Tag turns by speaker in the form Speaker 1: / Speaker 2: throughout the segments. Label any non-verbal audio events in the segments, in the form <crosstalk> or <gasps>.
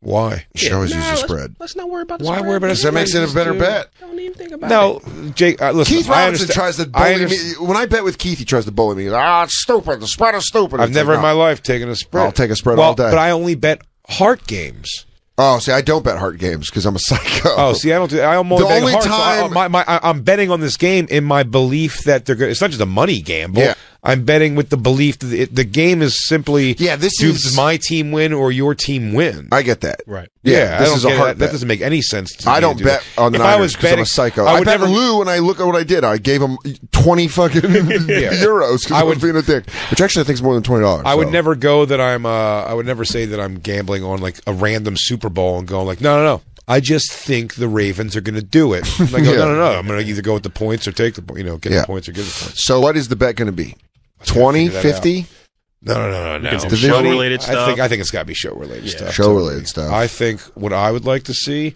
Speaker 1: Why?
Speaker 2: You should
Speaker 3: Yeah,
Speaker 2: always
Speaker 3: no,
Speaker 2: use the
Speaker 3: let's-
Speaker 2: spread.
Speaker 3: Let's not worry about the
Speaker 1: Why
Speaker 3: spread.
Speaker 1: worry about a
Speaker 3: Just
Speaker 1: spread? That makes it a
Speaker 3: just
Speaker 1: better
Speaker 3: do
Speaker 1: bet.
Speaker 3: Don't even think about
Speaker 1: No,
Speaker 3: it.
Speaker 1: Jake. Uh, listen,
Speaker 2: Keith
Speaker 1: I
Speaker 2: Robinson
Speaker 1: understa-
Speaker 2: tries to
Speaker 1: I
Speaker 2: bully me.
Speaker 1: underst-
Speaker 2: When I bet with Keith, he tries to bully me. He goes, Ah, it's stupid. The spread is stupid.
Speaker 1: I've
Speaker 2: It's
Speaker 1: never
Speaker 2: like,
Speaker 1: in
Speaker 2: "No."
Speaker 1: my life taken a spread.
Speaker 2: I'll take a spread
Speaker 1: well,
Speaker 2: all day.
Speaker 1: But I only bet heart games.
Speaker 2: Oh, see, I don't bet heart games because I'm a <laughs> psycho.
Speaker 1: Oh, see, I don't do. I am
Speaker 2: The only
Speaker 1: heart, so I- uh,
Speaker 2: time-
Speaker 1: my, my, I- I'm betting on this game in my belief that they're good. It's not just a money gamble.
Speaker 2: Yeah.
Speaker 1: I'm betting with the belief that it, the game is simply
Speaker 2: Yeah, this
Speaker 1: do-
Speaker 2: is-
Speaker 1: does my team win or your team win.
Speaker 2: I get that.
Speaker 3: Right.
Speaker 2: Yeah,
Speaker 1: I
Speaker 2: this
Speaker 1: don't
Speaker 2: is a
Speaker 1: get it.
Speaker 2: heart
Speaker 1: that, that
Speaker 2: bet.
Speaker 1: doesn't make any sense. to me
Speaker 2: I
Speaker 1: to
Speaker 2: don't
Speaker 1: do
Speaker 2: bet
Speaker 1: that.
Speaker 2: on the
Speaker 1: if
Speaker 2: Niners
Speaker 1: I was
Speaker 2: 'cause
Speaker 1: betting,
Speaker 2: I'm a psycho.
Speaker 1: I
Speaker 2: I,
Speaker 1: would
Speaker 2: bet
Speaker 1: never.
Speaker 2: Lou, and I look at what I did. I gave him twenty
Speaker 1: <laughs>
Speaker 2: fucking <laughs> euros because I
Speaker 1: would-
Speaker 2: was being a dick. Which actually, I think is more than twenty dollars.
Speaker 1: I would never go that I'm. Uh, I would never say that I'm gambling on like a random Super Bowl and going like, no, no, no. I just think the Ravens are going to do it. And I go,
Speaker 2: <laughs> Yeah.
Speaker 1: no, no, no. I'm going to either go with the points or take the po- you know get
Speaker 2: Yeah.
Speaker 1: the points or give the points.
Speaker 2: So, what is the bet going to be?
Speaker 1: gotta figure
Speaker 2: 20,
Speaker 1: that out.
Speaker 2: 50?
Speaker 1: No, no, no, no, no.
Speaker 2: do
Speaker 1: Money-
Speaker 3: show-related
Speaker 1: I think
Speaker 3: stuff.
Speaker 1: I think it's got to be show related stuff.
Speaker 2: Show related stuff.
Speaker 1: I think what I would like to see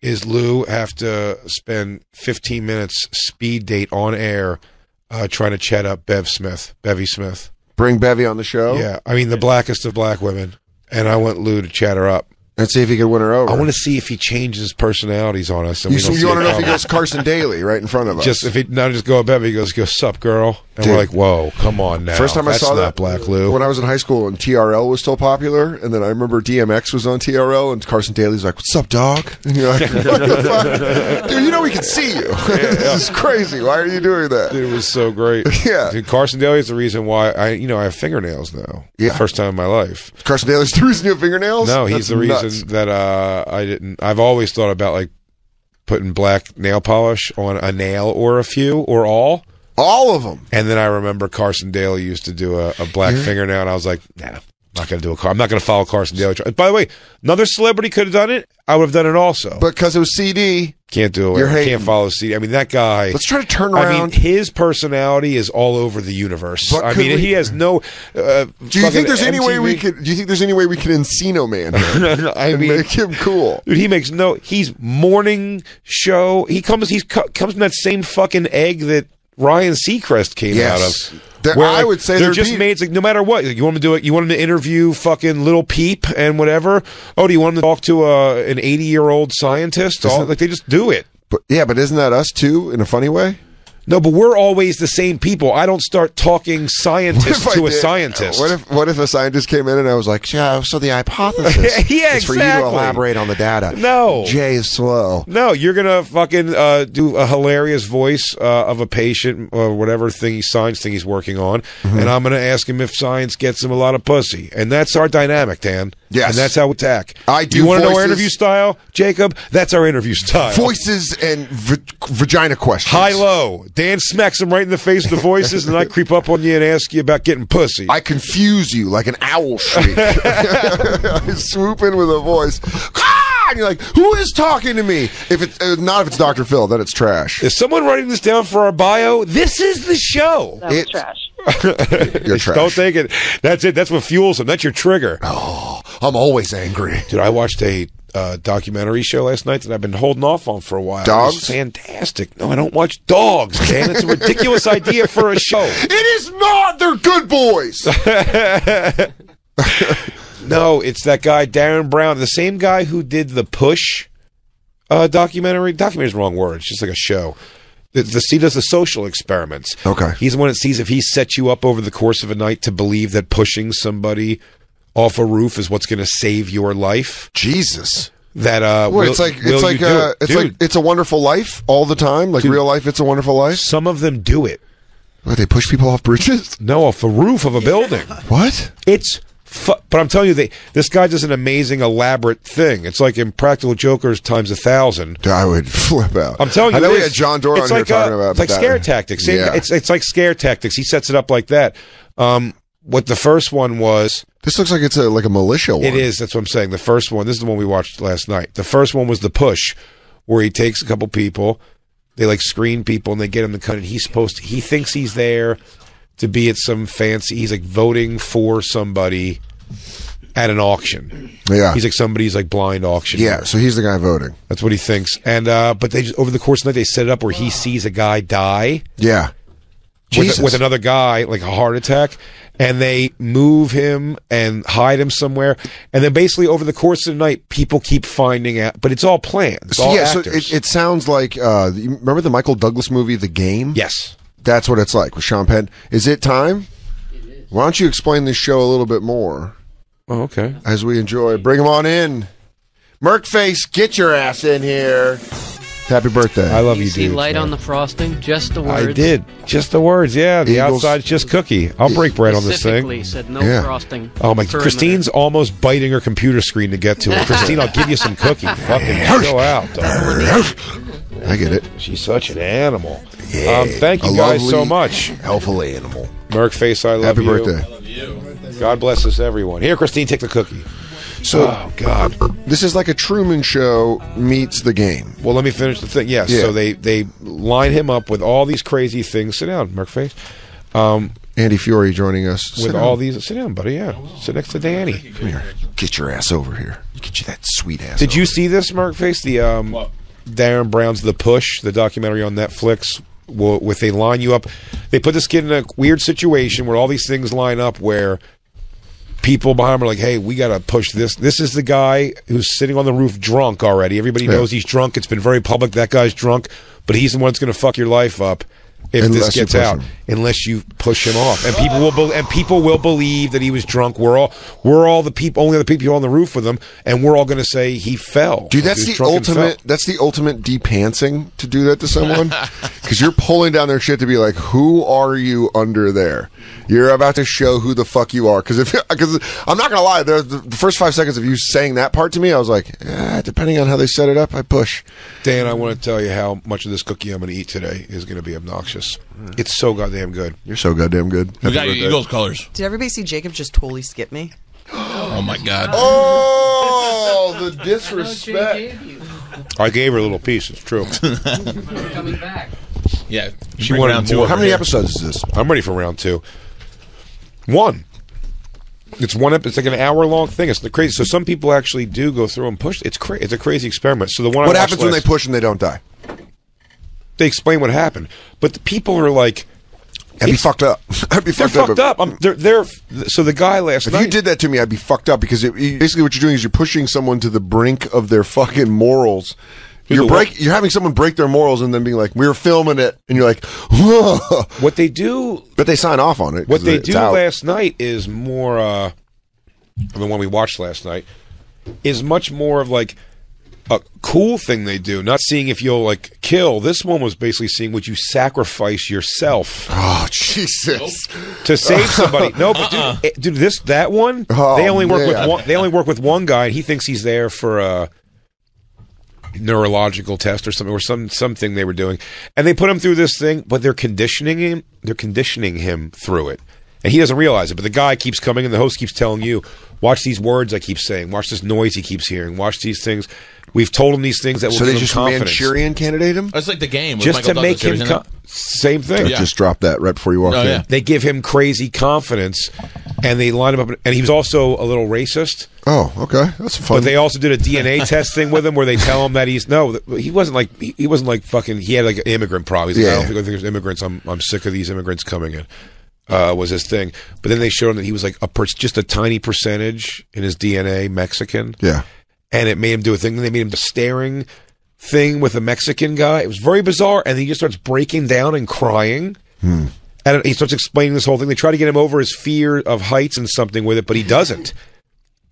Speaker 1: is Lou have to spend 15 minutes speed date on air uh, trying to chat up Bev Smith, Bevy Smith.
Speaker 2: Bring Bevy on the show.
Speaker 1: Yeah, I mean the blackest of black women, and I want Lou to chat her up.
Speaker 2: And see if he can win her over.
Speaker 1: I want to see if he changes personalities on us. And
Speaker 2: you
Speaker 1: we don't see
Speaker 2: want to
Speaker 1: it
Speaker 2: know if he
Speaker 1: coming.
Speaker 2: goes Carson Daly right in front of us.
Speaker 1: Just if he not just go up Bevy, he goes, "Go sup, girl," and
Speaker 2: Dude.
Speaker 1: we're like, "Whoa, come on now."
Speaker 2: First time I
Speaker 1: That's
Speaker 2: saw
Speaker 1: not
Speaker 2: that
Speaker 1: Black Lou.
Speaker 2: when I was in high school and TRL was still popular, and then I remember DMX was on TRL and Carson Daly's like, "What's up, dog?" <laughs> And you're like, "What
Speaker 1: <laughs>
Speaker 2: the fuck, dude? You know we can see you. <laughs> this is crazy. Why are you doing that?"
Speaker 1: Dude, it was so great.
Speaker 2: <laughs> Yeah.
Speaker 1: Dude, Carson Daly is the reason why I, you know, I have fingernails now.
Speaker 2: Yeah.
Speaker 1: First time in my life.
Speaker 2: Carson Daly's the reason you have fingernails.
Speaker 1: No, he's
Speaker 2: That's
Speaker 1: the reason
Speaker 2: nuts.
Speaker 1: that uh, I didn't. I've always thought about like putting black nail polish on a nail or a few or all.
Speaker 2: All of them.
Speaker 1: And then I remember Carson Daly used to do a, a black fingernail, and I was like, nah, I'm not going to do a car. I'm not going to follow Carson Daly. By the way, another celebrity could have done it. I would have done it also.
Speaker 2: But because it was CD,
Speaker 1: can't do it.
Speaker 2: You're hating.
Speaker 1: can't follow CD. I mean, that guy.
Speaker 2: let's try to turn around.
Speaker 1: I mean, his personality is all over the universe.
Speaker 2: But
Speaker 1: I
Speaker 2: could
Speaker 1: mean,
Speaker 2: we-
Speaker 1: he has no. Uh,
Speaker 2: do you think
Speaker 1: fucking
Speaker 2: there's any way we
Speaker 1: MTV?
Speaker 2: could? Do you think there's any way we can Encino Man
Speaker 1: <laughs>
Speaker 2: him
Speaker 1: I
Speaker 2: and
Speaker 1: mean,
Speaker 2: make him cool?
Speaker 1: dude, he makes no. He's morning show. He comes. He comes from that same fucking egg that Ryan Seacrest came
Speaker 2: Yes.
Speaker 1: out of.
Speaker 2: There- I would say
Speaker 1: they're
Speaker 2: there'd
Speaker 1: just
Speaker 2: be-
Speaker 1: made. It's like no matter what you want him to do. It. You want him to interview fucking little peep and whatever. Oh, do you want him to talk to uh, an eighty-year-old scientist? All, like they just do it.
Speaker 2: But yeah, but isn't that us too in a funny way?
Speaker 1: No, but we're always the same people. I don't start talking scientist
Speaker 2: What if I
Speaker 1: to a
Speaker 2: did-
Speaker 1: scientist.
Speaker 2: What if what if a scientist came in and I was like, yeah, so the
Speaker 1: <laughs>
Speaker 2: hypothesis
Speaker 1: Yeah,
Speaker 2: is for you to
Speaker 1: exactly.
Speaker 2: elaborate on the data.
Speaker 1: No.
Speaker 2: J is slow.
Speaker 1: No, you're gonna fucking uh, do a hilarious voice uh, of a patient or whatever thing he science thing he's working on,
Speaker 2: Mm-hmm.
Speaker 1: and I'm gonna ask him if science gets him a lot of pussy, and that's our dynamic, Dan.
Speaker 2: Yes.
Speaker 1: and that's how we attack.
Speaker 2: I do
Speaker 1: You want to know our
Speaker 2: voices-
Speaker 1: interview style, Jacob? That's our interview style.
Speaker 2: Voices and v- vagina questions.
Speaker 1: High low. Dan smacks him right in the face with the voices,
Speaker 2: <laughs>
Speaker 1: and I creep up on you and ask you about getting pussy.
Speaker 2: I confuse you like an
Speaker 1: <laughs>
Speaker 2: owl shriek. <laughs> I swoop in with a voice. Ah! And you're like, who is talking to me? If it's uh, not if it's Dr. Phil, then it's trash.
Speaker 1: Is someone writing this down for our bio? This is the show.
Speaker 4: That was
Speaker 2: It's-
Speaker 4: trash.
Speaker 2: You're trash.
Speaker 1: Don't take it. That's it. That's what fuels him. That's your trigger.
Speaker 2: I'm always angry.
Speaker 1: Dude, I watched a uh, documentary show last night that I've been holding off on for a while. It
Speaker 2: Dogs?
Speaker 1: was fantastic. No, I don't watch dogs, man. It's a
Speaker 2: <laughs>
Speaker 1: ridiculous idea for a show.
Speaker 2: It is not. They're
Speaker 1: <laughs>
Speaker 2: good boys.
Speaker 1: No, it's that guy Darren Brown, the same guy who did the Push uh, documentary. Documentary is the wrong word. It's just like a show. The, the, he does the social experiments.
Speaker 2: Okay.
Speaker 1: he's the one that sees if he sets you up over the course of a night to believe that pushing somebody off a roof is what's going to save your life.
Speaker 2: Jesus.
Speaker 1: That uh,
Speaker 2: Well,
Speaker 1: will-
Speaker 2: it's like
Speaker 1: will
Speaker 2: it's like
Speaker 1: you do
Speaker 2: uh,
Speaker 1: it?
Speaker 2: it's
Speaker 1: Dude,
Speaker 2: like it's a wonderful life all the time. Like real life, it's a wonderful life.
Speaker 1: some of them do it.
Speaker 2: What, they push people off bridges.
Speaker 1: No, off the roof of a building.
Speaker 2: <laughs> What?
Speaker 1: It's fu- but I'm telling you, they, this guy does an amazing, elaborate thing. It's like Impractical Jokers times a thousand.
Speaker 2: I would <laughs> flip out.
Speaker 1: I'm telling you,
Speaker 2: I know we
Speaker 1: this,
Speaker 2: had John Doran
Speaker 1: it's
Speaker 2: here
Speaker 1: like,
Speaker 2: talking
Speaker 1: uh,
Speaker 2: about
Speaker 1: it's like
Speaker 2: that.
Speaker 1: scare tactics. Same-
Speaker 2: Yeah.
Speaker 1: It's it's like scare tactics. He sets it up like that. Um, what the first one was,
Speaker 2: this looks like it's a like a militia one.
Speaker 1: it is. That's what I'm saying. The first one. This is the one we watched last night. The first one was the push, where he takes a couple people. They like screen people and they get him to come. And he's supposed. To, he thinks he's there to be at some fancy. He's like voting for somebody at an auction.
Speaker 2: Yeah.
Speaker 1: He's like somebody's like blind auction.
Speaker 2: yeah. So he's the guy voting.
Speaker 1: That's what he thinks. And uh, but they just over the course of the night they set it up where he sees a guy die
Speaker 2: Yeah.
Speaker 1: with,
Speaker 2: Jesus.
Speaker 1: with another guy, like a heart attack, and they move him and hide him somewhere, and then basically over the course of the night, people keep finding out, but it's all planned. It's all
Speaker 2: yeah, so
Speaker 1: actors.
Speaker 2: it, it sounds like uh, you remember the Michael Douglas movie, The Game.
Speaker 1: yes.
Speaker 2: that's what it's like with Sean Penn. Is it time? Why don't you explain this show a little bit more
Speaker 1: Oh, okay.
Speaker 2: as we enjoy? Bring him on in, Merkface. Get your ass in here. Happy birthday!
Speaker 1: I love you,
Speaker 3: you see
Speaker 1: dude.
Speaker 3: light
Speaker 1: man.
Speaker 3: on the frosting? Just the words.
Speaker 1: I did. Just the words, yeah. The
Speaker 2: Eagles-
Speaker 1: outside's just cookie. I'll break bread on this
Speaker 3: Specifically
Speaker 1: thing.
Speaker 3: said no
Speaker 2: Yeah.
Speaker 3: frosting.
Speaker 1: Oh my!
Speaker 3: perimeter.
Speaker 1: Christine's almost biting her computer screen to get to
Speaker 3: <laughs>
Speaker 1: it. Christine, I'll give you some
Speaker 2: <laughs>
Speaker 1: cookie. Fucking go out. dog.
Speaker 2: I get it.
Speaker 1: She's such an animal. Um, thank you
Speaker 2: A
Speaker 1: guys so
Speaker 2: lovely,
Speaker 1: much.
Speaker 2: Helpful animal.
Speaker 1: Merc face, I love
Speaker 2: Happy
Speaker 1: you.
Speaker 2: birthday.
Speaker 1: God bless us, everyone. Here, Christine, take the cookie.
Speaker 2: So
Speaker 1: Oh, God.
Speaker 2: this is like a Truman Show meets the game.
Speaker 1: Well, let me finish the thing. Yes.
Speaker 2: Yeah.
Speaker 1: So they they line him up with all these crazy things. Sit down, Merc face.
Speaker 2: Andy Fiore joining us Sit
Speaker 1: With
Speaker 2: down.
Speaker 1: all these, sit down, buddy. Yeah. Sit next to Danny.
Speaker 2: Come here. Get your ass over here. You get you that sweet ass.
Speaker 1: Did you see this, Mark Face? The um, Darren Brown's The Push, the documentary on Netflix, wh- with they line you up. They put this kid in a weird situation where all these things line up where people behind him are like, hey, we got to push this. This is the guy who's sitting on the roof drunk already. Everybody knows he's drunk. It's been very public. That guy's drunk, but he's the one that's going to fuck your life up. If
Speaker 2: Unless
Speaker 1: this
Speaker 2: you
Speaker 1: gets
Speaker 2: push
Speaker 1: out,
Speaker 2: him.
Speaker 1: unless you push him off, and people will bel and people will believe that he was drunk. We're all we're all the people, only the people on the roof with him, and we're all going to say he fell. He
Speaker 2: Dude, that's
Speaker 1: was
Speaker 2: the
Speaker 1: drunk and
Speaker 2: ultimate.
Speaker 1: fell.
Speaker 2: That's the ultimate depantsing to do that to someone, because you're pulling down their shit to be like, "Who are you under there? You're about to show who the fuck you are." Because if, <laughs> because I'm not gonna lie, the, the first five seconds of you saying that part to me, I was like, eh, depending on how they set it up, I push.
Speaker 1: Dan, I want to tell you how much of this cookie I'm going to eat today is going to be obnoxious. It's so goddamn good.
Speaker 2: You're so goddamn good.
Speaker 4: You
Speaker 2: Happy
Speaker 4: got your
Speaker 2: birthday.
Speaker 4: Eagles colors.
Speaker 5: Did everybody see Jacob just totally skip me?
Speaker 4: Oh my God!
Speaker 2: Oh, the disrespect!
Speaker 1: I gave her a little piece. It's true. <laughs>
Speaker 4: yeah,
Speaker 1: She wanted more.
Speaker 2: How many episodes is this?
Speaker 1: I'm ready for round two. One. It's one. ep- It's like an hour long thing. It's the crazy. So some people actually do go through and push. It's cra- It's a crazy experiment. So the one. I
Speaker 2: What
Speaker 1: watched
Speaker 2: happens when they
Speaker 1: last-
Speaker 2: push and they don't die?
Speaker 1: They explain what happened, but the people are like,
Speaker 2: I'd be
Speaker 1: It's-
Speaker 2: fucked up. <laughs> I'd be
Speaker 1: they're
Speaker 2: fucked up.
Speaker 1: fucked up. I'm, they're, they're. So the guy last
Speaker 2: If
Speaker 1: night.
Speaker 2: you did that to me, I'd be fucked up because it, you- basically what you're doing is you're pushing someone to the brink of their fucking morals. You're
Speaker 1: the what?
Speaker 2: break, you're having someone break their morals and then being like, "We were filming it," and you're like, <laughs> "Whoa!"
Speaker 1: what they do
Speaker 2: But they sign off on it.
Speaker 1: What
Speaker 2: 'cause
Speaker 1: they
Speaker 2: it's
Speaker 1: do
Speaker 2: out.
Speaker 1: last night is more uh, the one we watched last night is much more of like a cool thing they do. Not seeing if you'll like kill. This one was basically seeing would you sacrifice yourself
Speaker 2: Oh Jesus!
Speaker 1: to save somebody. no, but
Speaker 4: Uh-uh.
Speaker 1: dude, eh, dude, this that one
Speaker 2: Oh,
Speaker 1: they only work
Speaker 2: man.
Speaker 1: with one. They only work with one guy, and he thinks he's there for a neurological test or something, or some something they were doing, and they put him through this thing. But they're conditioning him. They're conditioning him through it, and he doesn't realize it. But the guy keeps coming, and the host keeps telling you, "Watch these words I keep saying. Watch this noise he keeps hearing. Watch these things." We've told him these things that will
Speaker 2: So
Speaker 1: give
Speaker 2: they
Speaker 1: him
Speaker 2: just
Speaker 1: confidence.
Speaker 2: Manchurian candidate him.
Speaker 4: It's like the game. With
Speaker 1: just to
Speaker 4: Michael
Speaker 1: make
Speaker 4: Douglas,
Speaker 1: him
Speaker 4: isn't it?
Speaker 1: co- same thing
Speaker 4: Yeah.
Speaker 2: Just drop that right before you walk
Speaker 4: Oh,
Speaker 2: in.
Speaker 4: yeah.
Speaker 1: they give him crazy confidence and they line him up and he was also a little racist
Speaker 2: Oh, okay, that's fun.
Speaker 1: but they also did a dna test thing with him where they tell him that he's no th- he wasn't like he he wasn't like fucking he had like an immigrant problem he's like, i
Speaker 2: Yeah.
Speaker 1: don't think, I think there's immigrants I'm, I'm sick of these immigrants coming in uh, was his thing but then they showed him that he was like a per- just a tiny percentage in his dna mexican
Speaker 2: yeah,
Speaker 1: and it made him do a thing. They made him the staring thing with a Mexican guy. It was very bizarre, and he just starts breaking down and crying. And he starts explaining this whole thing. They try to get him over his fear of heights and something with it, but he doesn't.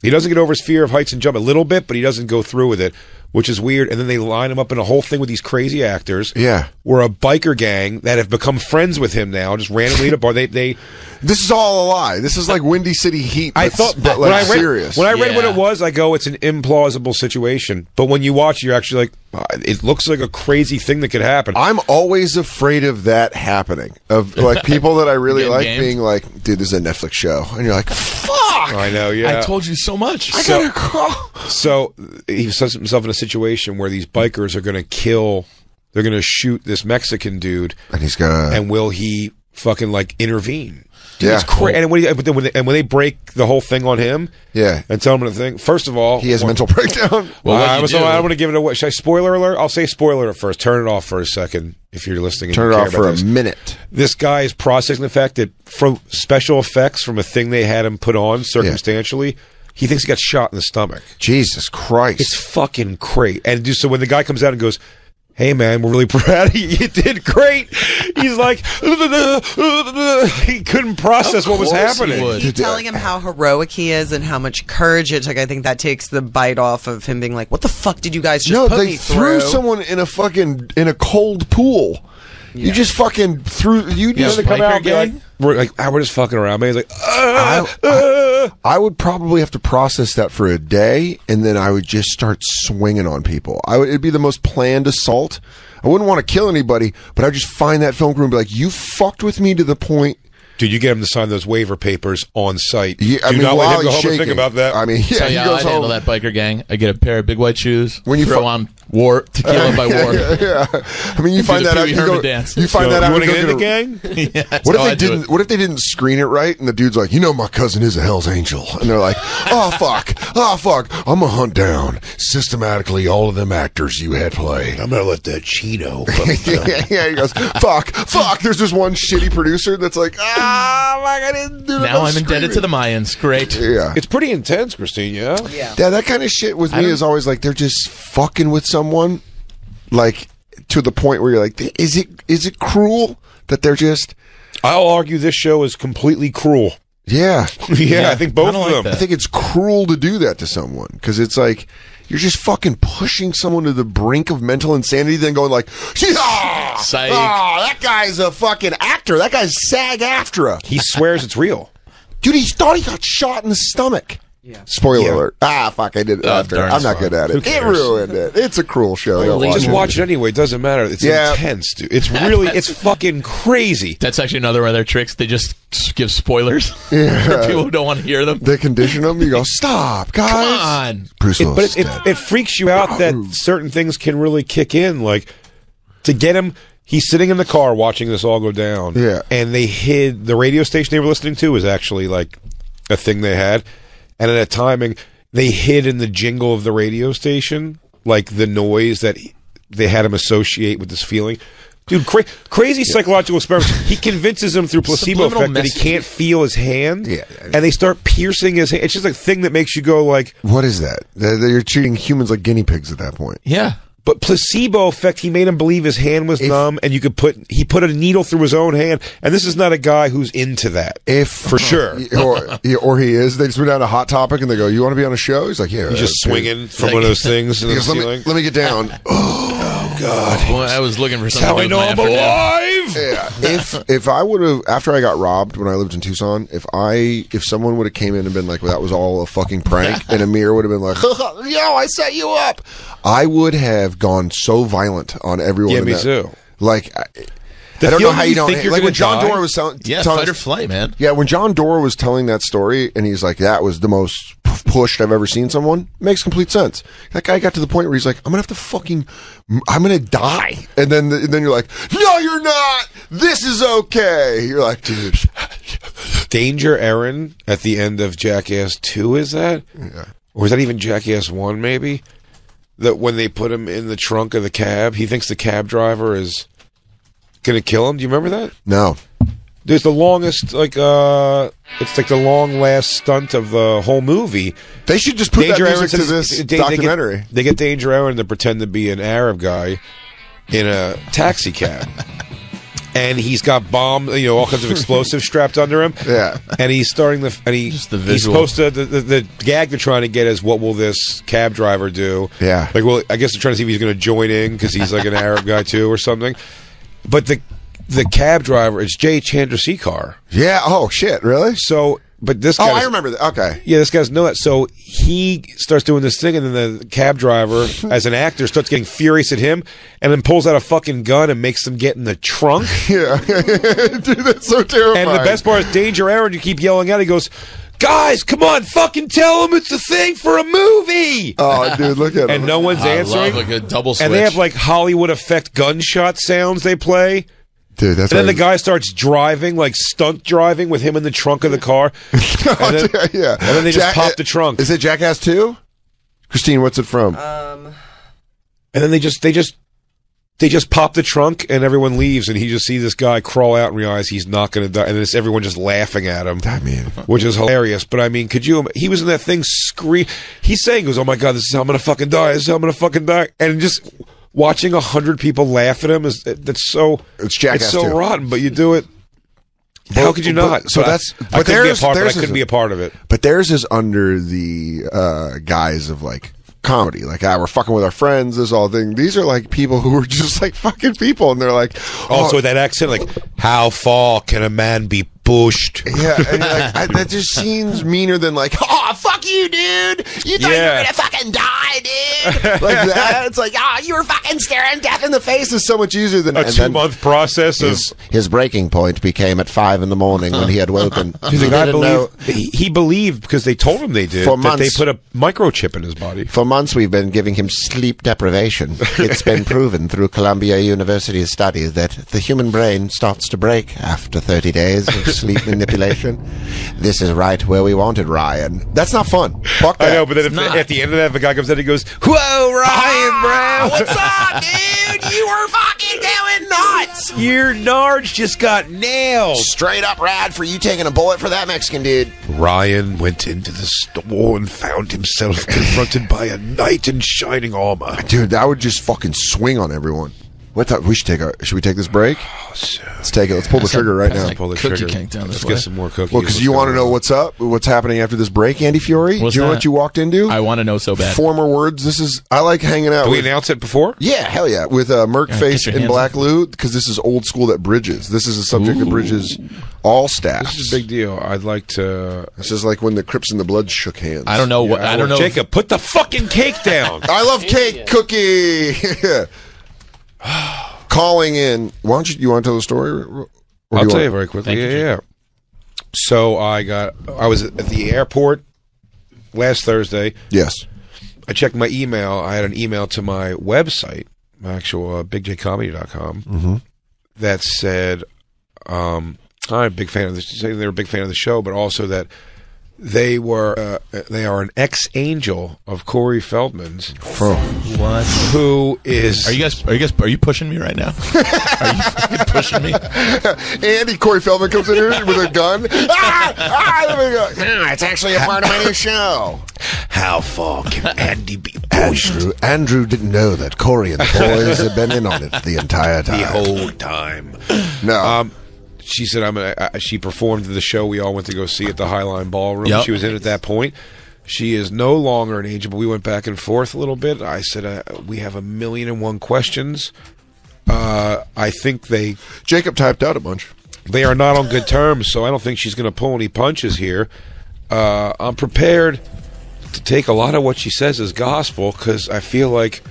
Speaker 1: He doesn't get over his fear of heights and jump a little bit, but he doesn't go through with it, which is weird. And then they line him up in a whole thing with these crazy actors.
Speaker 2: Yeah.
Speaker 1: were a biker gang that have become friends with him now, just randomly at a bar. They they
Speaker 2: this is all a lie. This is like Windy City Heat.
Speaker 1: I
Speaker 2: that's-
Speaker 1: thought
Speaker 2: but
Speaker 1: when
Speaker 2: like
Speaker 1: I read
Speaker 2: serious.
Speaker 1: when I read what
Speaker 4: Yeah.
Speaker 1: it was, I go, it's an implausible situation. But when you watch, it, you're actually like, "Ah, it looks like a crazy thing that could happen.
Speaker 2: I'm always afraid of that happening. Of like people that I really
Speaker 4: Getting
Speaker 2: like
Speaker 4: gamed?
Speaker 2: being like, dude, this is a Netflix show. And you're like, fuck!
Speaker 1: I know, yeah.
Speaker 4: I told you so much.
Speaker 2: I gotta go.
Speaker 1: so he sets himself in a situation where these
Speaker 2: Uh-huh.
Speaker 1: bikers are going to kill. They're going to shoot this Mexican dude,
Speaker 2: And he's gonna
Speaker 1: and will he fucking like intervene.
Speaker 2: Yeah.
Speaker 1: It's cra- and, when he, but then when they, and when they break the whole thing on him,
Speaker 2: Yeah.
Speaker 1: and tell him the thing. First of all,
Speaker 2: He has a mental breakdown.
Speaker 4: Well, what
Speaker 1: I,
Speaker 4: you
Speaker 1: was,
Speaker 4: do-
Speaker 1: I don't want to give it away. Should I spoiler alert? I'll say spoiler alert first. Turn it off for a second if you're listening. And
Speaker 2: Turn
Speaker 1: you
Speaker 2: it
Speaker 1: care
Speaker 2: off for
Speaker 1: about
Speaker 2: a
Speaker 1: this.
Speaker 2: minute.
Speaker 1: This guy is processing the fact that from special effects from a thing they had him put on circumstantially, he thinks he got shot in the stomach.
Speaker 2: Jesus
Speaker 1: It's
Speaker 2: Christ.
Speaker 1: fucking great. And dude, so when the guy comes out and goes, "Hey man, we're really <laughs> proud. of you. You did great," he's like, <laughs> he couldn't process what was
Speaker 4: course he
Speaker 1: happening.
Speaker 4: would.
Speaker 5: He telling him how heroic he is and how much courage it took. I think that takes the bite off of him being like, "What the fuck did you guys just
Speaker 2: No,
Speaker 5: put
Speaker 2: they
Speaker 5: me
Speaker 2: threw
Speaker 5: through?"
Speaker 2: someone in a fucking in a cold pool. You just fucking threw. You
Speaker 4: Yeah,
Speaker 2: need to come
Speaker 4: biker
Speaker 2: out and be like,
Speaker 4: gang?
Speaker 1: We're like, ah, we're just fucking around, man. He's like,
Speaker 2: I,
Speaker 1: "Ah,
Speaker 2: I, I would probably have to process that for a day, and then I would just start swinging on people. I would, it'd be the most planned assault. I wouldn't want to kill anybody, but I'd just find that film crew and be like, "You fucked with me to the point."
Speaker 1: Dude, you get him to sign those waiver papers on site.
Speaker 2: You, I
Speaker 1: Do
Speaker 2: mean,
Speaker 1: not
Speaker 2: while
Speaker 1: let him go
Speaker 2: he's
Speaker 1: home
Speaker 2: shaking,
Speaker 1: and think about that.
Speaker 2: I mean, yeah,
Speaker 4: Tell
Speaker 2: he
Speaker 4: you how
Speaker 2: goes
Speaker 4: I'd Oh,
Speaker 2: home.
Speaker 4: handle that biker gang. I get a pair of big white shoes.
Speaker 2: When
Speaker 4: When
Speaker 2: you
Speaker 4: you throw
Speaker 2: fu-
Speaker 4: on war tequila
Speaker 1: <laughs>
Speaker 4: by war.
Speaker 2: <laughs> Yeah, I mean, you find
Speaker 4: the
Speaker 2: that out.
Speaker 4: Pee Wee
Speaker 2: You,
Speaker 4: Herman
Speaker 2: go,
Speaker 4: dance.
Speaker 2: you find
Speaker 1: So,
Speaker 2: that out.
Speaker 1: you want to
Speaker 2: and
Speaker 1: get in
Speaker 2: go
Speaker 1: the
Speaker 2: to-
Speaker 1: gang?
Speaker 4: That's
Speaker 2: What if
Speaker 4: how
Speaker 2: they
Speaker 4: I do it.
Speaker 2: didn't? What if they didn't screen it right? And the dude's like, "You know, my cousin is a Hell's Angel," and they're like, "Oh fuck, oh fuck, I'm gonna hunt down systematically all of them actors you had play."
Speaker 1: I'm gonna let that Chino.
Speaker 2: <laughs> <laughs> yeah, yeah, he goes, "Fuck, fuck." There's this one shitty producer that's like, "Ah, fuck, I didn't do
Speaker 4: Now
Speaker 2: enough
Speaker 4: I'm indebted to the
Speaker 2: screening."
Speaker 4: Mayans. Great.
Speaker 2: Yeah.
Speaker 1: it's pretty intense, Christine. Yeah.
Speaker 5: Yeah.
Speaker 2: Yeah, that kind of shit with me is always like they're just fucking with someone, like to the point where you're like, is it is it cruel that they're just
Speaker 1: I'll argue this show is completely cruel. <laughs>
Speaker 2: yeah?
Speaker 1: yeah, I think both
Speaker 4: I
Speaker 1: of
Speaker 4: don't like
Speaker 1: them.
Speaker 4: that.
Speaker 2: I think it's cruel to do that to someone because it's like you're just fucking pushing someone to the brink of mental insanity, then going like, yeah,
Speaker 4: Psych.
Speaker 2: ah, that guy's a fucking actor. That guy's SAG
Speaker 1: <laughs>
Speaker 2: AFTRA.
Speaker 1: He swears it's real.
Speaker 2: Dude, he thought he got shot in the stomach.
Speaker 5: Yeah.
Speaker 2: Spoiler
Speaker 1: Yeah.
Speaker 2: alert. Ah, fuck, I did it
Speaker 4: Oh,
Speaker 2: after.
Speaker 4: darn,
Speaker 2: I'm
Speaker 4: it's
Speaker 2: not
Speaker 4: fine.
Speaker 2: good at it. It ruined it. It's a cruel show. Don't watch
Speaker 1: Just
Speaker 2: it.
Speaker 1: watch it anyway. It doesn't matter. It's
Speaker 2: Yeah.
Speaker 1: intense, dude. It's really,
Speaker 4: <laughs>
Speaker 1: it's fucking crazy.
Speaker 4: That's actually another one of their tricks. They just s- give spoilers <laughs> for people who don't want to hear them.
Speaker 2: They condition him. You go, stop, guys.
Speaker 4: Come on.
Speaker 2: Bruce
Speaker 1: It-
Speaker 2: Willis.
Speaker 1: but it,
Speaker 2: is
Speaker 1: it,
Speaker 2: dead.
Speaker 1: it freaks you out that certain things can really kick in. Like to get him, he's sitting in the car watching this all go down.
Speaker 2: Yeah.
Speaker 1: and they hid the radio station they were listening to was actually like a thing they had, and at a timing they hid in the jingle of the radio station like the noise that he- they had him associate with this feeling. Dude, cra- crazy psychological experiments. He convinces him
Speaker 2: <laughs>
Speaker 1: through placebo
Speaker 4: Subliminal
Speaker 1: effect that he
Speaker 4: messages.
Speaker 1: can't feel his hand.
Speaker 2: Yeah.
Speaker 1: And they start piercing his hand. It's just a thing that makes you go like,
Speaker 2: what is that? They're, they're treating humans like guinea pigs at that point.
Speaker 4: Yeah.
Speaker 1: but placebo effect, he made him believe his hand was numb, and you could put he put a needle through his own hand. And this is not a guy who's into that.
Speaker 2: If
Speaker 1: For sure.
Speaker 2: or, or he is. They just went down to hot topic and they go, "You want to be on a show?" He's like, "Yeah."
Speaker 1: He's just swinging from one of those things in
Speaker 2: He
Speaker 1: the
Speaker 2: goes, let,
Speaker 1: ceiling.
Speaker 2: me, let me get down.
Speaker 1: <laughs>
Speaker 2: Oh,
Speaker 4: Boy, I was looking for something.
Speaker 1: How
Speaker 4: to
Speaker 1: I
Speaker 4: do
Speaker 1: know
Speaker 4: with
Speaker 1: I'm
Speaker 4: my afternoon.
Speaker 1: alive.
Speaker 2: Yeah. If if I would have after I got robbed when I lived in Tucson, if I if someone would have came in and been like, well, "That was all a fucking prank," and Amir would have
Speaker 1: <laughs>
Speaker 2: been like, "Yo, I set you up," I would have gone so violent on everyone.
Speaker 1: Yeah,
Speaker 2: in
Speaker 1: me
Speaker 2: that-
Speaker 1: too.
Speaker 2: Like, I,
Speaker 1: The
Speaker 2: I don't know
Speaker 1: feeling
Speaker 2: how
Speaker 1: you
Speaker 2: you don't
Speaker 1: think you're
Speaker 2: like when
Speaker 1: gonna
Speaker 2: John
Speaker 1: die?
Speaker 2: Dora was telling.
Speaker 4: Yeah,
Speaker 2: telling-
Speaker 4: fight or flight, man.
Speaker 2: Yeah, when John Dora was telling that story, and he's like, "That was the most p- pushed I've ever seen someone." Makes complete sense. That guy got to the point where he's like, "I'm gonna have to fucking, I'm gonna die," and then and then you're like, "No, you're not. This is okay." You're like, "Dude,
Speaker 1: Danger Aaron at the end of Jackass Two is that? Yeah. Or is that even Jackass One? Maybe that when they put him in the trunk of the cab, he thinks the cab driver is gonna kill him. Do you remember that?
Speaker 2: no."
Speaker 1: There's the longest, like, uh, it's like the long last stunt of the whole movie.
Speaker 2: They should just put that music to
Speaker 1: says-
Speaker 2: this
Speaker 1: they- they get-
Speaker 2: documentary.
Speaker 1: They get, Danger Aaron to pretend to be an Arab guy in a taxi
Speaker 2: <laughs>
Speaker 1: cab. And he's got bomb, you know, all kinds of
Speaker 2: <laughs>
Speaker 1: explosives strapped under him.
Speaker 2: Yeah.
Speaker 1: and he's starting the and he,
Speaker 4: Just the
Speaker 1: he's
Speaker 4: visual.
Speaker 1: supposed to the, the, the gag they're trying to get is what will this cab driver do?
Speaker 2: Yeah.
Speaker 1: like well, I guess they're trying to see if he's going to join in because he's like an Arab guy too or something. But the the cab driver it's Jay Chandrasekhar.
Speaker 2: yeah. Oh shit! Really?
Speaker 1: So, but this
Speaker 2: Oh,
Speaker 1: guy
Speaker 2: I remember that. Okay. <laughs>
Speaker 1: yeah, this guy's know that. So he starts doing this thing, and then the cab driver, as an actor, starts getting furious at him, and then pulls out a fucking gun and makes them get in the trunk.
Speaker 2: Yeah, dude, that's so terrifying.
Speaker 1: And the best part is Danger Aaron. You keep yelling out. He goes, "Guys, come on, fucking tell him it's a thing for a movie."
Speaker 2: Oh, dude, look at
Speaker 1: and
Speaker 2: him.
Speaker 1: no one's
Speaker 4: I love
Speaker 1: answering.
Speaker 4: like a double switch.
Speaker 1: and they have like Hollywood effect gunshot sounds they play.
Speaker 2: Dude, that's
Speaker 1: And then
Speaker 2: why-
Speaker 1: the guy starts driving, like stunt driving, with him in the trunk of the car.
Speaker 2: <laughs>
Speaker 1: and then,
Speaker 2: yeah.
Speaker 1: and then they just
Speaker 2: Jack-
Speaker 1: pop the trunk.
Speaker 2: Is it Jackass 2? Christine, what's it from?
Speaker 1: And then they just they just they just pop the trunk, and everyone leaves, and he just sees this guy crawl out and realize he's not going to die, and it's everyone just laughing at him.
Speaker 2: I mean,
Speaker 1: which is hilarious. But I mean, could you? He was in that thing scream. He's saying, he "Goes, oh my god, this is how I'm gonna fucking die. This is how I'm gonna fucking die." And just watching a hundred people laugh at him is that's so
Speaker 2: It's Jackass
Speaker 1: so
Speaker 2: too.
Speaker 1: rotten. But you do it. How could you
Speaker 2: but-
Speaker 1: not?
Speaker 2: so
Speaker 1: But I-
Speaker 2: that's-
Speaker 1: I, couldn't
Speaker 2: but
Speaker 1: be a
Speaker 2: theirs-
Speaker 1: part. But I
Speaker 2: theirs
Speaker 1: couldn't
Speaker 2: is-
Speaker 1: be a part of it.
Speaker 2: but theirs is under the uh, guise of like comedy. Like, ah, we're fucking with our friends, this all thing. These are like people who are <laughs> just like fucking people. And they're like,
Speaker 1: Also,
Speaker 2: oh,
Speaker 1: that accent, like, how far can a man be pushed?
Speaker 2: yeah. And you're like, I, that just seems meaner than like, oh, fuck you, dude. You thought you
Speaker 1: Yeah.
Speaker 2: were going to fucking die, dude. Like
Speaker 1: <laughs>
Speaker 2: that. It's like, oh, you were fucking staring death in the face is so much easier than
Speaker 1: A
Speaker 2: and then-
Speaker 1: two month process of.
Speaker 2: his, his breaking point became at five in the morning when he had <laughs> woken.
Speaker 1: He's
Speaker 2: He
Speaker 1: like, I
Speaker 2: didn't know-
Speaker 1: believe he, he believed because they told him they did
Speaker 2: For
Speaker 1: that they
Speaker 2: months.
Speaker 1: put a microchip in his body.
Speaker 2: For months, we've been giving him sleep <laughs> deprivation. It's been proven through Columbia University studies that the human brain starts to break after 30 days of <laughs> sleep manipulation. This is right where we wanted Ryan. That's not fun. Fuck that.
Speaker 1: I know, but then if,
Speaker 4: not.
Speaker 1: at the end of that, if a guy comes in, he goes, "Whoa, Ryan Brown, what's up,
Speaker 2: Dude, you were fucking going nuts!
Speaker 1: Your nards just got nailed."
Speaker 2: Straight up rad for you taking a bullet for that Mexican dude.
Speaker 1: Ryan went into the store and found himself confronted by a knight in shining armor.
Speaker 2: Dude, that would just fucking swing on everyone. What the, we should take a, should we take this break? Let's take it. Let's pull the trigger right now.
Speaker 4: Like cookie king down
Speaker 1: Let's
Speaker 4: this
Speaker 1: get
Speaker 4: way.
Speaker 1: some more cookies.
Speaker 2: Well, because you want to know what's up, what's happening after this break, Andy Fiore.
Speaker 4: What's
Speaker 2: Do you know
Speaker 4: that?
Speaker 2: what you walked into?
Speaker 4: I want to know so bad.
Speaker 2: Former words. This is I like hanging out.
Speaker 1: Did Oh, we
Speaker 2: With,
Speaker 1: announce it before?
Speaker 2: yeah, hell yeah, with uh, Merc
Speaker 4: Yeah,
Speaker 2: Face
Speaker 4: get your
Speaker 2: and
Speaker 4: hands
Speaker 2: Black
Speaker 4: off.
Speaker 2: Lou because this is old school that bridges. This is a subject that bridges all staffs.
Speaker 1: This is a big deal. I'd like to.
Speaker 2: This is like when the Crips and the Blood shook hands.
Speaker 4: I don't know Oh, what. I don't know.
Speaker 1: Jacob, put the fucking cake down.
Speaker 2: I love cake cookie. <laughs> Calling in. Why don't you? You want to tell the story? Or do
Speaker 1: I'll
Speaker 2: you
Speaker 1: tell you
Speaker 2: want-
Speaker 1: very quickly.
Speaker 4: Thank you,
Speaker 1: yeah, yeah. So I got. I was at the airport last Thursday.
Speaker 2: Yes.
Speaker 1: I checked my email. I had an email to my website, my actual uh, bigjcomedy.com,
Speaker 4: Mm-hmm.
Speaker 1: that said, um, I'm a big fan of this. Saying they were a big fan of the show, but also that they were uh, they are an ex angel of Corey Feldman's,
Speaker 2: Oh,
Speaker 4: What?
Speaker 1: who is
Speaker 4: Are you guys? Are you guys? Are you pushing me right now? are you fucking pushing me?
Speaker 2: Andy Corey Feldman comes in here with a gun. <laughs> ah, ah, there we go. Ah, it's actually a part of my new show.
Speaker 1: how far
Speaker 4: <laughs>
Speaker 1: can Andy be pushed
Speaker 2: Andrew, Andrew didn't know that Corey and the boys had been in on it the Uh, entire time.
Speaker 1: the whole time?
Speaker 2: no,
Speaker 1: Um, she said, "I'm." A, I, she performed the show we all went to go see at the Highline Ballroom.
Speaker 4: Yep.
Speaker 1: She was in at that point. She is no longer an angel, but we went back and forth a little bit. I said, uh, "We have a million and one questions." Uh, I think they
Speaker 2: Jacob typed out a bunch.
Speaker 1: they are not on good terms, so I don't think she's going to pull any punches here. Uh, I'm prepared to take a lot of what she says as gospel because I feel like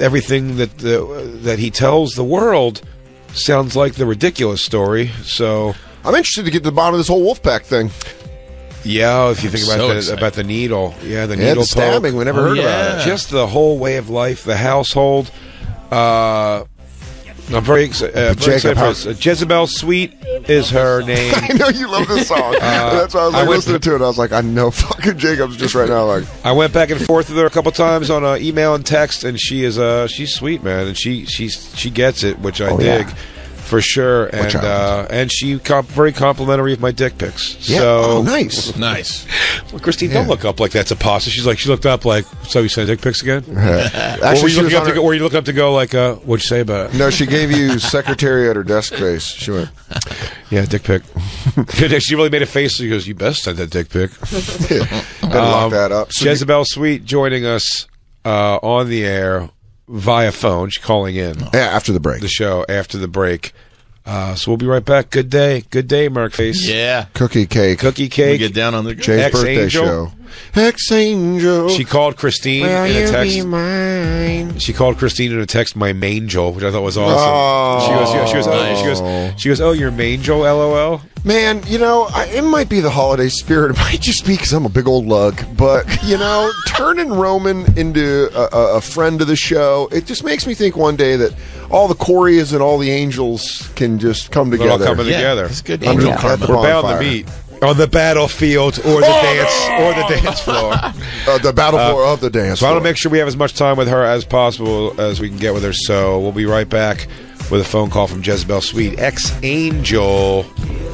Speaker 1: everything that the, that he tells the world sounds like the ridiculous story. So.
Speaker 2: I'm interested to get to the bottom of this whole Wolfpack thing. <laughs>
Speaker 1: Yeah, if you think about
Speaker 4: so
Speaker 1: the,
Speaker 4: excited.
Speaker 1: about the needle, yeah, the
Speaker 2: Yeah,
Speaker 1: needle
Speaker 2: the stabbing.
Speaker 1: poke.
Speaker 2: We never
Speaker 4: Oh,
Speaker 2: heard about
Speaker 4: yeah.
Speaker 2: it.
Speaker 1: Just the whole way of life, the household. Uh, I'm very, exci- uh, very
Speaker 2: Jacob,
Speaker 1: excited for
Speaker 2: how-
Speaker 1: this. Uh, Jezebel Sweet is her name.
Speaker 2: I know you love this song. That's why Uh, I was
Speaker 1: I
Speaker 2: like
Speaker 1: went
Speaker 2: listening to, it. I was like, I know <laughs> fucking Jacob's just right now. Like,
Speaker 1: I went back and forth with her a couple times on uh, email and text, and she is uh, she's sweet, man, and she she's she gets it, which I
Speaker 2: Oh, yeah.
Speaker 1: dig for sure, and
Speaker 2: I
Speaker 1: uh, and she com- very complimentary of my dick pics.
Speaker 2: yeah,
Speaker 1: So
Speaker 2: oh, <laughs> nice.
Speaker 4: Nice.
Speaker 1: Well, Christine, don't look up like that's a pasta. She's like, she looked up like, so you send dick pics again? or were
Speaker 2: <laughs> Actually,
Speaker 1: you
Speaker 2: she was
Speaker 1: looking up
Speaker 2: on
Speaker 1: to
Speaker 2: her-
Speaker 1: go, or you look up to go like, uh, what'd you say about it?
Speaker 2: no, she gave you secretary at her desk face. She went, <laughs>
Speaker 1: Yeah, dick pic. <laughs> she really made a face. She goes, you best send that dick pic. Um,
Speaker 2: yeah, <laughs> better lock that up. So you-
Speaker 1: Jezebel Sweet joining us uh, on the air via phone. She's calling in
Speaker 2: yeah, after the break.
Speaker 1: the show after the break. Uh, so we'll be right back. Good day. Good day, Merc Face.
Speaker 4: Yeah.
Speaker 2: Cookie cake.
Speaker 1: Cookie
Speaker 4: We
Speaker 1: cake.
Speaker 4: get down on the.
Speaker 2: Jay's birthday
Speaker 1: Ex-Angel.
Speaker 2: show. ex angel.
Speaker 1: She called Christine
Speaker 2: will
Speaker 1: in
Speaker 2: you
Speaker 1: a
Speaker 2: be
Speaker 1: text.
Speaker 2: mine?
Speaker 1: She called Christine in a text my main Joel, which I thought was awesome.
Speaker 2: Oh.
Speaker 1: she goes, yeah, she goes, oh, she
Speaker 2: Nice.
Speaker 1: goes, she goes, oh, your main Joel, lol.
Speaker 2: Man, you know, I, it might be the holiday spirit. It might just be because I'm a big old lug. But, you
Speaker 1: <laughs>
Speaker 2: know, turning Roman into a, a, a friend of the show, it just makes me think one day that all the Corys and all the angels can just come
Speaker 1: They're all
Speaker 2: together.
Speaker 1: coming
Speaker 4: Yeah,
Speaker 1: together.
Speaker 4: it's good
Speaker 2: Under
Speaker 4: angel
Speaker 2: the-
Speaker 4: karma.
Speaker 2: at the
Speaker 1: We're bound
Speaker 2: bonfire.
Speaker 1: to meet on the battlefield or the dance or the dance floor.
Speaker 2: Uh, the battle floor of the dance.
Speaker 1: so I want to
Speaker 2: floor.
Speaker 1: make sure we have as much time with her as possible as we can get with her. So we'll be right back with a phone call from Jezebel Sweet, ex Angel,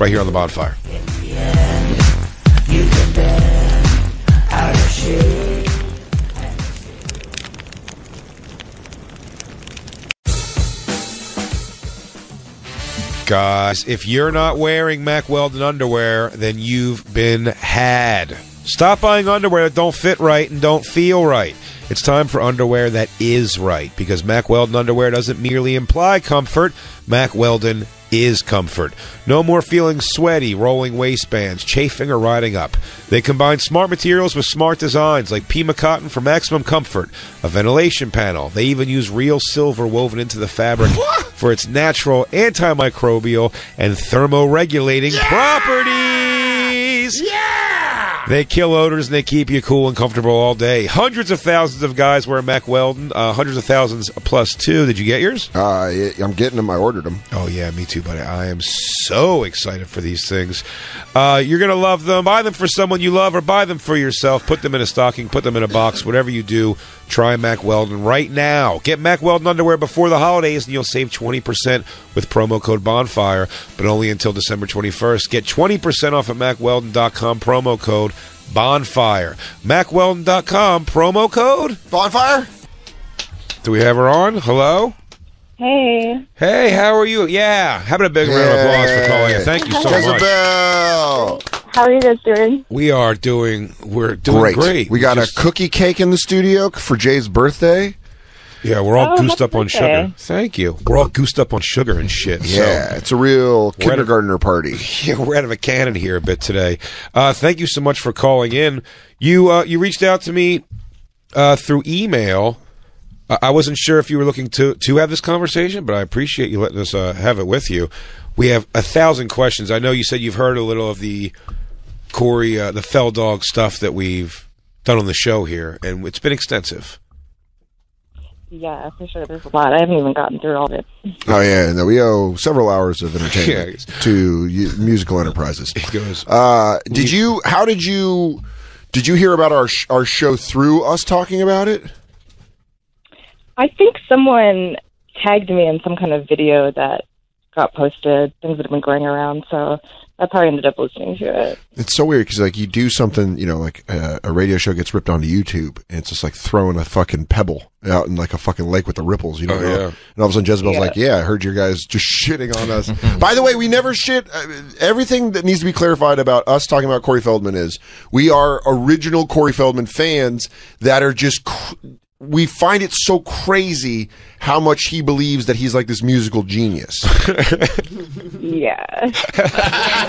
Speaker 1: right here on the bonfire. Guys, if you're not wearing Mack Weldon underwear, then you've been had. Stop buying underwear that don't fit right and don't feel right. It's time for underwear that is right because Mack Weldon underwear doesn't merely imply comfort. Mack Weldon is comfort. No more feeling sweaty, rolling waistbands, chafing, or riding up. They combine smart materials with smart designs like Pima cotton for maximum comfort, a ventilation panel. They even use real silver woven into the fabric for its natural antimicrobial and thermoregulating properties. They kill odors and they keep you cool and comfortable all day. Hundreds of thousands of guys wear Mack Weldon. Uh, hundreds of thousands plus two. Did you get yours?
Speaker 2: Uh, yeah, I'm getting them. I ordered them.
Speaker 1: Oh yeah, me too, buddy. I am so excited for these things. Uh, you're gonna love them. Buy them for someone you love, or buy them for yourself. Put them in a stocking. Put them in a box. Whatever you do, try Mac Weldon right now. Get Mac Weldon underwear before the holidays, and you'll save 20% with promo code Bonfire, but only until December 21st. Get 20% off at MacWeldon.com. Promo code Bonfire. MacWeldon.com. Promo code.
Speaker 2: Bonfire?
Speaker 1: Do we have her on? Hello.
Speaker 3: Hey,
Speaker 1: Hey, how are you? Yeah. How about a big round of applause for calling in? Thank you
Speaker 2: Oh,
Speaker 1: so much.
Speaker 2: Jezebel!
Speaker 3: how are you guys doing?
Speaker 1: We are doing we're doing
Speaker 2: Great.
Speaker 1: great.
Speaker 2: We got
Speaker 1: just-
Speaker 2: a cookie cake in the studio for Jay's birthday.
Speaker 1: Yeah, we're all
Speaker 3: Oh,
Speaker 1: goosed
Speaker 3: happy
Speaker 1: up on
Speaker 3: birthday.
Speaker 1: sugar. Thank you. We're all goosed up on sugar and shit.
Speaker 2: Yeah, it's a real
Speaker 1: We're at a- <laughs>
Speaker 2: kindergartner party.
Speaker 1: So yeah, we're out of a cannon here a bit today. Uh, thank you so much for calling in. You uh, you reached out to me uh, through email. I I wasn't sure if you were looking to to have this conversation, but I appreciate you letting us uh, have it with you. We have a thousand questions. I know you said you've heard a little of the Corey, uh, the Fell Dog stuff that we've done on the show here, and it's been extensive.
Speaker 3: Yeah, for sure. There's a lot. I haven't even gotten through all of it.
Speaker 2: Oh yeah, no, we owe several hours of entertainment
Speaker 1: Yeah.
Speaker 2: to y- musical
Speaker 1: <laughs>
Speaker 2: enterprises.
Speaker 1: goes-
Speaker 2: Uh, did you? How did you? Did you hear about our sh- our show through us talking about it?
Speaker 3: I think someone tagged me in some kind of video that got posted, things that have been going around. So I probably ended up listening to <laughs> it.
Speaker 2: It's so weird because like you do something, you know, like uh, a radio show gets ripped onto YouTube, and it's just like throwing a fucking pebble out in like a fucking lake with the ripples, you know.
Speaker 1: Oh, yeah.
Speaker 2: And all of a sudden, Jezebel's
Speaker 3: Yeah.
Speaker 2: like, "Yeah, I heard you guys just shitting on us." By the way, we never shit. uh, Everything that needs to be clarified about us talking about Corey Feldman is we are original Corey Feldman fans that are just. Cr- we find it so crazy how much he believes that he's like this musical genius. <laughs>
Speaker 3: Yeah.
Speaker 2: <laughs>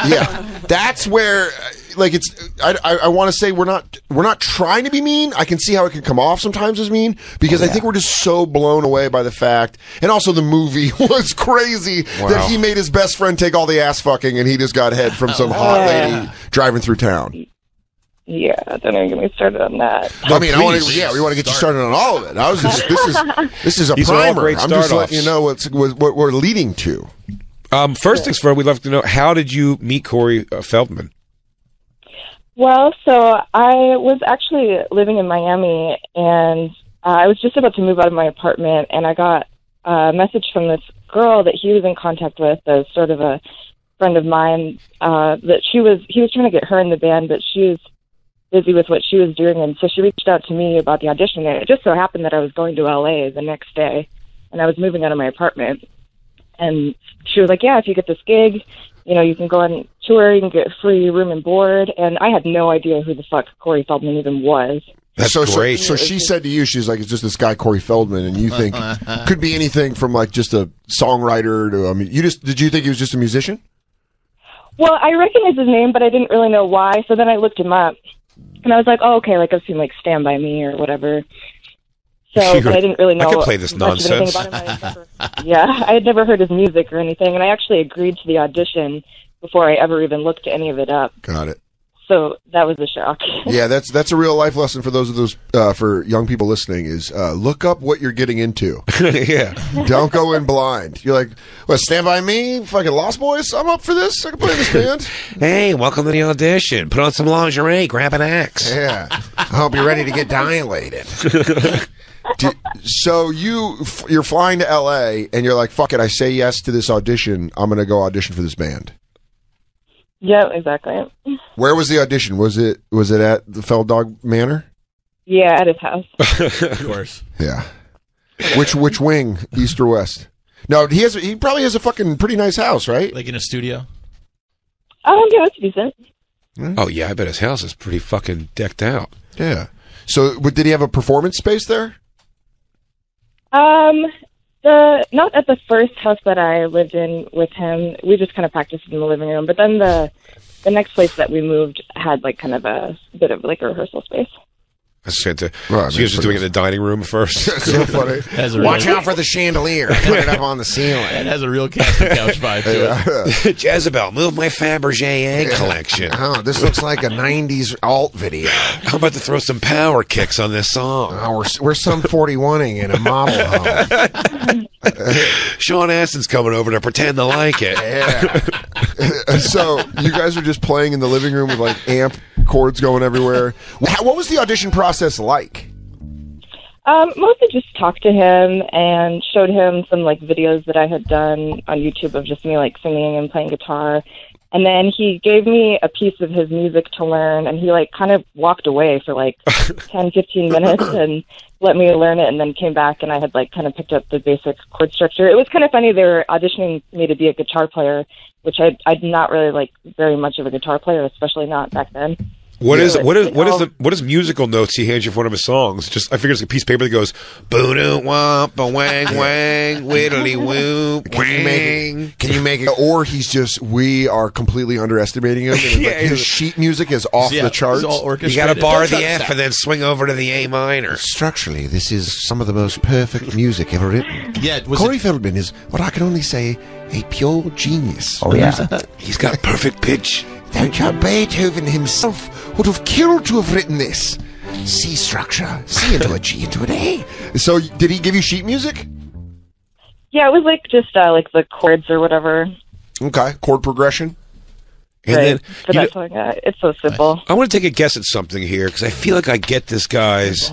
Speaker 2: yeah, that's where uh, like it's. I, I, I want to say we're not we're not trying to be mean. I can see how it can come off sometimes as mean because I think we're just so blown away by the fact, and also the movie <laughs> was crazy that he made his best friend take all the ass fucking, and he just got head from some hot lady driving through town.
Speaker 3: Yeah. Don't even get me started on that.
Speaker 2: I mean, I want to,
Speaker 4: please.
Speaker 2: yeah, we want to get you started on all of it. I was just this is this is a
Speaker 1: These are all
Speaker 2: primer.
Speaker 1: great
Speaker 2: I'm just
Speaker 1: start-offs.
Speaker 2: letting you know what's what, what we're leading to.
Speaker 1: Um, first things first, we'd love to know how did you meet Corey uh, Feldman?
Speaker 3: Well, so I was actually living in Miami, and uh, I was just about to move out of my apartment, and I got a message from this girl that he was in contact with, as sort of a friend of mine. Uh, that she was he was trying to get her in the band, but she was busy with what she was doing, and so she reached out to me about the audition. And it just so happened that I was going to LA the next day, and I was moving out of my apartment and she was like, "Yeah, if you get this gig, you know, you can go on tour, you can get free room and board." And I had no idea who the fuck Corey Feldman even was.
Speaker 1: That's
Speaker 2: so,
Speaker 1: great.
Speaker 2: So, so she said to you, she's like, it's just this guy Corey Feldman, and you think could be anything from like just a songwriter to I mean, you just did you think he was just a musician?
Speaker 3: Well, I recognized his name, but I didn't really know why. So then I looked him up, And I was like, oh, okay, like I've seen like Stand By Me or whatever.
Speaker 1: <laughs>
Speaker 3: So
Speaker 1: You're
Speaker 3: but I didn't really
Speaker 1: I
Speaker 3: know.
Speaker 1: could play this
Speaker 3: much of anything
Speaker 1: nonsense.
Speaker 3: about him. I had never- yeah, I had never heard his music or anything, and I actually agreed to the audition before I ever even looked any of it up.
Speaker 2: Got it.
Speaker 3: So that was a shock.
Speaker 2: Yeah, that's that's a real life lesson for those of those uh, for young people listening is uh, look up what you're getting into.
Speaker 1: <laughs> yeah.
Speaker 2: Don't go in blind. You're like, well, stand by me, fucking Lost Boys. I'm up for this. I can play in this band.
Speaker 1: Hey, welcome to the audition. Put on some lingerie, grab an axe.
Speaker 2: <laughs> Yeah, I hope you're ready to get dilated. Do, so you f- you're flying to L.A. and you're like, fuck it. I say yes to this audition. I'm gonna go audition for this band.
Speaker 3: <laughs> yeah, exactly.
Speaker 2: Where was the audition? Was it was it at the Fell Dog Manor?
Speaker 3: Yeah, at his house.
Speaker 4: Of course.
Speaker 2: Yeah. Which which wing, east or west? No, he has. He probably has a fucking pretty nice house, right?
Speaker 4: Like in a studio.
Speaker 3: Oh, yeah, that's decent.
Speaker 1: Oh yeah, I bet his house is pretty fucking decked out.
Speaker 2: Yeah. So, but did he have a performance space there?
Speaker 3: Um, the not at the first house that I lived in with him. We just kind of practiced in the living room, but then the the next place that we moved had like kind of a bit of like a rehearsal space.
Speaker 1: That's fantastic.
Speaker 2: Well, I mean,
Speaker 1: so you're just
Speaker 2: pretty
Speaker 1: doing it in the dining room first. <laughs>
Speaker 2: So funny.
Speaker 4: Has a real,
Speaker 2: out for the chandelier. Put it up on the
Speaker 4: It
Speaker 2: ceiling.
Speaker 4: has a real casting couch
Speaker 2: <laughs>
Speaker 4: vibe to it.
Speaker 1: Jezebel, move my Fabergé egg collection.
Speaker 2: Oh, this looks like a '90s alt video.
Speaker 1: I'm about to throw some power kicks on this song.
Speaker 2: Oh, we're we're some 41ing in a model home.
Speaker 1: Sean Astin's coming over to pretend to like it.
Speaker 2: Yeah. <laughs> so you guys are just playing in the living room with like amp chords going everywhere. Wha- What was the audition process like?
Speaker 3: Um, mostly just talked to him and showed him some like videos that I had done on YouTube of just me like singing and playing guitar. And then he gave me a piece of his music to learn and he like kind of walked away for like ten, fifteen minutes and let me learn it and then came back and I had like kind of picked up the basic chord structure. It was kind of funny. They were auditioning me to be a guitar player, which I, I'm not really like very much of a guitar player, especially not back then.
Speaker 1: What is
Speaker 3: Yeah.
Speaker 1: what is what is the what is musical notes he hands you for one of his songs? Just I figure it's a piece of paper that goes boo doo womp a wang wang widdly woo wang.
Speaker 2: Can you make it? Or he's just we are completely underestimating <laughs> him. And it's like, his sheet music is off
Speaker 4: Yeah,
Speaker 2: the
Speaker 4: it's
Speaker 2: charts.
Speaker 4: all
Speaker 1: You
Speaker 4: orchestrated.
Speaker 1: got to bar the
Speaker 4: Don't touch
Speaker 1: F and then swing over to the A minor.
Speaker 2: Structurally, this is some of the most perfect music ever written.
Speaker 4: that. Yeah, was
Speaker 2: Corey
Speaker 4: it,
Speaker 2: Feldman is what I can only say a pure genius. Oh
Speaker 1: He's got
Speaker 2: <laughs>
Speaker 1: perfect pitch.
Speaker 2: Beethoven himself would have killed to have written this. C structure, C into a G into an A. So did he give you sheet music?
Speaker 3: Yeah, it was like just uh, like the chords or whatever.
Speaker 2: Okay, chord progression.
Speaker 1: And
Speaker 3: right.
Speaker 1: then
Speaker 3: but
Speaker 1: you know-
Speaker 3: that's like, uh, it's so simple.
Speaker 1: I want to take a guess at something here because I feel like I get this guy's.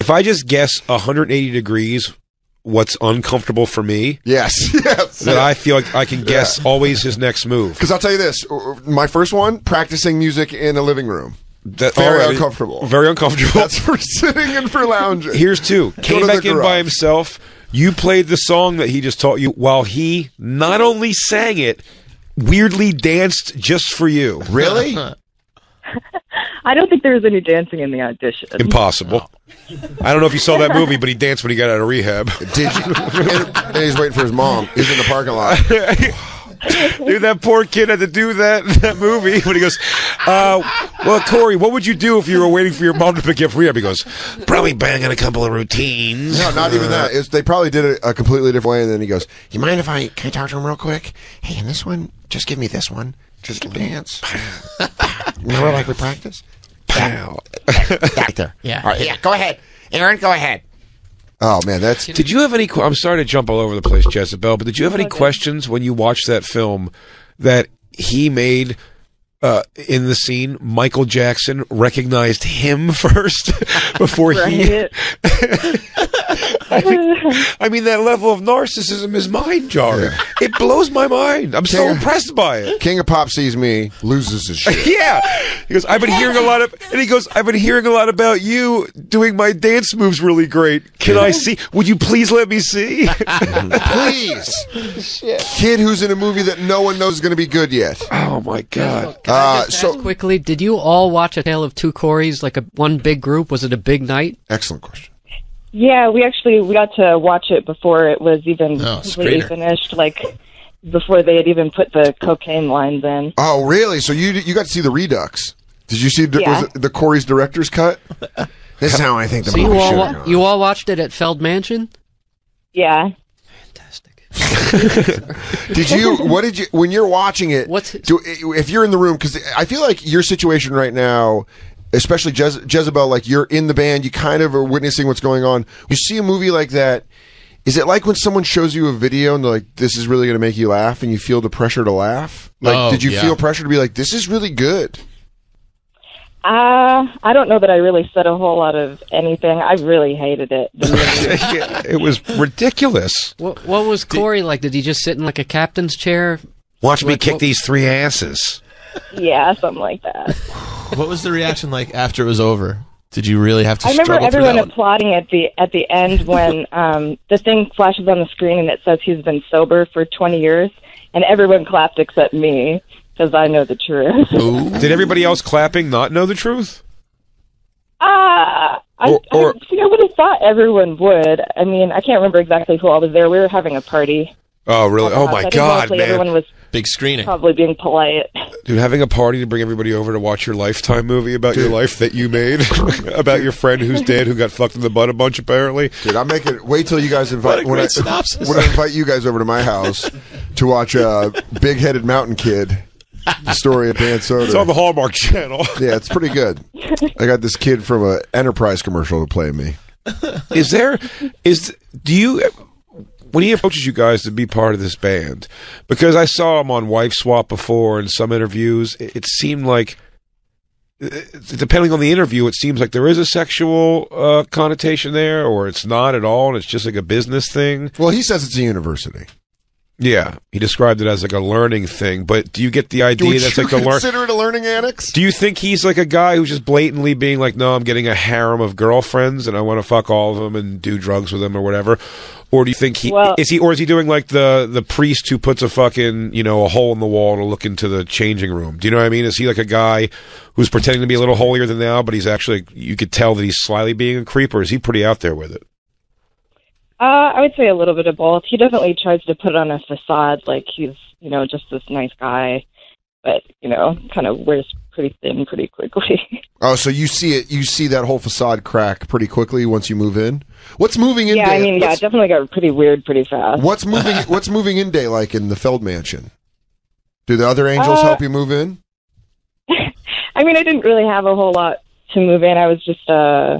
Speaker 1: If I just guess 180 degrees, what's uncomfortable for me,
Speaker 2: Yes, <laughs> yes.
Speaker 1: then I feel like I can guess always his next
Speaker 2: <laughs>
Speaker 1: move.
Speaker 2: Because I'll tell you this, uh, my first one, practicing music in a living room.
Speaker 1: That
Speaker 2: Very uncomfortable.
Speaker 1: Very uncomfortable.
Speaker 2: That's for <laughs> sitting and for
Speaker 1: <laughs>
Speaker 2: lounging.
Speaker 1: Here's two. Came
Speaker 2: to the
Speaker 1: back in by
Speaker 2: garage.
Speaker 1: himself. You played the song that he just taught you while he not only sang it, weirdly danced just for you.
Speaker 2: really?
Speaker 3: I don't think there was any dancing in the audition.
Speaker 1: <laughs> Impossible. I don't know if you saw that movie, but he danced when he got out of
Speaker 2: <laughs>
Speaker 1: rehab.
Speaker 2: Did you? And, and he's waiting for his mom. He's in the parking <laughs> lot.
Speaker 1: Dude, that poor kid had to do that <laughs> in that movie when he goes, uh, well, Corey, what would you do if you were waiting for your mom to pick you up from rehab? He goes, probably banging a couple of routines.
Speaker 2: No, not even that. It's, they probably did it a completely different way. And then he goes, "You mind if I can I talk to him real quick? Hey, and this one, just give me this one. Just dance.
Speaker 6: <laughs>
Speaker 2: Remember, like we practice.
Speaker 1: Pow.
Speaker 2: Right there.
Speaker 4: Yeah.
Speaker 2: All right. Yeah. Go ahead, Aaron. Go ahead. Oh man, that's
Speaker 1: Did you have any? que- I'm sorry to jump all over the place, Jezebel, but did you have any questions when you watched that film that he made uh, in the scene? Michael Jackson recognized him <laughs> first before he. <laughs>
Speaker 3: <laughs> Right?
Speaker 1: I mean, that level of narcissism is mind jarring. It blows my mind. I'm so
Speaker 2: Taylor-
Speaker 1: impressed by it.
Speaker 2: King of Pop sees me loses his shit.
Speaker 1: Yeah, he goes. I've been hearing a lot of, and he goes. I've been hearing a lot about you doing my dance moves really great. Can I see? Would you please let me <laughs> see?
Speaker 2: Please, kid who's in a movie that no one knows is going to be good yet.
Speaker 1: oh my god!
Speaker 2: Uh,
Speaker 7: so
Speaker 2: so
Speaker 7: quickly, did you all watch A Tale of Two Corys? Like a one big group? Was it a big night?
Speaker 2: excellent question.
Speaker 3: yeah, we actually we got to watch it before it was even
Speaker 4: Oh, it's
Speaker 3: completely
Speaker 4: greater.
Speaker 3: finished. Like before they had even put the cocaine lines in.
Speaker 2: Oh really? So you you got to see the Redux? Did you see the,
Speaker 3: Yeah.
Speaker 2: was it the Corey's director's
Speaker 7: <laughs>
Speaker 2: cut?
Speaker 8: This is how I think the
Speaker 7: So
Speaker 8: movie
Speaker 7: you all
Speaker 8: should
Speaker 7: wa-
Speaker 8: have
Speaker 7: you all watched it at Feld Mansion?
Speaker 3: Yeah.
Speaker 7: Fantastic.
Speaker 2: Did you? What did you? When you're watching it,
Speaker 7: What's-
Speaker 2: do, if you're in the room? Because I feel like your situation right now, especially Jez, Jezebel, like you're in the band, you kind of are witnessing what's going on. You see a movie like that. Is it like when someone shows you a video and they're like, "This is really going to make you laugh," and you feel the pressure to laugh? Like,
Speaker 4: Oh,
Speaker 2: did you
Speaker 4: yeah.
Speaker 2: feel pressure to be like, "This is really good"?
Speaker 3: Uh, I don't know that I really said a whole lot of anything. I really hated it. <laughs>
Speaker 1: <laughs> it was ridiculous.
Speaker 7: What, what was Corey like? Did he just sit in like a captain's chair?
Speaker 1: Watch me
Speaker 7: Like,
Speaker 1: kick
Speaker 7: what-
Speaker 1: these three asses.
Speaker 3: yeah, something like that.
Speaker 4: What was the reaction like after it was over? Did you really have to
Speaker 3: I remember
Speaker 4: struggle through
Speaker 3: everyone
Speaker 4: that? one?
Speaker 3: applauding at the at the end when um, the thing flashes on the screen and it says he's been sober for 20 years, and everyone clapped except me because I know the truth. <laughs> uh,
Speaker 1: Did everybody else clapping not know the truth?
Speaker 3: Ah, I,
Speaker 1: Or- or-
Speaker 3: I, see, I would have thought everyone would. I mean, I can't remember exactly who all was there. We were having a party.
Speaker 1: Oh, really? Oh,
Speaker 3: I
Speaker 1: my
Speaker 3: think
Speaker 1: God,
Speaker 3: mostly
Speaker 1: man.
Speaker 3: Everyone was
Speaker 4: Big screening. <laughs>
Speaker 3: probably being polite.
Speaker 1: Dude, having a party to bring everybody over to watch your lifetime movie about your life that you <laughs> made, about your friend who's dead who got fucked in the butt a bunch apparently.
Speaker 2: Dude, I'm making. Wait till you guys
Speaker 4: What
Speaker 2: invite
Speaker 4: a
Speaker 2: when
Speaker 4: great
Speaker 2: I
Speaker 4: synopsis.
Speaker 2: <laughs> when I invite you guys over to my house to watch uh, Big Headed Mountain Kid, the story of Dan Soder.
Speaker 1: It's on the Hallmark Channel.
Speaker 2: Yeah, it's pretty good. I got this kid from a enterprise commercial to play me.
Speaker 1: <laughs> Is there? Is do you? When he approaches you guys to be part of this band, because I saw him on Wife Swap before in some interviews, it, it seemed like, uh, depending on the interview, it seems like there is a sexual uh, connotation there, or it's not at all, and it's just like a business thing.
Speaker 2: Well, he says it's a university.
Speaker 1: Yeah, he described it as like a learning thing, but do you get the idea
Speaker 2: Would
Speaker 1: that's
Speaker 2: you
Speaker 1: like the learn?
Speaker 2: consider it a learning annex?
Speaker 1: Do you think he's like a guy who's just blatantly being like, no, I'm getting a harem of girlfriends and I want to fuck all of them and do drugs with them or whatever? Or do you think he
Speaker 3: Well-
Speaker 1: is he or is he doing like the the priest who puts a fucking you know a hole in the wall to look into the changing room? Do you know what I mean? Is he like a guy who's pretending to be a little holier than thou, but he's actually you could tell that he's slyly being a creep, or is he pretty out there with it?
Speaker 3: Uh, I would say a little bit of both. He definitely tries to put on a facade like he's, you know, just this nice guy, but, you know, kind of wears pretty thin pretty quickly. <laughs>
Speaker 2: Oh, so you see it? You see that whole facade crack pretty quickly once you move in. What's moving in?
Speaker 3: yeah,
Speaker 2: day?
Speaker 3: I mean, yeah, it
Speaker 2: what's,
Speaker 3: definitely got pretty weird pretty fast.
Speaker 2: what's moving?
Speaker 3: <laughs>
Speaker 2: What's moving in day like in the Feld Mansion? Do the other angels
Speaker 3: Uh,
Speaker 2: help you move in?
Speaker 3: I mean, I didn't really have a whole lot to move in. I was just, uh,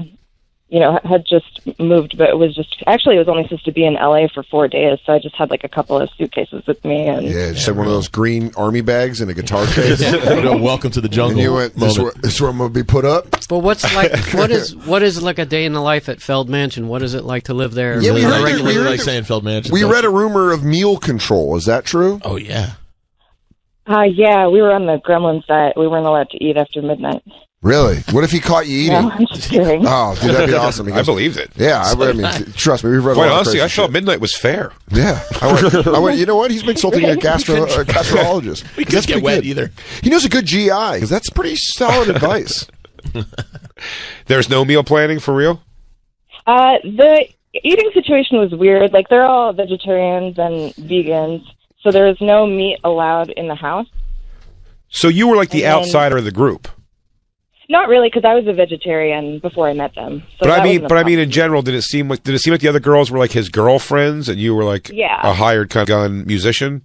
Speaker 3: you know, had just moved, but it was just actually it was only supposed to be in LA for four days, so I just had like a couple of suitcases with me, and
Speaker 2: Yeah, just had one of those green army bags and a guitar case.
Speaker 4: What a welcome to the
Speaker 2: And
Speaker 4: jungle.
Speaker 2: you went, this,
Speaker 4: moment.
Speaker 2: where, this where I'm going to be put up?
Speaker 7: But what's
Speaker 1: <laughs>
Speaker 7: like? What is what is like a day in the life at Feld Mansion? What is it like to live there?
Speaker 2: Yeah, we
Speaker 4: I
Speaker 2: heard we
Speaker 4: regularly
Speaker 2: heard
Speaker 4: like
Speaker 2: that-
Speaker 4: Seinfeld Mansion.
Speaker 2: We
Speaker 4: don't
Speaker 2: read a
Speaker 4: you?
Speaker 2: rumor of meal control. Is that true?
Speaker 4: Oh yeah.
Speaker 3: uh, yeah, we were on the Gremlins diet. We weren't allowed to eat after midnight.
Speaker 2: Really? What if he caught you eating?
Speaker 3: No, I'm
Speaker 1: <laughs>
Speaker 3: just kidding.
Speaker 1: Uh.
Speaker 2: Oh, dude, that'd be awesome. He
Speaker 1: I
Speaker 2: goes,
Speaker 1: believed it.
Speaker 2: Yeah, I, I mean, trust me, we've read a
Speaker 1: Quite
Speaker 2: lot
Speaker 1: honestly,
Speaker 2: of crazy
Speaker 1: I felt
Speaker 2: shit.
Speaker 1: midnight was fair.
Speaker 2: Yeah, I <laughs> went, I went. You know what? He's been insulting a, gastro, a gastrologist.
Speaker 4: We
Speaker 2: 'Cause that's
Speaker 4: couldn't get
Speaker 2: pretty
Speaker 4: wet
Speaker 2: good.
Speaker 4: either.
Speaker 2: He knows a good GI because that's pretty solid advice.
Speaker 1: There's no meal planning for real.
Speaker 3: Uh, the eating situation was weird. Like they're all vegetarians and vegans, so there was no meat allowed in the house.
Speaker 1: So you were like the
Speaker 3: And then-
Speaker 1: outsider of the group.
Speaker 3: Not really, because I was a vegetarian before I met them. So
Speaker 1: But
Speaker 3: that
Speaker 1: I mean,
Speaker 3: wasn't a
Speaker 1: but I mean, in
Speaker 3: problem.
Speaker 1: general, did it seem like did it seem like the other girls were like his girlfriends, and you were like
Speaker 3: Yeah.
Speaker 1: a hired kind of gun musician?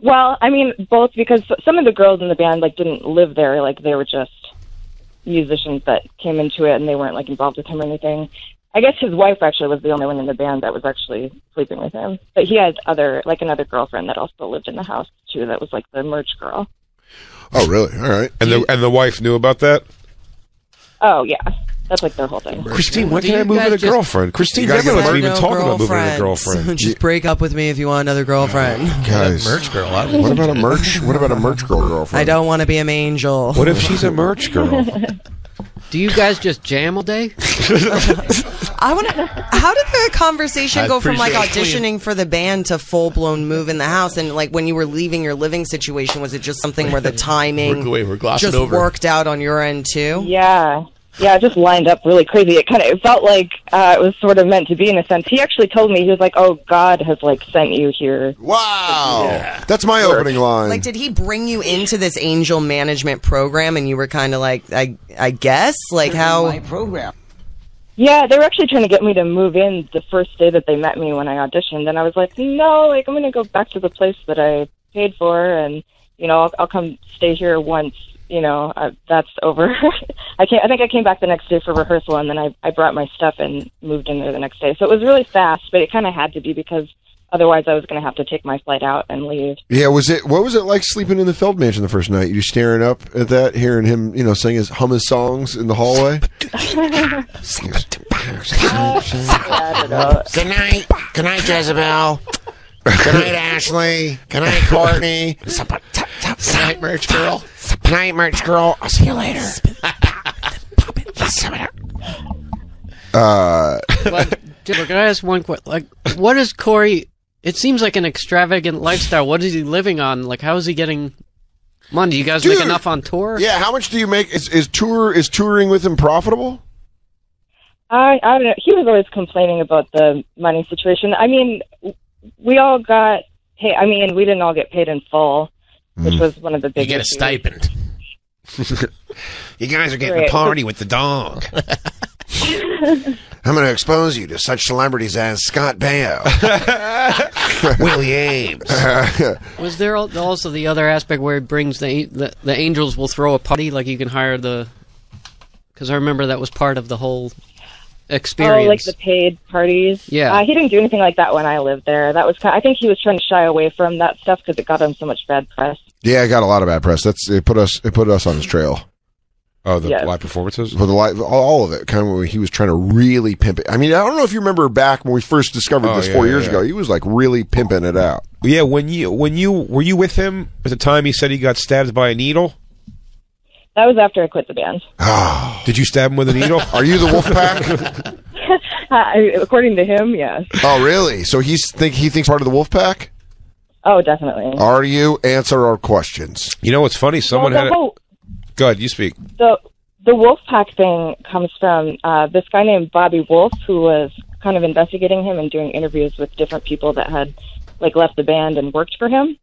Speaker 3: well, I mean both because some of the girls in the band like didn't live there. Like they were just musicians that came into it, and they weren't like involved with him or anything. I guess his wife actually was the only one in the band that was actually sleeping with him. But he had other, like another girlfriend that also lived in the house too. That was like the merch girl.
Speaker 2: Oh, really? All right.
Speaker 1: And the and the wife knew about that.
Speaker 3: Oh yeah, that's like their whole thing.
Speaker 1: Christine, why
Speaker 5: Do
Speaker 1: can't I
Speaker 5: you
Speaker 1: move
Speaker 5: guys
Speaker 1: with a
Speaker 5: just-
Speaker 1: girlfriend? Christine
Speaker 2: You gotta
Speaker 1: never
Speaker 2: get
Speaker 1: lets
Speaker 5: Or
Speaker 1: me even
Speaker 5: no
Speaker 1: talk about moving with a
Speaker 5: girlfriends. <laughs>
Speaker 1: girlfriend.
Speaker 5: Just break up with me if you want another girlfriend.
Speaker 2: Guys,
Speaker 4: Merch girl. I was-
Speaker 2: what about a merch? What about a merch girl girlfriend?
Speaker 5: I don't want to be an angel.
Speaker 1: What if she's a merch
Speaker 5: <laughs>
Speaker 1: girl?
Speaker 7: Do you guys just jam all day?
Speaker 5: I want to. How did the conversation
Speaker 4: I
Speaker 5: go from like
Speaker 4: appreciate it.
Speaker 5: auditioning for the band to full blown move in the house? And like when you were leaving your living situation, was it just something where the timing
Speaker 4: We're- wait, we're glossing
Speaker 5: just
Speaker 4: over.
Speaker 5: worked out on your end too?
Speaker 3: Yeah. yeah, it just lined up really crazy. It kind of it felt like uh, it was sort of meant to be in a sense. He actually told me he was like, "Oh, God has like sent you here."
Speaker 2: Wow. That's my opening line.
Speaker 5: Like, did he bring you into this angel management program, and you were kind of like, I, I guess, like how?
Speaker 8: program.
Speaker 3: Yeah, they were actually trying to get me to move in the first day that they met me when I auditioned, and I was like, "No, like I'm going to go back to the place that I paid for, and you know, I'll, I'll come stay here once." You know, uh, that's over. <laughs> I can't. I think I came back the next day for rehearsal, and then I, I brought my stuff and moved in there the next day. So it was really fast, but it kind of had to be because otherwise I was going to have to take my flight out and leave.
Speaker 2: Yeah, was it? What was it like sleeping in the Feld Mansion the first night? You staring up at that, hearing him, you know, sing his hum his songs in the hallway.
Speaker 3: Yeah, I don't know.
Speaker 6: Good night. Good night, Jezebel. Good night, Ashley. Good night, Courtney. Good night, merch girl. Good night, merch girl. I'll see you later.
Speaker 2: Uh,
Speaker 7: But, Dipper, can I ask one question? Like, what is Corey? It seems like an extravagant lifestyle. What is he living on? Like, how is he getting money? You guys
Speaker 2: Dude.
Speaker 7: make enough on tour?
Speaker 2: yeah, how much do you make? Is, is tour is touring with him profitable?
Speaker 3: I I don't know. He was always complaining about the money situation. I mean, w- we all got paid. I mean, we didn't all get paid in full,
Speaker 1: Mm.
Speaker 3: which was one of the
Speaker 6: You
Speaker 3: big.
Speaker 6: get a
Speaker 3: issues.
Speaker 6: stipend.
Speaker 1: You guys are
Speaker 3: Right.
Speaker 1: with the dog.
Speaker 6: I'm going to expose you to such celebrities as
Speaker 2: <laughs>
Speaker 6: Scott Baio, Willie Ames.
Speaker 7: Was there al- also the other aspect where it brings the, the the angels will throw a party? Like, you can hire the because I remember that was part of the whole experience.
Speaker 3: Oh, like the paid parties.
Speaker 7: Yeah.
Speaker 3: uh, he didn't do anything like that when I lived there. That was kind. I think he was trying to shy away from that stuff because it got him so much bad press.
Speaker 2: Yeah, I got a lot of bad press. That's it. Put us it put us on his trail
Speaker 1: Oh, the
Speaker 3: Yes.
Speaker 1: live performances?
Speaker 2: for the life, all- all of it. Kind of when he was trying to really pimp it. I mean, I don't know if you remember back when we first discovered
Speaker 1: Oh,
Speaker 2: this
Speaker 1: yeah,
Speaker 2: four
Speaker 1: yeah,
Speaker 2: years
Speaker 1: yeah.
Speaker 2: ago. He was like really pimping it out.
Speaker 1: Yeah, when you when you were you with him at the time he said he got stabbed by a needle?
Speaker 3: That was after I quit the band. <laughs>
Speaker 6: Ah.
Speaker 1: Did you stab him with a needle?
Speaker 2: <sighs> Are you the wolf pack?
Speaker 6: <laughs>
Speaker 3: I, according to him, yes.
Speaker 2: oh, really? So he's think he thinks part of the wolf pack.
Speaker 3: Oh, definitely.
Speaker 2: Are you? Answer our questions.
Speaker 1: you know what's funny? Someone
Speaker 3: Well,
Speaker 1: had
Speaker 3: the
Speaker 1: a,
Speaker 3: whole-
Speaker 1: Go ahead, you speak.
Speaker 3: the the Wolfpack thing comes from uh, this guy named Bobby Wolf, who was kind of investigating him and doing interviews with different people that had like left the band and worked for him.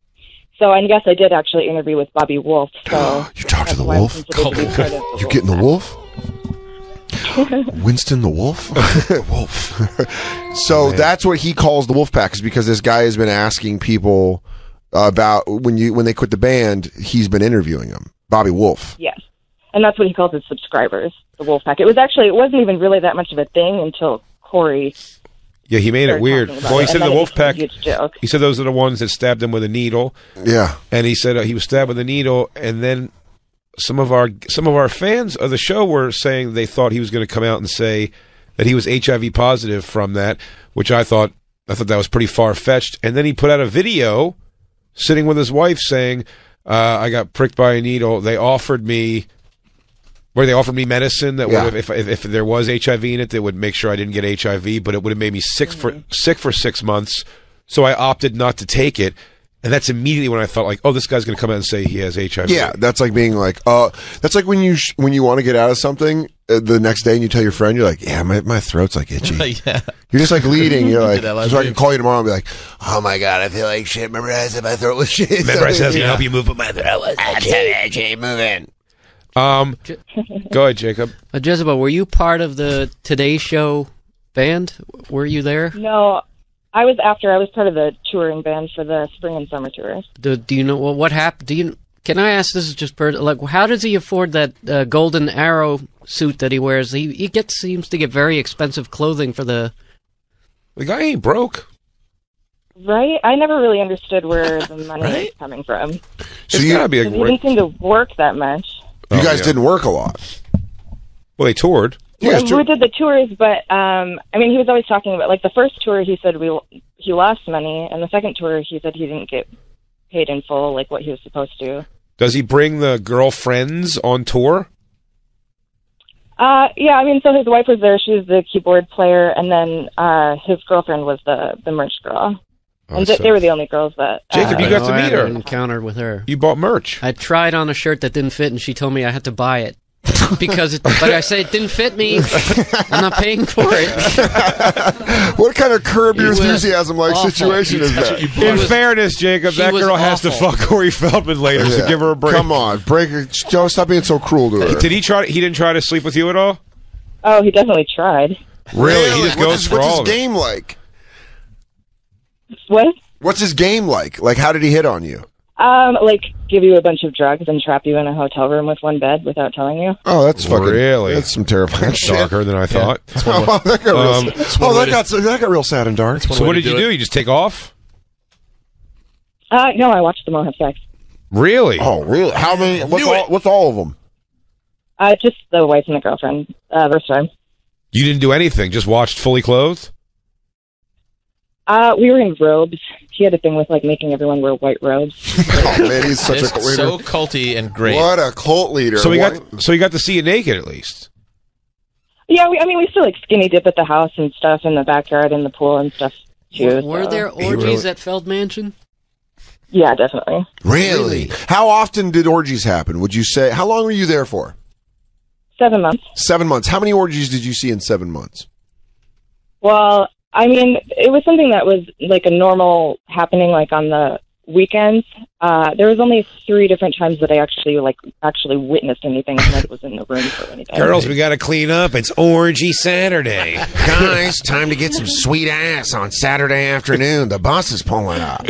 Speaker 3: So I guess I did actually interview with Bobby Wolf. So
Speaker 2: <gasps> You talked to
Speaker 3: that's
Speaker 2: the
Speaker 3: why I'm
Speaker 2: wolf?
Speaker 3: considered to be part of the
Speaker 2: You
Speaker 3: Wolf.
Speaker 2: getting the wolf? Winston the
Speaker 4: <laughs>
Speaker 2: wolf? wolf. so that's what he calls the wolf pack is because this guy has been asking people about when you when they quit the band, he's been interviewing them. Bobby Wolf.
Speaker 3: Yes, and that's what he calls his subscribers, the Wolfpack. It was actually it wasn't even really that much of a thing until Corey.
Speaker 1: Yeah, he made it
Speaker 3: started
Speaker 1: weird.
Speaker 3: talking about
Speaker 1: Well, he
Speaker 3: it,
Speaker 1: said
Speaker 3: and
Speaker 1: the
Speaker 3: then it
Speaker 1: wolf
Speaker 3: became a
Speaker 1: pack.
Speaker 3: huge joke.
Speaker 1: He said those are the ones that stabbed him with a needle,
Speaker 2: Yeah.
Speaker 1: and he said uh, he was stabbed with a needle, and then some of our some of our fans of the show were saying they thought he was going to come out and say that he was HIV positive from that, which I thought I thought that was pretty far fetched. And then he put out a video sitting with his wife saying, uh, "I got pricked by a needle. They offered me." Where they offered me medicine that
Speaker 2: Yeah.
Speaker 1: would, if, if if there was HIV in it, that would make sure I didn't get HIV, but it would have made me sick for sick for six months. So I opted not to take it, and that's immediately when I thought like, oh, this guy's going to come out and say he has HIV.
Speaker 2: Yeah, that's like being like, uh, that's like when you sh- when you want to get out of something uh, the next day and you tell your friend, you're like, yeah, my, my throat's like itchy.
Speaker 4: <laughs> yeah.
Speaker 2: You're just like leading.
Speaker 4: <laughs>
Speaker 2: You're like,
Speaker 4: that last
Speaker 2: so I can
Speaker 4: week.
Speaker 2: call you tomorrow and be like, oh my god, I feel like shit. Remember I said my throat was shit.
Speaker 6: Remember, I said
Speaker 2: <laughs>
Speaker 6: I was going to help you move with my throat. I can't, I can't move in.
Speaker 1: Um, go ahead, Jacob.
Speaker 7: Uh, Jezebel, were you part of the Today Show band? Were you there?
Speaker 3: No, I was after I was part of the touring band for the spring and summer tours.
Speaker 7: Do, do you know what, what happened? Do you can I ask? This is just per, like how does he afford that uh, golden arrow suit that he wears? He he gets seems to get very expensive clothing for the.
Speaker 1: The guy ain't broke.
Speaker 3: Right? I never really understood where
Speaker 1: <laughs>
Speaker 3: the money was coming from.
Speaker 2: So
Speaker 1: it's
Speaker 2: you-
Speaker 1: gotta be a
Speaker 3: It didn't
Speaker 1: great.
Speaker 3: seem to work that much.
Speaker 2: You
Speaker 1: Oh,
Speaker 2: guys
Speaker 1: yeah.
Speaker 2: didn't work a lot.
Speaker 1: Well, they toured.
Speaker 2: You
Speaker 3: We-
Speaker 2: guys
Speaker 3: we
Speaker 2: tour-
Speaker 3: did the tours, but um, I mean, he was always talking about like the first tour. He said we he lost money, and the second tour he said he didn't get paid in full, like what he was supposed to.
Speaker 1: Does he bring the girlfriends on tour?
Speaker 3: Uh, yeah, I mean, so his wife was there. She was the keyboard player, and then uh, his girlfriend was the the merch girl, and th-
Speaker 1: so-
Speaker 3: they were the only girls that.
Speaker 1: Jacob,
Speaker 3: uh,
Speaker 1: you got to
Speaker 7: I
Speaker 1: meet
Speaker 7: had
Speaker 1: her.
Speaker 7: An encounter with her.
Speaker 1: You bought merch. <laughs>
Speaker 7: I tried on a shirt that didn't fit, and she told me I had to buy it. because, it, like I said, it didn't fit me. I'm not paying for it.
Speaker 2: What kind of curb your
Speaker 7: was
Speaker 2: enthusiasm like
Speaker 7: awful.
Speaker 2: situation is that?
Speaker 1: In fairness, Jacob,
Speaker 7: she
Speaker 1: that
Speaker 7: was
Speaker 1: girl has to
Speaker 7: awful.
Speaker 1: fuck Corey Feldman later, so
Speaker 2: Yeah.
Speaker 1: give her a break.
Speaker 2: Come on, break. it. Don't stop being so cruel to her.
Speaker 1: Did he try? He didn't try to sleep with you at all.
Speaker 3: Oh, he definitely tried.
Speaker 1: Really? He just
Speaker 2: What's
Speaker 1: goes
Speaker 2: his-
Speaker 1: for
Speaker 2: What's
Speaker 1: all
Speaker 2: his
Speaker 1: of it.
Speaker 2: game like?
Speaker 3: What?
Speaker 2: What's his game like? Like, how did he hit on you?
Speaker 3: Um, like give you a bunch of drugs and trap you in a hotel room with one bed without telling you.
Speaker 2: Oh, that's fucking
Speaker 1: Really?
Speaker 2: That's some terrifying shit.
Speaker 1: Darker than I thought.
Speaker 2: <laughs> Oh, that got
Speaker 1: Um,
Speaker 2: real, oh, that got that got real sad and dark.
Speaker 1: So what
Speaker 4: way
Speaker 1: did
Speaker 4: to
Speaker 1: you
Speaker 4: do
Speaker 1: do? You just take off?
Speaker 3: Uh, no, I watched them all have sex.
Speaker 1: Really?
Speaker 2: Oh, really? How many? What's all, what's all
Speaker 1: <laughs>
Speaker 2: of them?
Speaker 3: Uh, just the wife and the girlfriend. Uh, first time.
Speaker 1: You didn't do anything? Just watched fully clothed?
Speaker 3: Uh, we were in robes. He had a thing with like making everyone wear white robes.
Speaker 2: Oh, man, he's such a cult
Speaker 4: It's
Speaker 2: leader.
Speaker 4: so culty and great.
Speaker 2: what a cult leader!
Speaker 1: So we
Speaker 2: What-
Speaker 1: got so you got to see it naked at least.
Speaker 3: Yeah, we, I mean, we still like skinny dip at the house and stuff in the backyard and the pool and stuff too.
Speaker 7: Were
Speaker 3: so-
Speaker 7: there orgies at Feld Mansion?
Speaker 3: Yeah, definitely.
Speaker 2: really. How often did orgies happen? Would you say? How long were you there for?
Speaker 3: Seven months.
Speaker 2: Seven months. How many orgies did you see in seven months?
Speaker 3: Well, I mean, it was something that was like a normal happening, like on the weekends. Uh, there was only three different times that I actually like actually witnessed anything and that was in the room for anything.
Speaker 1: Girls, we got to clean up. It's Orangey
Speaker 2: <laughs>
Speaker 1: Saturday.
Speaker 6: Guys, time to get some sweet ass on Saturday afternoon. The bus is pulling up.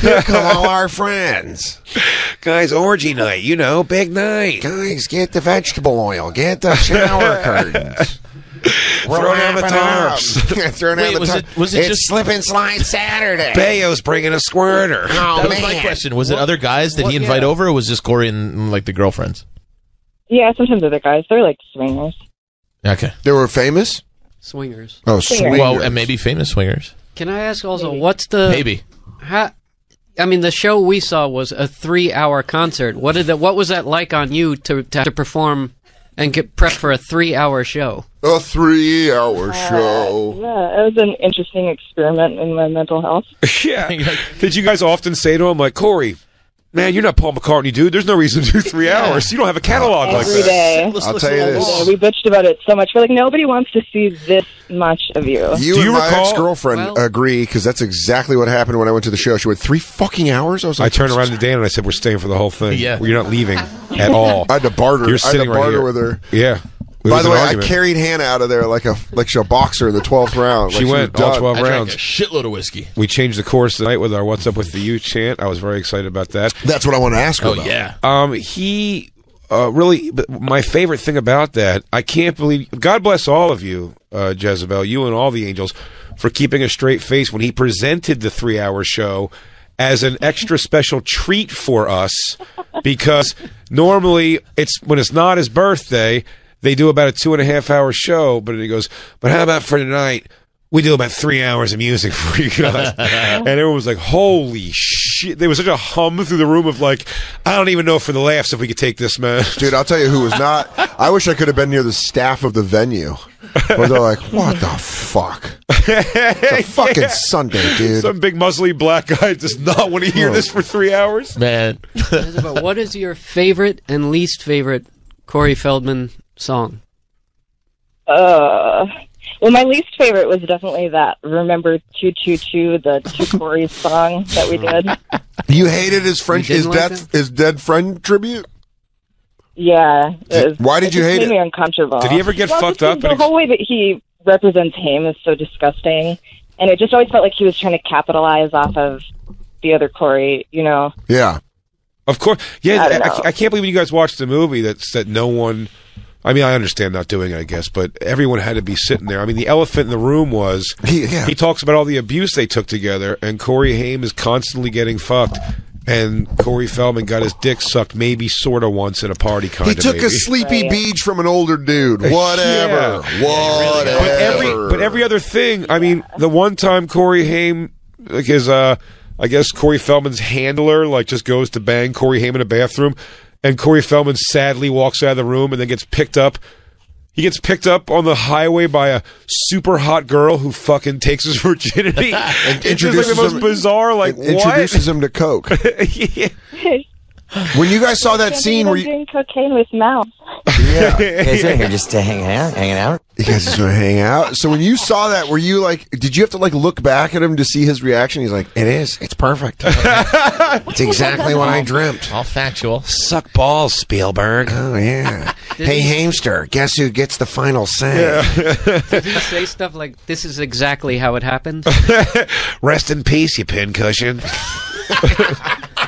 Speaker 6: Here come all our friends.
Speaker 1: Guys, orgy night, you know, big night.
Speaker 6: Guys, get the vegetable oil. Get the
Speaker 4: <laughs>
Speaker 6: shower curtains. We're
Speaker 1: Throw down the
Speaker 6: wrapping up.
Speaker 1: tarps.
Speaker 6: <laughs> Throw down
Speaker 4: Wait,
Speaker 6: the
Speaker 4: was
Speaker 6: tar-
Speaker 4: it- was it
Speaker 6: it's
Speaker 4: just-
Speaker 6: slip and slide Saturday?
Speaker 1: Bayo's bringing a
Speaker 2: <laughs>
Speaker 1: squirter.
Speaker 6: oh,
Speaker 4: That was
Speaker 6: man.
Speaker 4: my question. Was it other guys that he
Speaker 7: what-
Speaker 4: invite
Speaker 7: yeah.
Speaker 4: over, or was just Corey and, and, like the girlfriends?
Speaker 3: Yeah, sometimes other guys they're like swingers.
Speaker 4: Okay.
Speaker 2: They were famous.
Speaker 7: Swingers.
Speaker 2: Oh, sweet.
Speaker 4: Well, and maybe famous swingers.
Speaker 7: Can I ask also, what's the
Speaker 4: Maybe.
Speaker 7: How, I mean, the show we saw was a three-hour concert. What did that? What was that like on you to to, have to perform and get prep for a three-hour show?
Speaker 2: a three-hour
Speaker 3: Yeah,
Speaker 2: show.
Speaker 3: it was an interesting experiment in my mental health.
Speaker 1: yeah. Did you guys often say to him, like, Corey, man, you're not Paul McCartney, dude. There's no reason to do three hours. You don't have a catalog like
Speaker 3: Every
Speaker 1: that.
Speaker 3: day.
Speaker 2: I'll tell you
Speaker 3: Every day.
Speaker 2: this.
Speaker 3: We bitched about it so much. We're like, nobody wants to see this much of you.
Speaker 2: You
Speaker 1: Do
Speaker 2: and
Speaker 1: you
Speaker 2: my
Speaker 1: recall-
Speaker 2: ex-girlfriend
Speaker 7: Well-
Speaker 2: agree because that's exactly what happened when I went to the show. She went three fucking hours. I was
Speaker 1: I
Speaker 2: like,
Speaker 1: turned around to Dan and I said, we're staying for the whole thing.
Speaker 4: Yeah.
Speaker 1: You're not leaving at all.
Speaker 2: I had to barter.
Speaker 1: You're
Speaker 2: I had
Speaker 1: sitting
Speaker 2: to
Speaker 1: right
Speaker 2: barter
Speaker 1: here.
Speaker 2: with her.
Speaker 1: Yeah. It
Speaker 2: By
Speaker 1: was
Speaker 2: the
Speaker 1: an
Speaker 2: way, I
Speaker 1: argument.
Speaker 2: carried Hannah out of there like a like she a boxer in the twelfth round.
Speaker 1: She
Speaker 2: Like was
Speaker 1: went all
Speaker 2: done.
Speaker 1: 12
Speaker 4: I drank a
Speaker 1: rounds.
Speaker 4: shitload of whiskey.
Speaker 1: We changed the course tonight with our "What's Up with the U" chant. I was very excited about that.
Speaker 2: That's what I want to ask her.
Speaker 4: Oh
Speaker 2: about.
Speaker 4: yeah.
Speaker 1: Um, he uh, really, but my favorite thing about that, I can't believe. God bless all of you, uh, Jezebel, you and all the angels, for keeping a straight face when he presented the three-hour show as an extra special treat for us, because normally it's when it's not his birthday, they do about a two and a half hour show, but he goes, but how about for tonight? we do about three hours of music <laughs> for you guys. and everyone was like, holy shit. There was such a hum through the room of like, I don't even know for the laughs if we could take this, man. <laughs>
Speaker 2: Dude, I'll tell you who was not. I wish I could have been near the staff of the venue. Where they're like, what the fuck?
Speaker 1: <laughs>
Speaker 2: It's a fucking Sunday, dude.
Speaker 1: Some big muscly black guy does not want to hear this for three hours.
Speaker 4: Man.
Speaker 7: Isabel, what is your favorite and least favorite Corey Feldman song?
Speaker 3: Uh, well, my least favorite was definitely that "Remember Two Two Two," the Two Corey song that we did.
Speaker 2: you hated his French,
Speaker 7: You
Speaker 2: his
Speaker 7: didn't like
Speaker 2: death, his dead friend tribute.
Speaker 3: Yeah. it was-
Speaker 2: Why did you
Speaker 3: just
Speaker 2: hate
Speaker 3: made
Speaker 2: it?
Speaker 3: Me uncomfortable.
Speaker 1: Did he ever get
Speaker 3: Well,
Speaker 1: fucked
Speaker 3: just
Speaker 1: up
Speaker 3: The
Speaker 1: and-
Speaker 3: whole way that he represents him is so disgusting, and it just always felt like he was trying to capitalize off of the other Corey. You know?
Speaker 2: Yeah,
Speaker 1: Of course. Yeah,
Speaker 3: I don't
Speaker 1: I,
Speaker 3: know.
Speaker 1: I can't believe when you guys watched the movie that that no one. I mean, I understand not doing it, I guess, but everyone had to be sitting there. I mean, the elephant in the room was
Speaker 2: He- <laughs> yeah.
Speaker 1: he talks about all the abuse they took together, and Corey Haim is constantly getting fucked, and Corey Feldman got his dick sucked maybe sort of once at a party, kind
Speaker 2: he
Speaker 1: of.
Speaker 2: took
Speaker 1: maybe.
Speaker 2: a sleepy
Speaker 3: Right.
Speaker 2: beach from an older dude. Whatever, whatever.
Speaker 1: but every but every other thing. I mean, the one time Corey Haim, like his, uh, I guess Corey Feldman's handler, like just goes to bang Corey Haim in a bathroom, and Corey Feldman sadly walks out of the room and then gets picked up. He gets picked up on the highway by a super hot girl who fucking takes his virginity.
Speaker 2: <laughs>
Speaker 1: it's just like the
Speaker 2: introduces
Speaker 1: most
Speaker 2: him-
Speaker 1: bizarre, like <laughs>
Speaker 2: It
Speaker 1: what?
Speaker 2: introduces him to coke.
Speaker 1: Yeah.
Speaker 2: <laughs> When you guys saw that
Speaker 3: Can't
Speaker 2: scene
Speaker 3: believe
Speaker 2: where
Speaker 3: I'm
Speaker 2: you,
Speaker 3: doing cocaine with Mal.
Speaker 6: You guys are here just to hang out, hanging out.
Speaker 2: you guys just want to hang out, so when you saw that, were you like, did you have to like look back at him to see his reaction? He's like,
Speaker 6: It is.
Speaker 4: <laughs>
Speaker 6: It's perfect. it's exactly what I dreamt.
Speaker 4: <laughs> All factual.
Speaker 6: Suck balls, Spielberg. Oh yeah. hey, hamster. Guess who gets the final say?
Speaker 7: You say stuff like, "This is exactly how it
Speaker 6: <laughs>
Speaker 7: happened."
Speaker 1: Rest in peace, you pincushion. <laughs>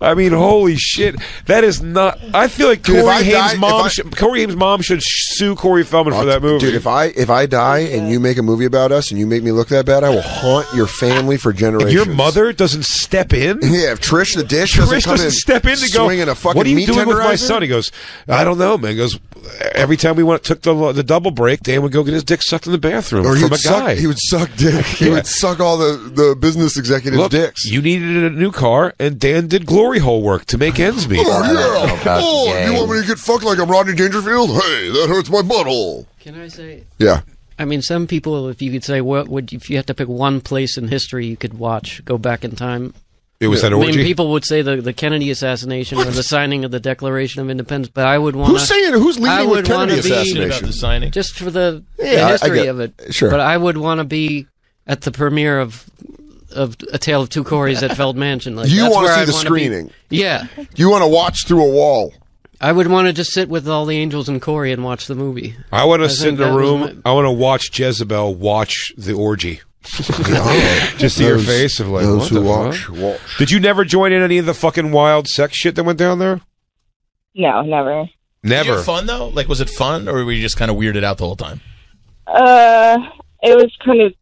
Speaker 1: I mean, holy shit! That is not. I feel like
Speaker 2: Dude, if
Speaker 1: Corey
Speaker 2: I
Speaker 1: Haim's
Speaker 2: died- if
Speaker 1: mom.
Speaker 2: I- Oh,
Speaker 1: should, Corey Haim's mom should sue Corey Feldman for that movie.
Speaker 2: dude. If I if I die and you make a movie about us and you make me look that bad, I will haunt your family for generations.
Speaker 1: Your mother doesn't step in.
Speaker 2: Yeah, if Trish the dish doesn't
Speaker 1: Chris
Speaker 2: come
Speaker 1: doesn't
Speaker 2: in
Speaker 1: step in to go.
Speaker 2: swinging a fucking
Speaker 1: what are you
Speaker 2: meat
Speaker 1: doing with my
Speaker 2: tenderizer?"
Speaker 1: son? He goes, I don't know, man. He goes every time we went took the the double break, Dan would go get his dick sucked in the bathroom
Speaker 2: or he
Speaker 1: from a
Speaker 2: would suck,
Speaker 1: guy.
Speaker 2: he would suck dick. He
Speaker 1: Yeah.
Speaker 2: would suck all the the business executives'
Speaker 1: Look,
Speaker 2: dicks.
Speaker 1: you needed a new car, and Dan did glory hole work to make ends meet.
Speaker 2: Oh,
Speaker 6: know
Speaker 2: yeah.
Speaker 6: about
Speaker 2: Oh, you
Speaker 6: gay.
Speaker 2: want me to get fucked like I'm Rodney Dangerfield? Hey, that hurts my butthole.
Speaker 7: Can I say?
Speaker 2: Yeah.
Speaker 7: I mean, some people, if you could say, what would if you had to pick one place in history you could watch, go back in time?
Speaker 1: It was that
Speaker 7: I mean,
Speaker 1: orgy.
Speaker 7: people would say the, the Kennedy assassination or the signing of the Declaration of Independence, but I would want
Speaker 2: Who's saying who's
Speaker 7: I
Speaker 2: leading with
Speaker 7: would wanna
Speaker 2: Kennedy
Speaker 7: be-
Speaker 4: About
Speaker 2: assassination?
Speaker 4: the signing.
Speaker 7: just for the, the
Speaker 2: Yeah, I- I
Speaker 7: history
Speaker 2: get-
Speaker 7: of it.
Speaker 2: sure.
Speaker 7: but I would want to be at the premiere of of A Tale of Two Corys at Feld Mansion. Like
Speaker 2: You
Speaker 7: that's
Speaker 2: wanna
Speaker 7: where
Speaker 2: see
Speaker 7: I'd
Speaker 2: the
Speaker 7: wanna be.
Speaker 2: screening.
Speaker 7: Yeah,
Speaker 2: You want to watch through
Speaker 1: <laughs>
Speaker 2: a wall?
Speaker 7: I would want to just sit with all the angels and Corey and watch the movie.
Speaker 1: I want to
Speaker 7: I
Speaker 1: sit in
Speaker 7: think
Speaker 1: the
Speaker 7: that was
Speaker 1: room. I want to watch Jezebel watch the orgy. Just see her
Speaker 2: Those-
Speaker 1: face of like,
Speaker 2: those
Speaker 1: what
Speaker 2: who
Speaker 1: the
Speaker 2: watch,
Speaker 1: fuck?
Speaker 2: watch.
Speaker 1: Did you never join in any of the fucking wild sex shit that went down there?
Speaker 3: No, never.
Speaker 4: Did you
Speaker 1: Never.
Speaker 4: have fun though? Like, was it fun, or were you just kind of weirded out the whole time?
Speaker 3: Uh, it was kind of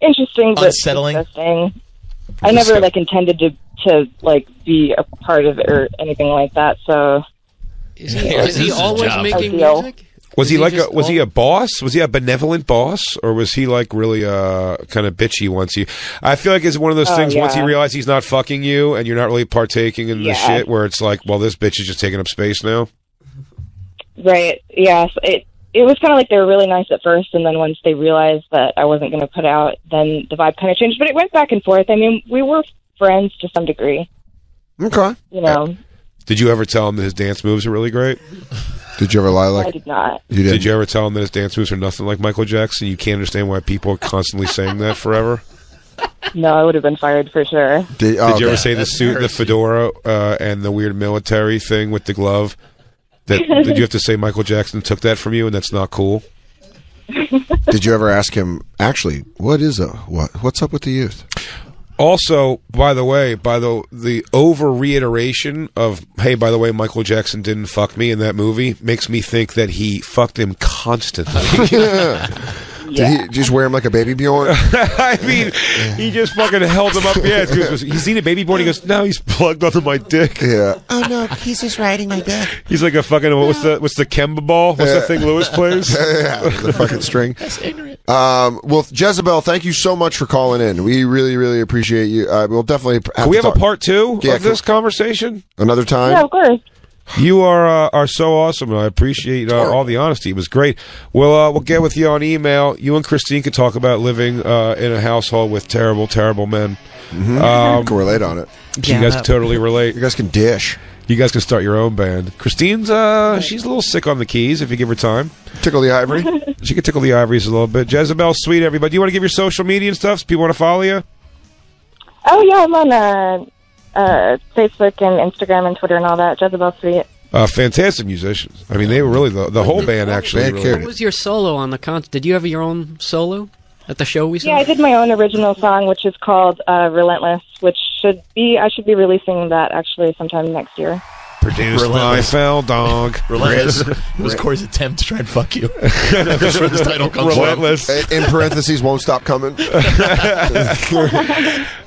Speaker 3: interesting, but
Speaker 4: Unsettling?
Speaker 3: disgusting. I never like intended to to like be a part of it or anything like that. So
Speaker 7: Is he,
Speaker 4: Yeah,
Speaker 7: is
Speaker 4: this
Speaker 7: he
Speaker 4: is a
Speaker 7: always
Speaker 4: job.
Speaker 7: making
Speaker 3: Ideal.
Speaker 7: music?
Speaker 1: Was
Speaker 7: Is
Speaker 1: he like a
Speaker 7: just
Speaker 1: was
Speaker 7: all-
Speaker 1: he a boss? Was he a benevolent boss, or was he like really uh kind of bitchy once you? I feel like it's one of those
Speaker 3: Oh,
Speaker 1: things once he
Speaker 3: yeah.
Speaker 1: realizes he's not fucking you and you're not really partaking in the
Speaker 3: Yeah.
Speaker 1: shit where it's like, well, this bitch is just taking up space now.
Speaker 3: right, yes, it it was kind of like they were really nice at first, and then once they realized that I wasn't going to put out, then the vibe kind of changed. But it went back and forth. I mean, we were friends to some degree,
Speaker 2: Okay.
Speaker 3: you know.
Speaker 1: Did you ever tell him that his dance moves are really great?
Speaker 2: Did you ever lie
Speaker 3: I
Speaker 2: like
Speaker 3: did not.
Speaker 2: you did?
Speaker 1: Did you ever tell him that his dance moves are nothing like Michael Jackson? You can't understand why people are constantly saying that forever.
Speaker 3: No, I would have been fired for sure.
Speaker 2: Did,
Speaker 1: Did
Speaker 2: oh,
Speaker 1: you ever
Speaker 2: okay.
Speaker 1: say the
Speaker 4: that's
Speaker 1: suit, the
Speaker 4: embarrassing.
Speaker 1: fedora, uh, and the weird military thing with the glove? That did you have to say Michael Jackson took that from you, and that's not cool?
Speaker 2: Did you ever ask him? Actually, what is a what? What's up with the youth?
Speaker 1: Also, by the way, by the the over reiteration of hey, by the way, Michael Jackson didn't fuck me in that movie makes me think that he fucked him constantly.
Speaker 2: Did he just wear him like a baby Bjorn?
Speaker 1: I mean, he just fucking held him up. Yeah, he goes, he's seen a baby born. He goes, now he's plugged onto my dick.
Speaker 2: yeah.
Speaker 6: Oh no, he's just riding my dick.
Speaker 1: He's like a fucking what's the what's the Kemba ball? What's that thing Lewis plays?
Speaker 2: <laughs> yeah, the fucking string. That's ignorant. Um, well, Jezebel, thank you so much for calling in. We really, really appreciate you. Uh, we'll definitely have
Speaker 1: Can we
Speaker 2: to
Speaker 1: have a
Speaker 2: talk
Speaker 1: part two
Speaker 2: Yeah,
Speaker 1: of this
Speaker 2: can-
Speaker 1: conversation?
Speaker 2: another time.
Speaker 3: Yeah, of course.
Speaker 1: You are uh, are so awesome, and I appreciate uh, all the honesty. It was great. We'll uh, we'll get with you on email. You and Christine could talk about living uh, in a household with terrible, terrible men.
Speaker 2: we can relate on it.
Speaker 5: Yeah,
Speaker 1: you guys
Speaker 5: that-
Speaker 1: can totally relate.
Speaker 2: You guys can dish.
Speaker 1: You guys can start your own band. Christine's uh, she's a little sick on the keys. If you give her time,
Speaker 2: Tickle the ivory.
Speaker 1: she can tickle the ivories a little bit. Jezebel, sweet everybody. You want to give your social media and stuff? So people want to follow you.
Speaker 3: Oh yeah, I'm on uh, uh, Facebook and Instagram and Twitter and all that. Jezebel Sweet.
Speaker 1: Uh, fantastic musicians. I mean, they were really the, the whole band actually.
Speaker 2: Band
Speaker 1: really-
Speaker 2: killed
Speaker 7: What was your solo on the concert? Did you have your own solo at the show we saw?
Speaker 3: Yeah, I did my own original song, which is called uh, "Relentless," which should be I should be releasing that actually sometime next year.
Speaker 1: produced by
Speaker 4: Relentless.
Speaker 1: Fell Dog.
Speaker 4: <laughs> Relentless. It was Corey's attempt to try and fuck you. <laughs> That's where this title comes
Speaker 1: Relentless.
Speaker 2: In- In parentheses, won't stop coming.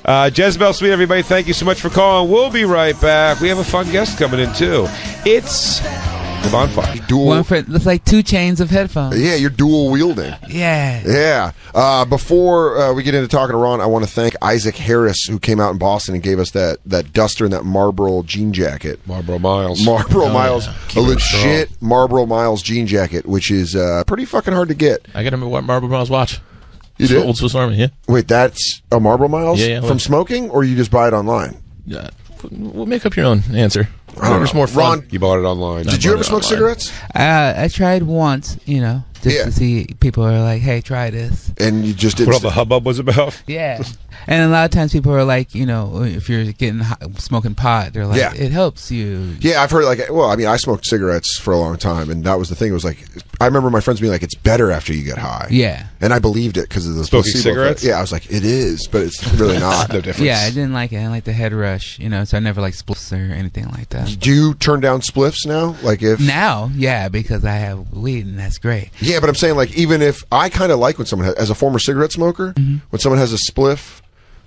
Speaker 1: Uh, Jezebel Sweet, everybody, thank you so much for calling. We'll be right back. We have a fun guest coming in, too. It's the bonfire.
Speaker 2: Dual.
Speaker 8: One for it's like two chains of headphones.
Speaker 2: Yeah, you're dual wielding.
Speaker 8: Yeah.
Speaker 2: Yeah. Uh, before uh, we get into talking to Ron, I want to thank Isaac Harris who came out in Boston and gave us that that duster and that Marlboro jean jacket.
Speaker 1: Marlboro Miles.
Speaker 2: Marlboro
Speaker 4: Oh,
Speaker 2: Miles, a
Speaker 1: it
Speaker 2: legit Marlboro Miles jean jacket, which is uh, pretty fucking hard to get.
Speaker 4: I got to what Marble Miles watch.
Speaker 2: You
Speaker 4: It's for
Speaker 2: did?
Speaker 4: Old Swiss Army, yeah.
Speaker 2: Wait, that's a Marlboro Miles
Speaker 4: Yeah, yeah,
Speaker 2: from
Speaker 4: what?
Speaker 2: smoking, or you just buy it online?
Speaker 4: yeah. We'll make up your own answer.
Speaker 2: don't
Speaker 4: Whatever's
Speaker 2: know.
Speaker 4: more fun.
Speaker 1: You bought it online.
Speaker 2: Did you ever smoke cigarettes?
Speaker 8: Uh, I tried once, you know, just
Speaker 2: Yeah.
Speaker 8: to see people are like, "Hey, try this."
Speaker 2: And you just
Speaker 1: What
Speaker 2: didn't.
Speaker 1: all the hubbub was about?
Speaker 8: Yeah, and a lot of times people are like, you know, if you're getting hot, smoking pot, they're like,
Speaker 2: Yeah.
Speaker 8: "It helps you."
Speaker 2: Yeah, I've heard like well, I mean, I smoked cigarettes for a long time, and that was the thing. It was like I remember my friends being like, "It's better after you get high."
Speaker 8: Yeah,
Speaker 2: and I believed it because of the
Speaker 1: Smoking
Speaker 2: placebo effect.
Speaker 1: cigarettes?
Speaker 2: Yeah, I was like, "It is," but it's
Speaker 1: <laughs>
Speaker 2: really not. no difference.
Speaker 8: yeah. I didn't like it. I didn't like the head rush, you know, so I never like splits or anything like that.
Speaker 2: Do you turn down spliffs now? Like if
Speaker 8: Now, yeah, because I have weed and that's great.
Speaker 2: yeah, but I'm saying like even if I kind of like when someone has, as a former cigarette smoker,
Speaker 8: Mm-hmm.
Speaker 2: when someone has a spliff.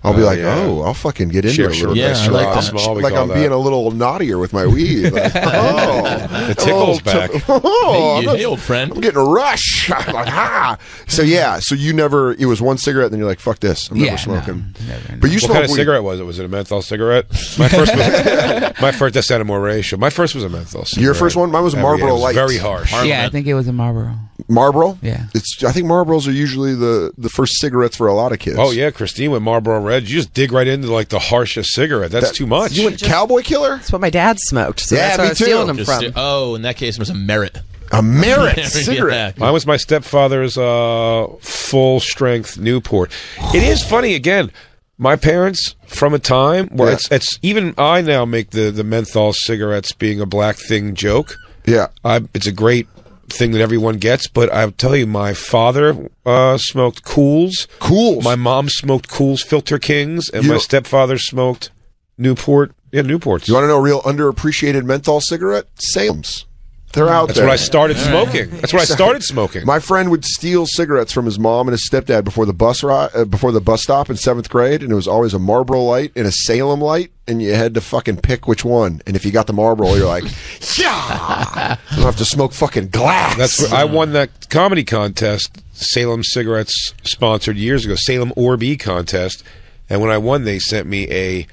Speaker 2: I'll be
Speaker 1: Oh,
Speaker 2: like,
Speaker 1: yeah.
Speaker 2: oh, I'll fucking get into
Speaker 1: Sure,
Speaker 2: it. a
Speaker 1: sure.
Speaker 2: little
Speaker 4: Yeah,
Speaker 2: extra.
Speaker 4: I like
Speaker 2: I'm
Speaker 4: that.
Speaker 1: Small, we
Speaker 2: like
Speaker 1: call
Speaker 2: I'm
Speaker 1: that.
Speaker 2: being a little naughtier with
Speaker 1: <laughs>
Speaker 2: my weed. Like, oh,
Speaker 1: The tickle's back.
Speaker 2: <laughs> Oh,
Speaker 4: Hey, you-
Speaker 2: I'm-
Speaker 4: hey, old friend.
Speaker 2: I'm getting a rush. <laughs> I'm like, ah. So yeah, so you never. It was one cigarette, and then you're like, fuck this. I'm
Speaker 8: Yeah,
Speaker 2: never smoking.
Speaker 8: no, never,
Speaker 2: But you
Speaker 1: What
Speaker 2: smoke
Speaker 1: kind of
Speaker 2: weed.
Speaker 1: cigarette was it? Was it a menthol cigarette? My first, was,
Speaker 2: <laughs>
Speaker 1: my first. That sounded more racial. My first was a menthol. cigarette.
Speaker 2: Your first one? Mine was a
Speaker 1: Every-
Speaker 2: Marlboro
Speaker 1: it was
Speaker 2: Light.
Speaker 1: Very harsh.
Speaker 8: Yeah, I think it was a Marlboro.
Speaker 2: Marlboro.
Speaker 8: Yeah.
Speaker 2: It's. I think Marlboros are usually the the first cigarettes for a lot of kids.
Speaker 1: Oh yeah, Christine with Marlboro Red. You just dig right into like the harshest cigarette. That's
Speaker 2: That-
Speaker 1: too much.
Speaker 2: You went Cowboy Killer?
Speaker 5: That's what my dad smoked. So
Speaker 2: Yeah,
Speaker 5: that's where
Speaker 2: me
Speaker 5: I was
Speaker 2: too.
Speaker 5: stealing them
Speaker 4: Just
Speaker 5: from.
Speaker 4: do- oh, in that case, it was a merit. <laughs>
Speaker 2: A merit
Speaker 4: Yeah.
Speaker 2: cigarette.
Speaker 1: Mine was my stepfather's uh, full strength Newport. It is funny again. My parents from a time where
Speaker 2: Yeah.
Speaker 1: it's it's even I now make the the menthol cigarettes being a black thing joke.
Speaker 2: Yeah.
Speaker 1: I, it's a great thing that everyone gets, but I'll tell you, my father uh, smoked Cools.
Speaker 2: Cools.
Speaker 1: My mom smoked Cools Filter Kings, and
Speaker 2: You
Speaker 1: my
Speaker 2: don't-
Speaker 1: stepfather smoked Newport. Yeah, Newports.
Speaker 2: You want to know a real underappreciated menthol cigarette? Salem's. They're out
Speaker 1: That's
Speaker 2: there.
Speaker 1: when I started smoking. That's when I started smoking.
Speaker 2: My friend would steal cigarettes from his mom and his stepdad before the bus ri- uh, before the bus stop in seventh grade, and it was always a Marlboro Light and a Salem Light, and you had to fucking pick which one. And if you got the Marlboro, you're like, <laughs> yeah, I don't have to smoke fucking glass.
Speaker 1: That's where I won that comedy contest Salem Cigarettes sponsored years ago, Salem Orb E contest. And when I won, they sent me a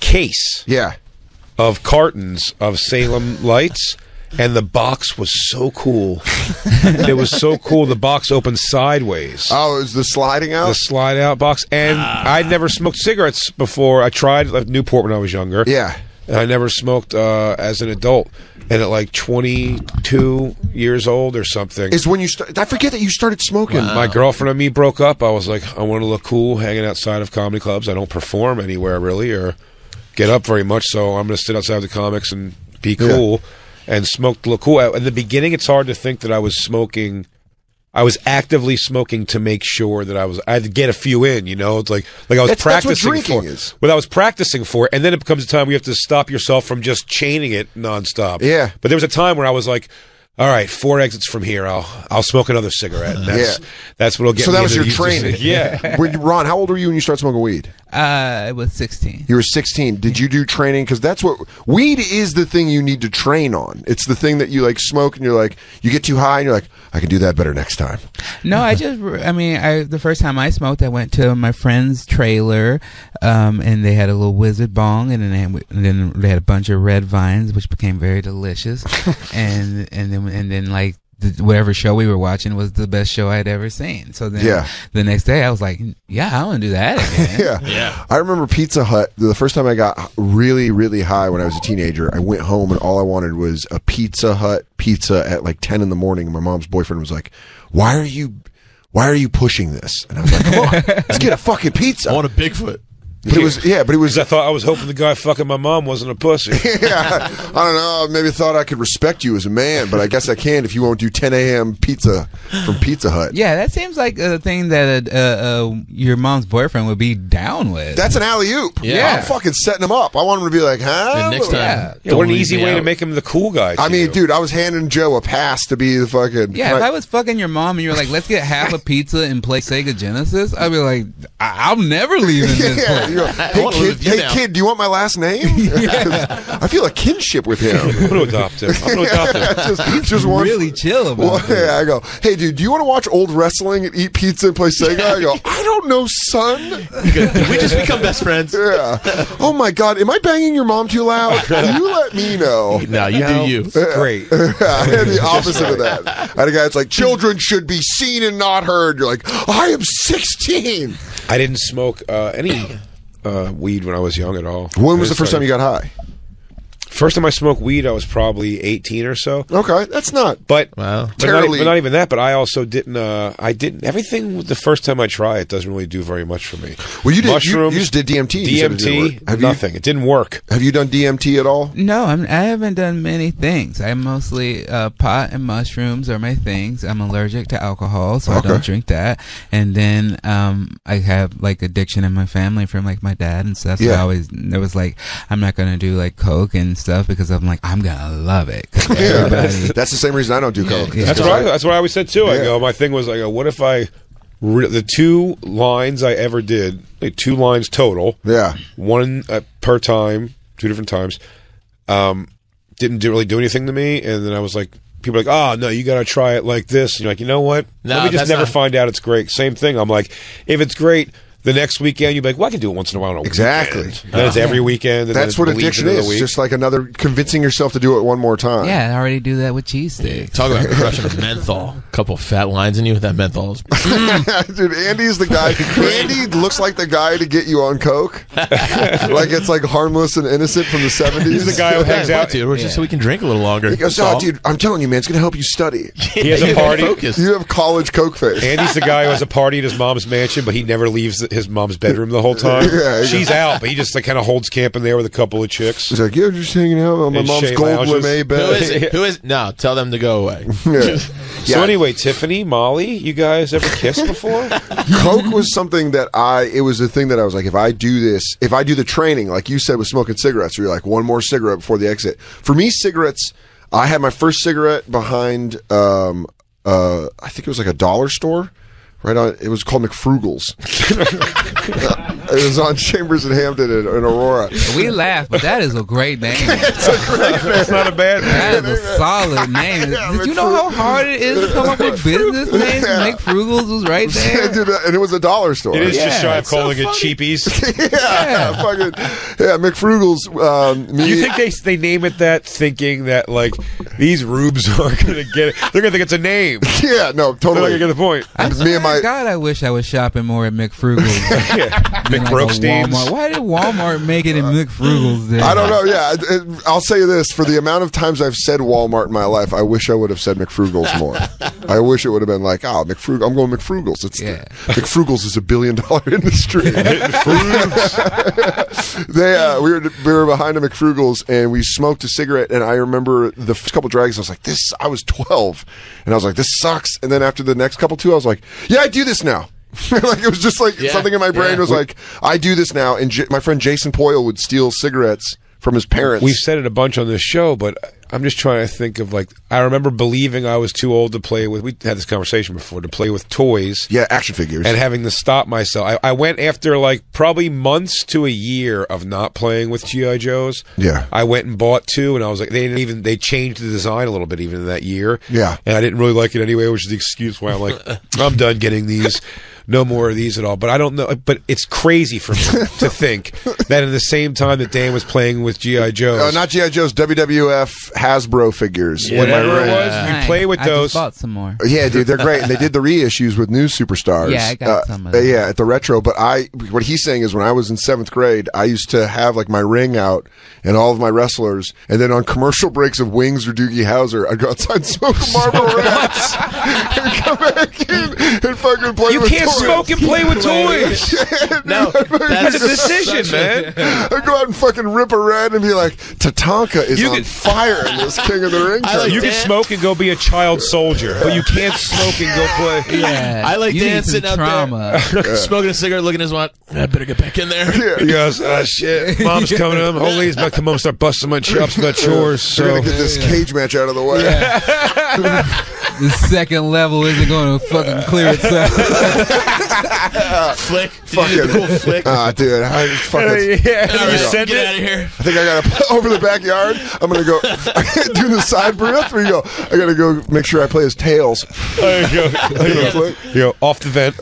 Speaker 1: case
Speaker 2: yeah.
Speaker 1: of cartons of Salem lights. And the box was so
Speaker 2: <laughs>
Speaker 1: cool. it was so cool. The box opened sideways.
Speaker 2: Oh, Ah. is the sliding out?
Speaker 1: the slide out box. And I'd never smoked cigarettes before. I tried like, Newport when I was younger.
Speaker 2: yeah.
Speaker 1: And I never smoked uh, as an adult. And at like 22 years old or something.
Speaker 2: Is when you start. I forget that you started smoking.
Speaker 1: My girlfriend and me broke up. I was like, I want to look cool hanging outside of comedy clubs. I don't perform anywhere really or get up very much, so I'm going to sit outside the comics and be cool and smoke to look cool. At- In the beginning, it's hard to think that I was smoking. I was actively smoking to make sure that I was. I had to get a few in, you know. It's like like I was
Speaker 2: That's- that's what
Speaker 1: practicing
Speaker 2: drinking
Speaker 1: for.
Speaker 2: is.
Speaker 1: What I was practicing for, and then it becomes a time where you have to stop yourself from just chaining it nonstop.
Speaker 2: Yeah.
Speaker 1: But there was a time where I was like, "All right, four exits from here. I'll I'll smoke another cigarette." And that's
Speaker 2: Yeah.
Speaker 1: that's what'll get.
Speaker 2: So
Speaker 1: me
Speaker 2: that was
Speaker 1: into
Speaker 2: your
Speaker 1: the-
Speaker 2: training.
Speaker 1: <laughs> yeah.
Speaker 2: <laughs> When you- Ron, how old were you when you started smoking weed?
Speaker 8: Uh, it was sixteen.
Speaker 2: You were 16. Did you do training? Because that's what weed is the thing you need to train on. It's the thing that you like smoke and you're like, you get too high and you're like, I can do that better next time.
Speaker 8: No, I just, I mean, I the first time I smoked, I went to my friend's trailer, um, and they had a little wizard bong, and then they, had- and then they had a bunch of red vines, which became very
Speaker 2: <laughs>
Speaker 8: delicious, and and then and then like. The, whatever show we were watching was the best show I'd ever seen. So then
Speaker 2: Yeah.
Speaker 8: the next day I was like, yeah, I want to do that
Speaker 2: <laughs>
Speaker 8: again.
Speaker 2: Yeah. Yeah. I remember Pizza Hut. The first time I got really, really high when I was a teenager, I went home and all I wanted was a Pizza Hut pizza at like 10 in the morning. And my mom's boyfriend was like, why are you, why are you pushing this? And I was like, come on, let's get a fucking pizza.
Speaker 4: I want a Bigfoot.
Speaker 2: but it was, yeah, but it was,
Speaker 1: Because I thought I was hoping the guy fucking my mom wasn't a
Speaker 2: <laughs>
Speaker 1: pussy.
Speaker 2: yeah, I don't know. I Maybe thought I could respect you as a man, but I guess I can if you won't do 10 a.m. pizza from Pizza Hut.
Speaker 8: Yeah, that seems like a thing that uh, uh, your mom's boyfriend would be down with.
Speaker 2: That's an alley oop.
Speaker 4: Yeah.
Speaker 2: I'm fucking setting him up. I want him to be like, huh?
Speaker 4: And next time,
Speaker 8: Yeah.
Speaker 1: Yeah, what
Speaker 4: don't
Speaker 1: an
Speaker 4: leave
Speaker 1: easy
Speaker 4: me
Speaker 1: way to
Speaker 4: <laughs> out.
Speaker 1: make him the cool guy. to
Speaker 2: I
Speaker 1: you.
Speaker 2: mean, dude, I was handing Joe a pass to be the fucking.
Speaker 8: Yeah, if I was fucking your mom and you were like, "Let's get half a pizza and play Sega Genesis," I'd be like, I- "I'm
Speaker 2: <laughs>
Speaker 8: never leaving this
Speaker 2: yeah,
Speaker 8: place."
Speaker 2: you go, hey
Speaker 4: wanna
Speaker 2: kid,
Speaker 4: live with you
Speaker 2: hey
Speaker 4: now."
Speaker 2: kid, do you want my last name? <laughs> 'Cause I feel a kinship with
Speaker 1: I'm <laughs>
Speaker 2: him.
Speaker 1: going to adopt him.
Speaker 2: <laughs>
Speaker 1: I'm going to adopt him.
Speaker 2: just, just one-
Speaker 8: Really chill
Speaker 2: Well,
Speaker 8: about it.
Speaker 2: yeah, I go, hey, dude, do you want to watch old wrestling and eat pizza and play Sega? I go, I don't know, son.
Speaker 4: Did we
Speaker 2: <laughs>
Speaker 4: just become best friends?
Speaker 2: Yeah. Oh my God, am I banging your mom too loud? You let me know. <laughs>
Speaker 4: No, you do you.
Speaker 1: Great.
Speaker 2: I had the opposite of that. I had a guy that's like, children should be seen and not heard. You're like, I am 16.
Speaker 1: I didn't smoke uh, any uh, weed when I was young at all.
Speaker 2: When was
Speaker 1: I
Speaker 2: the first time you
Speaker 1: started-
Speaker 2: got high?
Speaker 1: First time I smoked weed, I was probably eighteen or so.
Speaker 2: Okay, that's not.
Speaker 1: But
Speaker 4: Wow.
Speaker 1: But not,
Speaker 2: Terribly-
Speaker 1: but not even that. But I also didn't. Uh, I didn't. Everything the first time I try it doesn't really do very much for me.
Speaker 2: Well, you did. you-
Speaker 1: Mushrooms,
Speaker 2: you just did DMT. You said it didn't
Speaker 1: DMT.
Speaker 2: work. Have you-
Speaker 1: nothing. It didn't work.
Speaker 2: Have you done DMT at
Speaker 1: <laughs>
Speaker 2: all?
Speaker 8: No, I'm, I haven't done many things. I mostly uh, pot and mushrooms are my things. I'm allergic to alcohol, so I don't drink that. And then um, I have like addiction in my family from like my dad and stuff. So
Speaker 2: Yeah.
Speaker 8: I always there was like I'm not gonna do like coke and stuff because I'm like I'm gonna love it. 'Cause everybody-
Speaker 2: <laughs> That's the same reason I don't do coke.
Speaker 8: yeah.
Speaker 1: That's what I. That's what I always said too. I
Speaker 2: Yeah.
Speaker 1: go. My thing was I go. What if I? Re- the two lines I ever did, like two lines total,
Speaker 2: Yeah.
Speaker 1: one uh, per time, two different times. Um, didn't do, really do anything to me, and then I was like, people are like, oh no, you got to try it like this. And you're like, you know what?
Speaker 4: No,
Speaker 1: Let me just
Speaker 4: that's
Speaker 1: never
Speaker 4: not-
Speaker 1: find out it's great. Same thing. I'm like, if it's great. The next weekend, you'll be like, well, I can do it once in a while. On a
Speaker 2: Exactly.
Speaker 1: weekend. Then it's every weekend. and then
Speaker 2: That's
Speaker 1: it
Speaker 2: what
Speaker 1: bleeds
Speaker 2: addiction
Speaker 1: into the
Speaker 2: is.
Speaker 1: week.
Speaker 2: Just like another convincing yourself to do it one more time.
Speaker 8: yeah, I already do that with cheese sticks.
Speaker 4: Talk about crushing a menthol. Couple fat lines in you with that menthol. is-
Speaker 2: <laughs> Dude, Andy's
Speaker 1: <laughs>
Speaker 2: the guy. Andy looks like the guy to get you on coke. like it's like harmless and innocent from the 70s.
Speaker 1: He's the guy who hangs
Speaker 4: Yeah,
Speaker 1: out.
Speaker 4: dude. We're just so we can drink a little
Speaker 2: <laughs>
Speaker 4: longer.
Speaker 2: He goes,
Speaker 4: That's
Speaker 2: oh,
Speaker 4: all." <laughs>
Speaker 2: dude, I'm telling you, man, it's going to help you study.
Speaker 1: He
Speaker 2: <laughs>
Speaker 1: has a party.
Speaker 4: Focus.
Speaker 2: You have college coke face.
Speaker 1: Andy's the guy who has a party at his mom's mansion, but he never leaves his mom's bedroom the whole time.
Speaker 2: <laughs> Yeah, he
Speaker 1: She's out, but he just like kind of holds camp in there with a couple of chicks.
Speaker 2: He's like, yeah, just hanging out on my
Speaker 1: And
Speaker 2: mom's
Speaker 1: Shay
Speaker 2: gold
Speaker 1: lounges.
Speaker 2: lame
Speaker 4: Who
Speaker 2: bed.
Speaker 4: is it?
Speaker 2: <laughs>
Speaker 4: Who is? No, tell them to go away.
Speaker 2: Yeah.
Speaker 1: So
Speaker 2: Yeah.
Speaker 1: anyway, Tiffany, Molly, you guys ever kissed before?
Speaker 2: Coke was something that I, it was the thing that I was like, if I do this, if I do the training, like you said with smoking cigarettes, where you're like, one more cigarette before the exit. For me, cigarettes, I had my first cigarette behind, um, uh, I think it was like a dollar store. Right on, it was called McFrugal's. <laughs> it was on Chambers and Hampton in, in Aurora. <laughs>
Speaker 8: We laugh, but that is a great name.
Speaker 1: That's not a bad
Speaker 8: That is a
Speaker 2: <laughs>
Speaker 8: solid name. Did you know how hard it is to come up with business names?
Speaker 2: Yeah.
Speaker 8: Nick Frugals was
Speaker 2: <laughs>
Speaker 8: right there.
Speaker 2: Dude, and it was a dollar store.
Speaker 1: It is
Speaker 8: Yeah,
Speaker 1: just shy of
Speaker 8: it's so
Speaker 1: calling it
Speaker 2: <laughs>
Speaker 1: cheapies.
Speaker 2: yeah, fucking yeah, McFrugal's. Um, me,
Speaker 1: You think they they name it that, thinking that like these rubes <laughs> are gonna get it? They're gonna think it's a name.
Speaker 2: <laughs> yeah, no,
Speaker 1: They're not
Speaker 2: totally.
Speaker 1: gonna get the point.
Speaker 8: I
Speaker 2: Me
Speaker 8: swear
Speaker 2: and my-
Speaker 8: to God, I wish I was shopping more at McFrugal's.
Speaker 2: <laughs>
Speaker 8: than like a
Speaker 1: Brokstein's.
Speaker 8: Walmart. Why did Walmart make it in McFrugal's? Then?
Speaker 2: I don't know. Yeah, it- it- I'll say this: for the amount of times I've said Walmart in my life, I wish I would have said McFrugal's
Speaker 4: <laughs>
Speaker 2: more. I wish it would have been like, oh, McFrug. I'm going McFrugal's. It's
Speaker 8: Yeah.
Speaker 2: McFrugal's is a billion dollar <laughs>
Speaker 4: <laughs>
Speaker 2: industry. they uh, we were we were behind a McFrugal's and we smoked a cigarette and I remember the first couple drags I was like this I was twelve and I was like this sucks and then after the next couple two I was like yeah I do this now. <laughs> like it was just like
Speaker 4: Yeah,
Speaker 2: something in my brain
Speaker 4: yeah.
Speaker 2: was like I do this now and J- my friend Jason Poyle would steal cigarettes from his parents.
Speaker 1: We've said it a bunch on this show, but I'm just trying to think of like I remember believing I was too old to play with. We had this conversation before to play with toys.
Speaker 2: yeah, action figures.
Speaker 1: and having to stop myself. I, I went after like probably months to a year of not playing with GI Joes.
Speaker 2: Yeah.
Speaker 1: I went and bought two, and I was like, they didn't even they changed the design a little bit even in that year.
Speaker 2: Yeah.
Speaker 1: and I didn't really like it anyway, which is the excuse why I'm like,
Speaker 2: <laughs>
Speaker 1: I'm done getting these. No more of these at all. But I don't know. But it's crazy for me
Speaker 2: <laughs>
Speaker 1: to think that in the same time that Dan was playing with GI Joes.
Speaker 2: uh, not GI Joe's WWF Hasbro figures.
Speaker 1: Yeah. Whatever it was,
Speaker 8: Fine.
Speaker 1: you play with
Speaker 8: I just
Speaker 1: those.
Speaker 8: bought
Speaker 2: <laughs>
Speaker 8: some more.
Speaker 2: Yeah, dude, they're great. And they did the reissues with new superstars.
Speaker 8: Yeah, I got some of
Speaker 2: uh,
Speaker 8: them.
Speaker 2: Yeah, at the retro. But I, what he's saying is, when I was in seventh grade, I used to have like my ring out and all of my wrestlers, and then on commercial breaks of Wings or Doogie Howser, I'd go outside and smoke
Speaker 1: <laughs>
Speaker 2: a Marlboro Reds and come back in and fucking play
Speaker 1: you
Speaker 2: with
Speaker 1: can't
Speaker 2: toys.
Speaker 1: smoke and play
Speaker 2: <laughs>
Speaker 1: with toys.
Speaker 4: No,
Speaker 1: That's a
Speaker 4: that's
Speaker 1: decision, man.
Speaker 2: I'd go out and fucking rip a red and be like, Tatanka is
Speaker 1: You
Speaker 2: on
Speaker 1: can-
Speaker 2: fire in this King of the Ring.
Speaker 4: I like
Speaker 1: You
Speaker 2: tournament."
Speaker 1: can smoke and go be a child soldier, but you can't smoke and go play.
Speaker 8: Yeah,
Speaker 4: I like
Speaker 8: you need
Speaker 4: dancing
Speaker 8: some
Speaker 4: out
Speaker 8: trauma.
Speaker 4: <laughs> there, smoking a cigarette, looking at his watch. I better get back in there. <laughs>
Speaker 1: He goes, ah, shit, mom's coming home. Holy, he's about to come home and start busting my chops about chores.
Speaker 2: We're
Speaker 1: So
Speaker 2: gonna
Speaker 1: <laughs>
Speaker 2: get this cage match out of the way. <laughs>
Speaker 8: the second level isn't going to fucking
Speaker 4: <laughs>
Speaker 8: clear itself.
Speaker 4: Flick, Did
Speaker 1: <laughs>
Speaker 4: you
Speaker 2: Fucking
Speaker 4: do the cool flick.
Speaker 2: Ah, dude, I fucking.
Speaker 4: All
Speaker 1: yeah, you
Speaker 4: right,
Speaker 1: send
Speaker 4: get
Speaker 1: it.
Speaker 4: out of here.
Speaker 2: I think I gotta put over the backyard. I'm gonna go <laughs> do the side breath. We go. I gotta go make sure I play his tails.
Speaker 1: There you go. There you go. Yo, off the vent.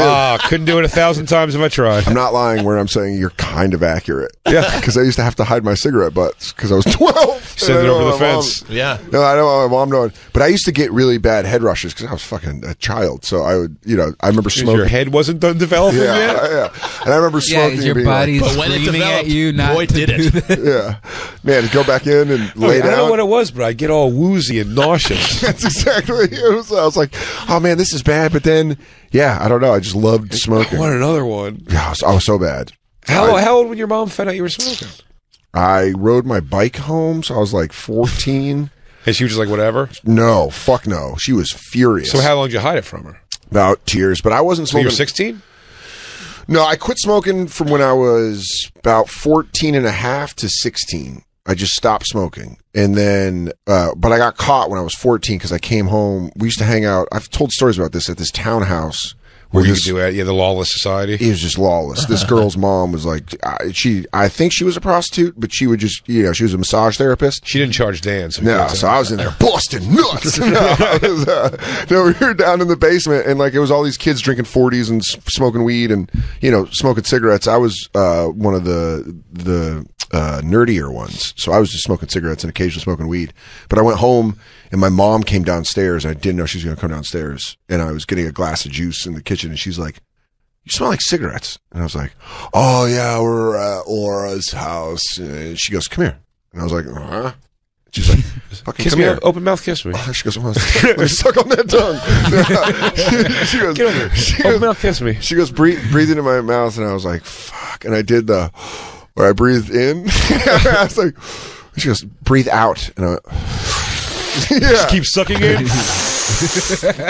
Speaker 1: Ah, couldn't do it a thousand times if I tried.
Speaker 2: I'm not lying where I'm saying you're kind of accurate. <laughs>
Speaker 1: Yeah.
Speaker 2: because I used to have to hide my cigarette butts because I was <laughs> 12.
Speaker 1: Send
Speaker 2: And I
Speaker 1: it
Speaker 2: don't
Speaker 1: over
Speaker 2: want
Speaker 1: the
Speaker 2: <laughs> my mom-
Speaker 1: fence.
Speaker 4: Yeah.
Speaker 2: No, I don't want my mom knowing. But I used to get really bad head rushes because I was fucking a child. So I would, you know, I remember
Speaker 1: Your
Speaker 2: smoking.
Speaker 1: head wasn't done developing
Speaker 2: Yeah,
Speaker 1: yet.
Speaker 2: yeah. And I remember
Speaker 8: Yeah,
Speaker 2: smoking. and
Speaker 8: is your
Speaker 2: being like,
Speaker 8: body's
Speaker 4: But when it
Speaker 8: screaming at
Speaker 4: developed,
Speaker 8: you not
Speaker 4: boy,
Speaker 8: to
Speaker 4: did
Speaker 8: do
Speaker 4: it.
Speaker 8: that.
Speaker 2: yeah, man, to go back in and lay
Speaker 1: Oh, I don't know
Speaker 2: down.
Speaker 1: what it was, but I get all woozy and nauseous.
Speaker 2: That's exactly. It was, I was like, oh man, this is bad. But then, yeah, I don't know. I just loved smoking.
Speaker 1: Want another one?
Speaker 2: Yeah, I was, I was so bad.
Speaker 1: How, how old when your mom found out you were smoking?
Speaker 2: I rode my bike home, so I was like 14.
Speaker 1: And she was just like, whatever.
Speaker 2: No, fuck no. She was furious
Speaker 1: So how long did you hide it from her?
Speaker 2: about tears, but I wasn't
Speaker 1: So you
Speaker 2: smoking.
Speaker 1: were 16?
Speaker 2: No, I quit smoking from when I was about 14 and a half to 16. I just stopped smoking. And then, uh, but I got caught when I was 14 because I came home. We used to hang out. I've told stories about this at this townhouse
Speaker 1: Where you
Speaker 2: this-
Speaker 1: do it? Yeah, the lawless society.
Speaker 2: it was just lawless. This girl's mom was like, I, she, I think she was a prostitute, but she would just, you know, she was a massage therapist.
Speaker 1: She didn't charge Dan. So
Speaker 2: No, so I was in there busting nuts. <laughs> no, I was, uh, no, we were down in the basement, and like it was all these kids drinking forties and s- smoking weed and you know smoking cigarettes. I was uh, one of the the uh, nerdier ones, so I was just smoking cigarettes and occasionally smoking weed. But I went home, and my mom came downstairs, and I didn't know she was going to come downstairs. And I was getting a glass of juice in the kitchen, and she's like, you smell like cigarettes. And I was like, oh, yeah, we're at Laura's house. And she goes, come here. And I was like, huh?
Speaker 1: <laughs>
Speaker 2: She's like, fucking
Speaker 1: Kiss
Speaker 2: come
Speaker 1: me.
Speaker 2: here.
Speaker 1: Open mouth kiss me.
Speaker 2: She goes, oh, <laughs> let me suck on that tongue. <laughs> she,
Speaker 1: <laughs>
Speaker 2: she
Speaker 1: Get over here.
Speaker 2: goes, she
Speaker 1: Open
Speaker 2: goes,
Speaker 1: mouth kiss me.
Speaker 2: she goes breathe, breathe into my mouth. And I was like, fuck. And I did the, where I breathed in. <laughs> I was like, she goes, breathe out. And I went, yeah.
Speaker 1: Keep sucking it.
Speaker 8: <laughs>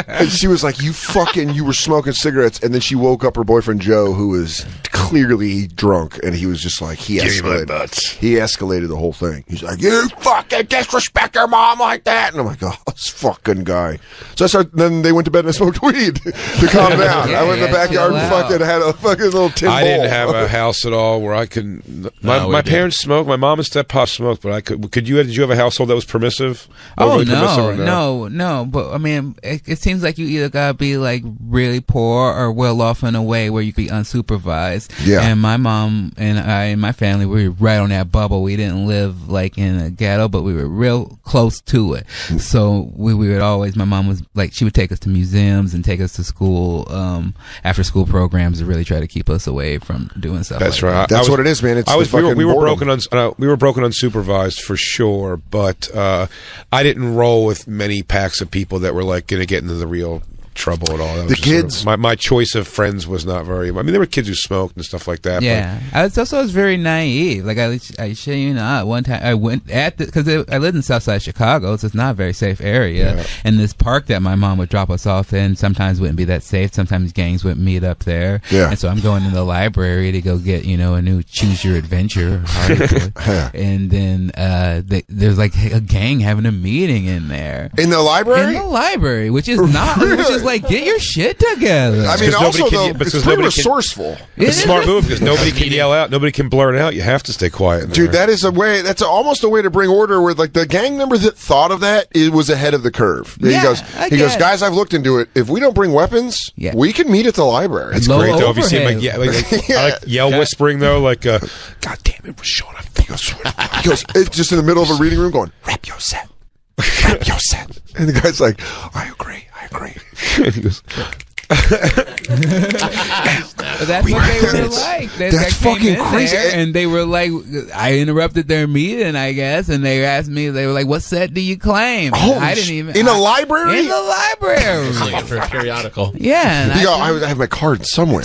Speaker 2: And she was like, "You fucking, you were smoking cigarettes." And then she woke up her boyfriend Joe, who was clearly drunk, and he was just like, he escalated. He escalated the whole thing. He's like, "You fucking disrespect your mom like that," and I'm like, "Oh, this fucking guy." So I started. Then they went to bed and I smoked <laughs> weed to calm down.
Speaker 8: Yeah,
Speaker 2: I went in the
Speaker 8: yeah,
Speaker 2: backyard
Speaker 8: chill
Speaker 2: and
Speaker 8: out.
Speaker 2: fucking had a fucking little
Speaker 1: <laughs>
Speaker 2: tin.
Speaker 1: I didn't
Speaker 2: bowl.
Speaker 1: have a house at all where I could. My,
Speaker 4: No, we
Speaker 1: my
Speaker 4: did.
Speaker 1: parents smoked. My mom and step pop smoked, but I could. Could you? Did you have a household that was permissive?
Speaker 8: Oh
Speaker 1: Overly permissive
Speaker 8: no,
Speaker 1: or
Speaker 8: no, no! But I mean, it, it seems like you either gotta be like really poor or well off in a way where you could be unsupervised.
Speaker 2: Yeah.
Speaker 8: And my mom and I and my family we were right on that bubble. We didn't live like in a ghetto, but we were real close to it. So we, we would always. My mom was like she would take us to museums and take us to school, um, after school programs to really try to keep us away from doing stuff.
Speaker 1: That's
Speaker 8: like
Speaker 1: right. I-
Speaker 2: That's
Speaker 1: I was-
Speaker 2: what it is, man. It's
Speaker 1: I
Speaker 2: the
Speaker 1: was. We were,
Speaker 2: fucking
Speaker 1: we were
Speaker 2: boredom.
Speaker 1: broken. Un, uh, we were broken unsupervised for sure, but uh, I didn't roll with many packs of people that were like going to get into the real trouble at all. That was
Speaker 2: The
Speaker 1: just sort of-
Speaker 2: kids-
Speaker 1: my my choice of friends was not very. I mean, there were kids who smoked and stuff like that. but-
Speaker 8: Yeah, I was also I was very naive. Like I, I show you not. One time I went at the because I lived in Southside Chicago, so it's not a very safe area. And this park that my mom would drop us off in sometimes wouldn't be that safe. Sometimes gangs would meet up there.
Speaker 2: Yeah.
Speaker 8: And so I'm going to the library to go get you know a new Choose Your Adventure, article. and then uh, they, there's like a gang having a meeting in there.
Speaker 2: in the
Speaker 8: In
Speaker 2: library.
Speaker 8: the library, which is not, which is like, get your shit together.
Speaker 2: I mean,
Speaker 1: 'cause nobody
Speaker 2: also
Speaker 1: can-
Speaker 2: though,
Speaker 1: but
Speaker 2: it's
Speaker 1: because
Speaker 2: pretty
Speaker 1: nobody can-
Speaker 2: resourceful.
Speaker 8: It
Speaker 1: It's a
Speaker 8: is.
Speaker 1: smart move because nobody can yell out, nobody can blurt it out. You have to stay quiet, in
Speaker 2: Dude,
Speaker 1: there.
Speaker 2: that is a way. That's almost a way to bring order. Where like the gang member that thought of that it was ahead of the curve. he
Speaker 8: Yeah,
Speaker 2: goes,
Speaker 8: I
Speaker 2: he goes,
Speaker 8: guess.
Speaker 2: guys, I've looked into it. If we don't bring weapons,
Speaker 8: Yeah.
Speaker 2: we can meet at the library.
Speaker 1: It's
Speaker 8: Low
Speaker 1: great though. If you see him, like, yeah,
Speaker 8: overhead.
Speaker 1: like,
Speaker 2: <laughs>
Speaker 1: like, I like yell whispering though, like, uh, "God damn it, Rashawn, I think I swear to God."
Speaker 2: He goes, it's just in the middle of a reading room, going, wrap your set, <laughs> wrap your set. And the guy's like, I agree, I agree. <laughs> he goes,
Speaker 8: But that's
Speaker 2: We
Speaker 8: what they
Speaker 2: were
Speaker 8: were
Speaker 2: kids.
Speaker 8: like. They,
Speaker 2: That's
Speaker 8: they came
Speaker 2: fucking
Speaker 8: in
Speaker 2: crazy.
Speaker 8: there and they were like, I interrupted their meeting, I guess, and they asked me, they were like, "What set do you claim?" And
Speaker 2: Holy
Speaker 8: I
Speaker 2: sh-
Speaker 8: didn't even
Speaker 2: in a
Speaker 8: I-
Speaker 2: library?
Speaker 8: In the
Speaker 2: <laughs>
Speaker 8: library.
Speaker 4: Like, <laughs> for a periodical.
Speaker 8: yeah. And
Speaker 2: He
Speaker 8: I,
Speaker 2: go, I, I have my card somewhere.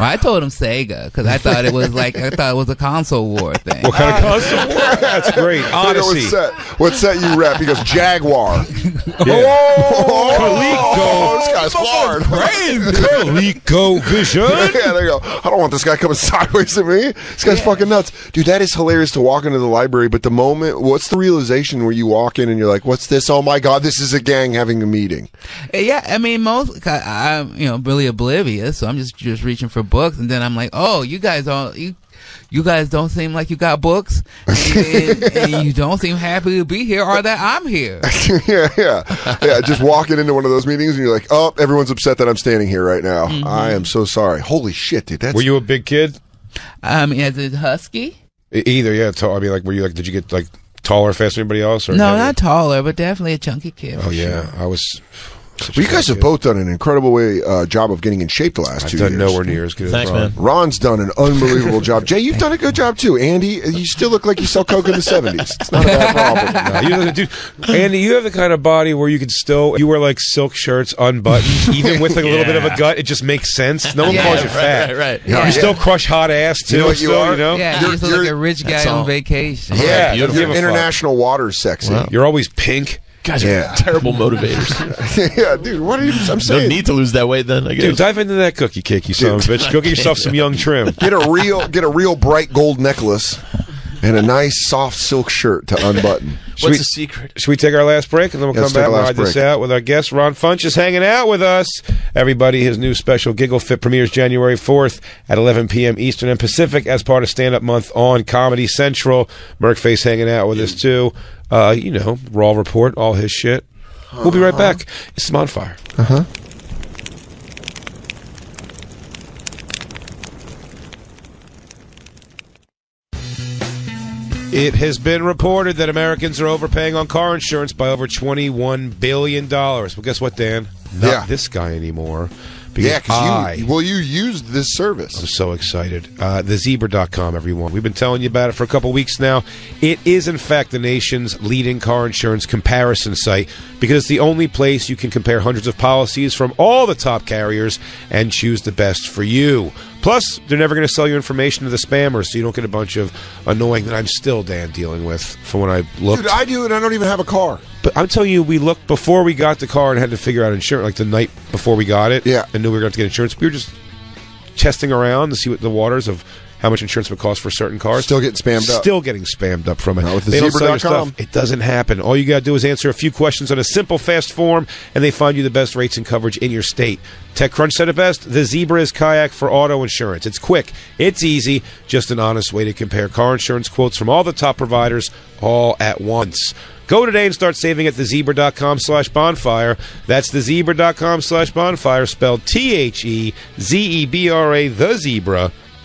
Speaker 8: I told him Sega because I thought it was like I thought it was a console war thing.
Speaker 1: What kind of
Speaker 2: <laughs>
Speaker 1: console? That's great.
Speaker 2: I go, what
Speaker 1: Odyssey.
Speaker 2: set? What set you rep? He goes, Jaguar. <laughs>
Speaker 1: Yeah.
Speaker 2: Oh,
Speaker 1: Coleco.
Speaker 2: this guy's hard. <laughs>
Speaker 1: ColecoVision.
Speaker 2: yeah, they go. I don't want this guy coming <laughs> sideways at me. This guy's fucking nuts, dude. That is hilarious to walk into the library, but the moment, what's the realization where you walk in and you're like, "What's this? Oh my god, this is a gang having a meeting." <laughs>
Speaker 8: Yeah, I mean, most I- I'm you know really oblivious, so I'm just just reaching for books, and then I'm like, oh, you guys all you. You guys don't seem like you got books, and, and you don't seem happy to be here, or that I'm here.
Speaker 2: yeah, yeah, yeah.
Speaker 1: <laughs>
Speaker 2: Just walking into one of those meetings and you're like, "Oh, everyone's upset that I'm standing here right now. I am so sorry." Holy shit, dude. That's
Speaker 1: Mm-hmm. Were you a big kid?
Speaker 8: Um, as a husky,
Speaker 1: E- Either, yeah. tall. I mean, like, were you like? Did you get like taller, faster than anybody else? Or
Speaker 8: No,
Speaker 1: heavier?
Speaker 8: not taller, but definitely a chunky kid.
Speaker 1: Oh yeah, I was. such a
Speaker 2: Well, you
Speaker 1: fat
Speaker 2: guys have
Speaker 1: kid.
Speaker 2: both done an incredible way uh, job of getting in shape the last
Speaker 1: I've
Speaker 2: two
Speaker 1: done
Speaker 2: years.
Speaker 1: nowhere near as good
Speaker 4: Thanks,
Speaker 1: as Ron.
Speaker 4: man.
Speaker 2: Ron's done an unbelievable job. Jay, you've done a good job too. Andy, you still look like you sell coke in the seventies. It's not a bad problem.
Speaker 1: Nah, you know, the dude, Andy, you have the kind of body where you can still you wear like silk shirts
Speaker 4: <laughs>
Speaker 1: unbuttoned, even with like a little bit of a
Speaker 4: Yeah.
Speaker 1: gut. It just makes sense. No one
Speaker 8: Yeah,
Speaker 1: calls you
Speaker 4: <laughs> right,
Speaker 1: fat.
Speaker 4: right, right.
Speaker 1: You
Speaker 2: Yeah.
Speaker 1: still crush hot ass too.
Speaker 2: You know what you
Speaker 1: still,
Speaker 2: are?
Speaker 1: you know?
Speaker 8: Yeah,
Speaker 2: You're-
Speaker 8: you just look like
Speaker 2: you're-
Speaker 8: a rich guy
Speaker 4: that's all.
Speaker 8: on vacation.
Speaker 2: Yeah,
Speaker 4: <laughs> Yeah,
Speaker 2: your
Speaker 4: beautiful.
Speaker 2: international water's sexy.
Speaker 1: You're always pink.
Speaker 4: Guys are
Speaker 2: Yeah.
Speaker 4: terrible
Speaker 2: <laughs>
Speaker 4: motivators.
Speaker 2: yeah, dude. What are you? I'm
Speaker 4: no
Speaker 2: saying.
Speaker 4: need to lose that weight then, I guess.
Speaker 1: Dude, dive into that cookie cake, you son of a bitch. Go get
Speaker 4: <laughs>
Speaker 1: yourself some young trim.
Speaker 2: get a real, get a real bright gold necklace, and a nice soft silk shirt to unbutton.
Speaker 1: we-
Speaker 4: What's the secret?
Speaker 1: Should we take our last break and then we'll
Speaker 2: Let's
Speaker 1: come
Speaker 2: take
Speaker 1: back
Speaker 2: our
Speaker 1: and
Speaker 2: last
Speaker 1: ride this
Speaker 2: break.
Speaker 1: out with our guest Ron Funch is hanging out with us. Everybody, his new special Giggle Fit premieres January 4th at 11 p.m. Eastern and Pacific as part of Stand Up Month on Comedy Central. Merkface hanging out with us too. Uh, you know, Raw Report, all his shit. We'll be right back. It's Monfire.
Speaker 2: Uh-huh.
Speaker 1: It has been reported that Americans are overpaying on car insurance by over twenty-one billion dollars. Well, guess what, Dan? Not
Speaker 2: Yeah.
Speaker 1: this guy anymore. Because I
Speaker 2: Yeah, because you, well, you used this
Speaker 1: am
Speaker 2: service.
Speaker 1: so excited. Uh, TheZebra.com, everyone. We've been telling you about it for a couple weeks now. It is, in fact, the nation's leading car insurance comparison site because it's the only place you can compare hundreds of policies from all the top carriers and choose the best for you. Plus, they're never going to sell your information to the spammers, so you don't get a bunch of annoying that I'm still, Dan, dealing with from when I looked.
Speaker 2: Dude, I do, and I don't even have a car.
Speaker 1: But I'm telling you, we looked before we got the car and had to figure out insurance, like the night before we got it.
Speaker 2: Yeah.
Speaker 1: And knew we were going to get insurance. We were just testing around to see what the waters of how much insurance would cost for certain cars.
Speaker 2: Still getting spammed up.
Speaker 1: Still getting spammed up from it.
Speaker 2: Not with the
Speaker 1: They don't sell your
Speaker 2: zebra.com.
Speaker 1: stuff. It doesn't happen. All you got to do is answer a few questions on a simple, fast form, and they find you the best rates and coverage in your state. TechCrunch said it best the Zebra is kayak for auto insurance. It's quick, it's easy, just an honest way to compare car insurance quotes from all the top providers all at once. Go today and start saving at thezebra.com slash bonfire. That's thezebra.com slash bonfire, spelled T H E Z E B R A,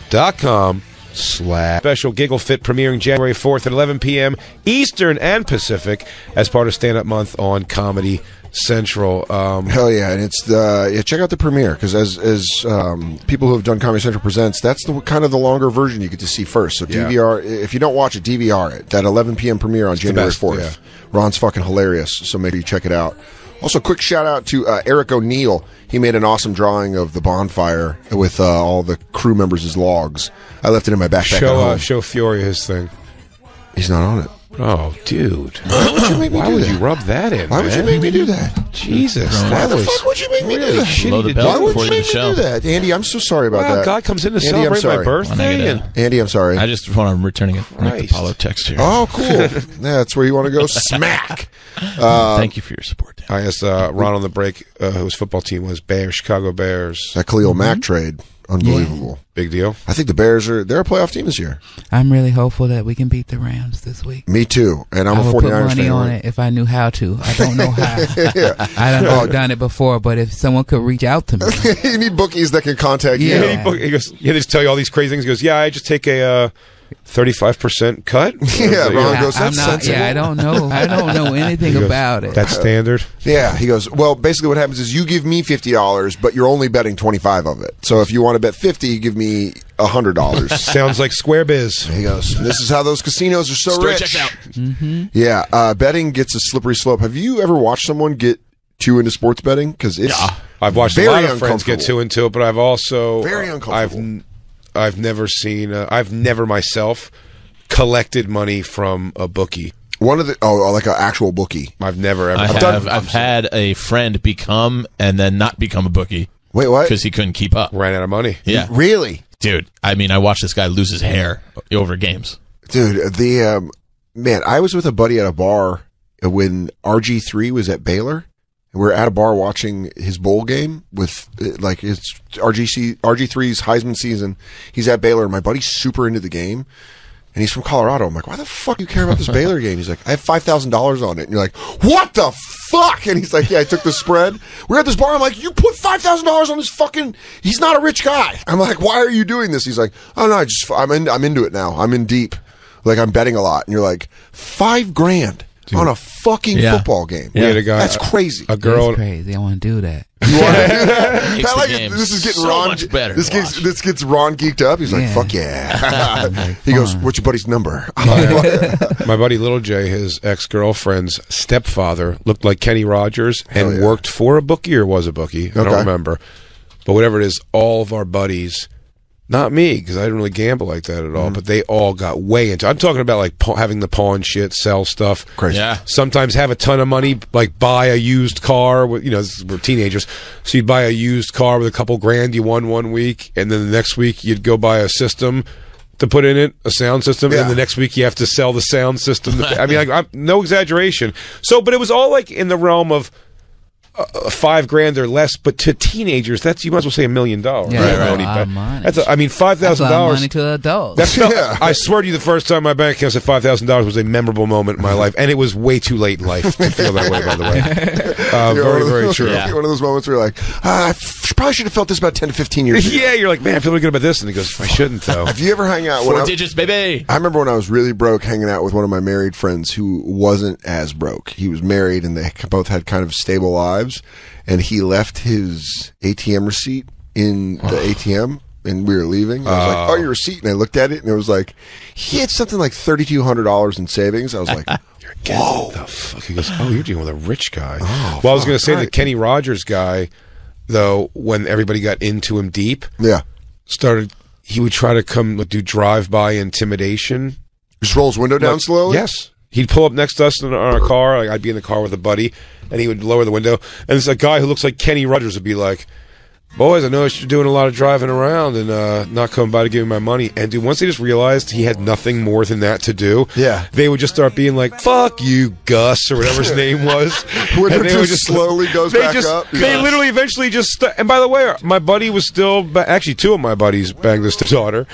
Speaker 1: thezebra.com slash. Special Giggle Fit premiering January 4th at 11 p.m. Eastern and Pacific as part of Stand Up Month on Comedy Central. Um,
Speaker 2: Hell yeah! And it's the yeah. Check out the premiere because as as um, people who have done Comedy Central presents, that's the kind of the longer version you get to see first. So
Speaker 1: Yeah.
Speaker 2: DVR if you don't watch it, DVR it. That 11 p.m. premiere on January
Speaker 1: best,
Speaker 2: 4th.
Speaker 1: yeah.
Speaker 2: Ron's fucking hilarious, so make sure you check it out. Also, quick shout out to uh, Eric O'Neill. He made an awesome drawing of the bonfire with uh, all the crew members' logs. I left it in my backpack.
Speaker 1: show,
Speaker 2: at home.
Speaker 1: uh, show Fury his thing.
Speaker 2: He's not on it.
Speaker 1: Oh, dude.
Speaker 2: Why would you make
Speaker 1: <gasps>
Speaker 2: me
Speaker 1: Why
Speaker 2: do
Speaker 1: would
Speaker 2: that?
Speaker 1: you rub that in?
Speaker 2: Why would you
Speaker 1: man?
Speaker 2: make me do that?
Speaker 1: Jesus,
Speaker 2: Why
Speaker 1: that
Speaker 2: the
Speaker 1: was
Speaker 2: fuck would you make me do
Speaker 1: really
Speaker 2: that?
Speaker 1: shitty
Speaker 4: Blow the
Speaker 1: to
Speaker 4: bell
Speaker 2: Why
Speaker 1: do.
Speaker 4: before
Speaker 2: would you
Speaker 4: you
Speaker 2: make me
Speaker 4: do the
Speaker 2: do
Speaker 4: show.
Speaker 2: that, Andy? I'm so sorry about
Speaker 1: Wow,
Speaker 2: that.
Speaker 1: God comes in to
Speaker 2: Andy, I'm
Speaker 1: celebrate
Speaker 2: sorry.
Speaker 1: my
Speaker 4: Well,
Speaker 1: birthday,
Speaker 4: now I
Speaker 1: and
Speaker 4: gotta-
Speaker 2: Andy, I'm sorry.
Speaker 4: I just want I'm returning it. Nick
Speaker 1: Christ.
Speaker 4: Apollo text here.
Speaker 2: oh, <laughs> cool. That's where you want to go. Smack. Oh.
Speaker 4: Thank you for your support. Dan.
Speaker 1: I asked uh, Ron on the break uh, whose football team was Bears, Chicago Bears.
Speaker 2: <laughs> That Khalil Mack trade, unbelievable.
Speaker 1: Big deal.
Speaker 2: I think the Bears are they're a playoff team this year.
Speaker 1: Uh-huh.
Speaker 8: I'm really hopeful that we can beat the Rams this week.
Speaker 2: Me too. And I'm
Speaker 8: I
Speaker 2: a
Speaker 8: would put
Speaker 2: 49ers
Speaker 8: money
Speaker 2: fan.
Speaker 8: on
Speaker 2: right?
Speaker 8: it if I knew how to. I don't know how.
Speaker 1: <laughs>
Speaker 8: <laughs> I don't know. I've done it before, but if someone could reach out
Speaker 1: <laughs>
Speaker 8: to me,
Speaker 2: <laughs> you need bookies that can contact
Speaker 8: Yeah.
Speaker 1: And
Speaker 2: you.
Speaker 1: he, book- he goes, yeah, they just tell you all these crazy things. He goes, yeah, I just take a uh, thirty-five percent cut.
Speaker 2: <laughs> Yeah,
Speaker 1: Or,
Speaker 2: Ron
Speaker 1: you know,
Speaker 8: I,
Speaker 2: goes,
Speaker 8: I'm
Speaker 2: "That's
Speaker 8: not.
Speaker 2: sensible."
Speaker 8: Yeah, I don't know. I
Speaker 1: <laughs>
Speaker 8: don't know anything
Speaker 1: he goes,
Speaker 8: about it.
Speaker 1: That's standard.
Speaker 2: Yeah, he goes, "Well, basically what happens is you give me $50, but you're only betting 25 of it. So if you want to bet 50, you give me <laughs> $100."
Speaker 1: Sounds like square biz.
Speaker 2: He goes, "This is how those casinos are so
Speaker 4: Story
Speaker 2: rich."
Speaker 4: checks out.
Speaker 2: Yeah, uh, betting gets a slippery slope. Have you ever watched someone get too into sports betting? Because it's
Speaker 1: I've watched
Speaker 2: very
Speaker 1: a lot of friends get
Speaker 2: uncomfortable.
Speaker 1: too into it, but I've also
Speaker 2: Very
Speaker 1: uh,
Speaker 2: uncomfortable.
Speaker 1: I've n- I've never seen. Uh, I've never myself collected money from a bookie.
Speaker 2: One of the oh, like an actual bookie.
Speaker 1: I've never ever.
Speaker 4: I have.
Speaker 2: done-
Speaker 4: I've had a friend become and then not become a bookie
Speaker 2: Wait, what?
Speaker 4: because he couldn't keep up.
Speaker 1: ran out of money.
Speaker 4: Yeah,
Speaker 2: Really,
Speaker 4: dude. I mean, I watched this guy lose his hair over games.
Speaker 2: dude? The um, man, I was with a buddy at a bar when RG three was at Baylor. We were at a bar watching his bowl game with uh, like it's RGC RG3's Heisman season. He's at Baylor, and my buddy's super into the game. And he's from Colorado. I'm like, why the fuck do you care about this Baylor game? He's like, I have five thousand dollars on it. And you're like, what the fuck? And he's like, yeah, I took the spread. We're at this bar. I'm like, you put five thousand dollars on this fucking. He's not a rich guy. I'm like, why are you doing this? He's like, oh no, I just I'm in, I'm into it now. I'm in deep. Like I'm betting a lot, and you're like five grand on a fucking
Speaker 4: Yeah.
Speaker 2: football game.
Speaker 1: We had a guy.
Speaker 2: That's crazy.
Speaker 1: a
Speaker 8: That's
Speaker 1: girl.
Speaker 8: crazy. I want to do that.
Speaker 4: Makes
Speaker 2: I
Speaker 4: the
Speaker 2: like it.
Speaker 4: game
Speaker 2: This is getting
Speaker 4: so
Speaker 2: Ron.
Speaker 4: much better.
Speaker 2: This
Speaker 4: to
Speaker 2: gets
Speaker 4: watch.
Speaker 2: this gets Ron geeked up. He's like,
Speaker 8: Yeah.
Speaker 1: <laughs>
Speaker 2: "Fuck yeah!" <laughs> he goes, "What's your buddy's <laughs> number?"
Speaker 1: My buddy Little J, his ex girlfriend's stepfather, looked like Kenny Rogers and worked for a bookie or was a bookie. I
Speaker 2: Okay.
Speaker 1: don't remember. But whatever it is, all of our buddies, not me, because I didn't really gamble like that at all,
Speaker 2: Mm-hmm.
Speaker 1: but they all got way into I'm talking about like pa- having the pawn shit, sell stuff.
Speaker 2: Crazy.
Speaker 4: Yeah.
Speaker 1: Sometimes have a ton of money, like buy a used car. with- You know, this is- we're teenagers. So you'd buy a used car with a couple grand you won one week, and then the next week you'd go buy a system to put in it, a sound system, and
Speaker 2: Yeah.
Speaker 1: then the next next week you have to sell the sound system. to- I mean, like, I'm, no exaggeration. So, but it was all like in the realm of uh, five grand or less. But to teenagers, that's you might as well say a million dollars.
Speaker 8: Yeah,
Speaker 1: right,
Speaker 8: that's a
Speaker 1: Ronnie?
Speaker 8: lot of
Speaker 1: But
Speaker 8: money.
Speaker 1: That's a, I mean, five
Speaker 8: That's a
Speaker 1: thousand
Speaker 8: lot of
Speaker 1: dollars.
Speaker 8: money to adults.
Speaker 1: That felt,
Speaker 2: Yeah.
Speaker 1: I swear to you, the first time my bank account said five thousand dollars was a memorable moment in my life, and it was way too late in life to feel that way. By the <laughs> way, <laughs> uh,
Speaker 2: You're one
Speaker 1: very
Speaker 2: of
Speaker 1: very
Speaker 2: <laughs> those-
Speaker 1: true.
Speaker 2: you're One of those moments where you're like, ah, I f- probably should have felt this about 10 to 15 years ago.
Speaker 1: <laughs> <laughs> Yeah, you're like, man, I feel really good about this, and he goes, I shouldn't <laughs> though.
Speaker 2: If you ever hang out, when
Speaker 4: Four
Speaker 2: I,
Speaker 4: digits, baby.
Speaker 2: I remember when I was really broke hanging out with one of my married friends who wasn't as broke. He was married and they both had kind of stable lives. And he left his ATM receipt in the ATM and we were leaving. I was like, oh, your receipt. And I looked at it and it was like, he had something like $3,200 in savings. I was <laughs> like,
Speaker 1: Whoa. Oh, The fuck? He goes, oh, you're dealing with a rich guy. well, I was going to say the Kenny Rogers guy, though, when everybody got into him deep,
Speaker 2: yeah.
Speaker 1: started, he would try to come do drive by intimidation.
Speaker 2: Just rolls window down
Speaker 1: Like,
Speaker 2: slowly.
Speaker 1: Yes. He'd pull up next to us in our car. Like I'd be in the car with a buddy, and he would lower the window. And it's a guy who looks like Kenny Rogers would be like, Boys, I noticed you're doing a lot of driving around and uh, not coming by to give me my money. And dude, once they just realized he had nothing more than that to do,
Speaker 2: Yeah.
Speaker 1: they would just start being like, "Fuck you, Gus," or whatever
Speaker 2: <laughs>
Speaker 1: his name was.
Speaker 2: When
Speaker 1: And
Speaker 2: it just slowly goes
Speaker 1: they
Speaker 2: back
Speaker 1: just,
Speaker 2: up.
Speaker 1: They literally eventually just. St- and by the way, my buddy was still ba- actually two of my buddies banged this <laughs> daughter,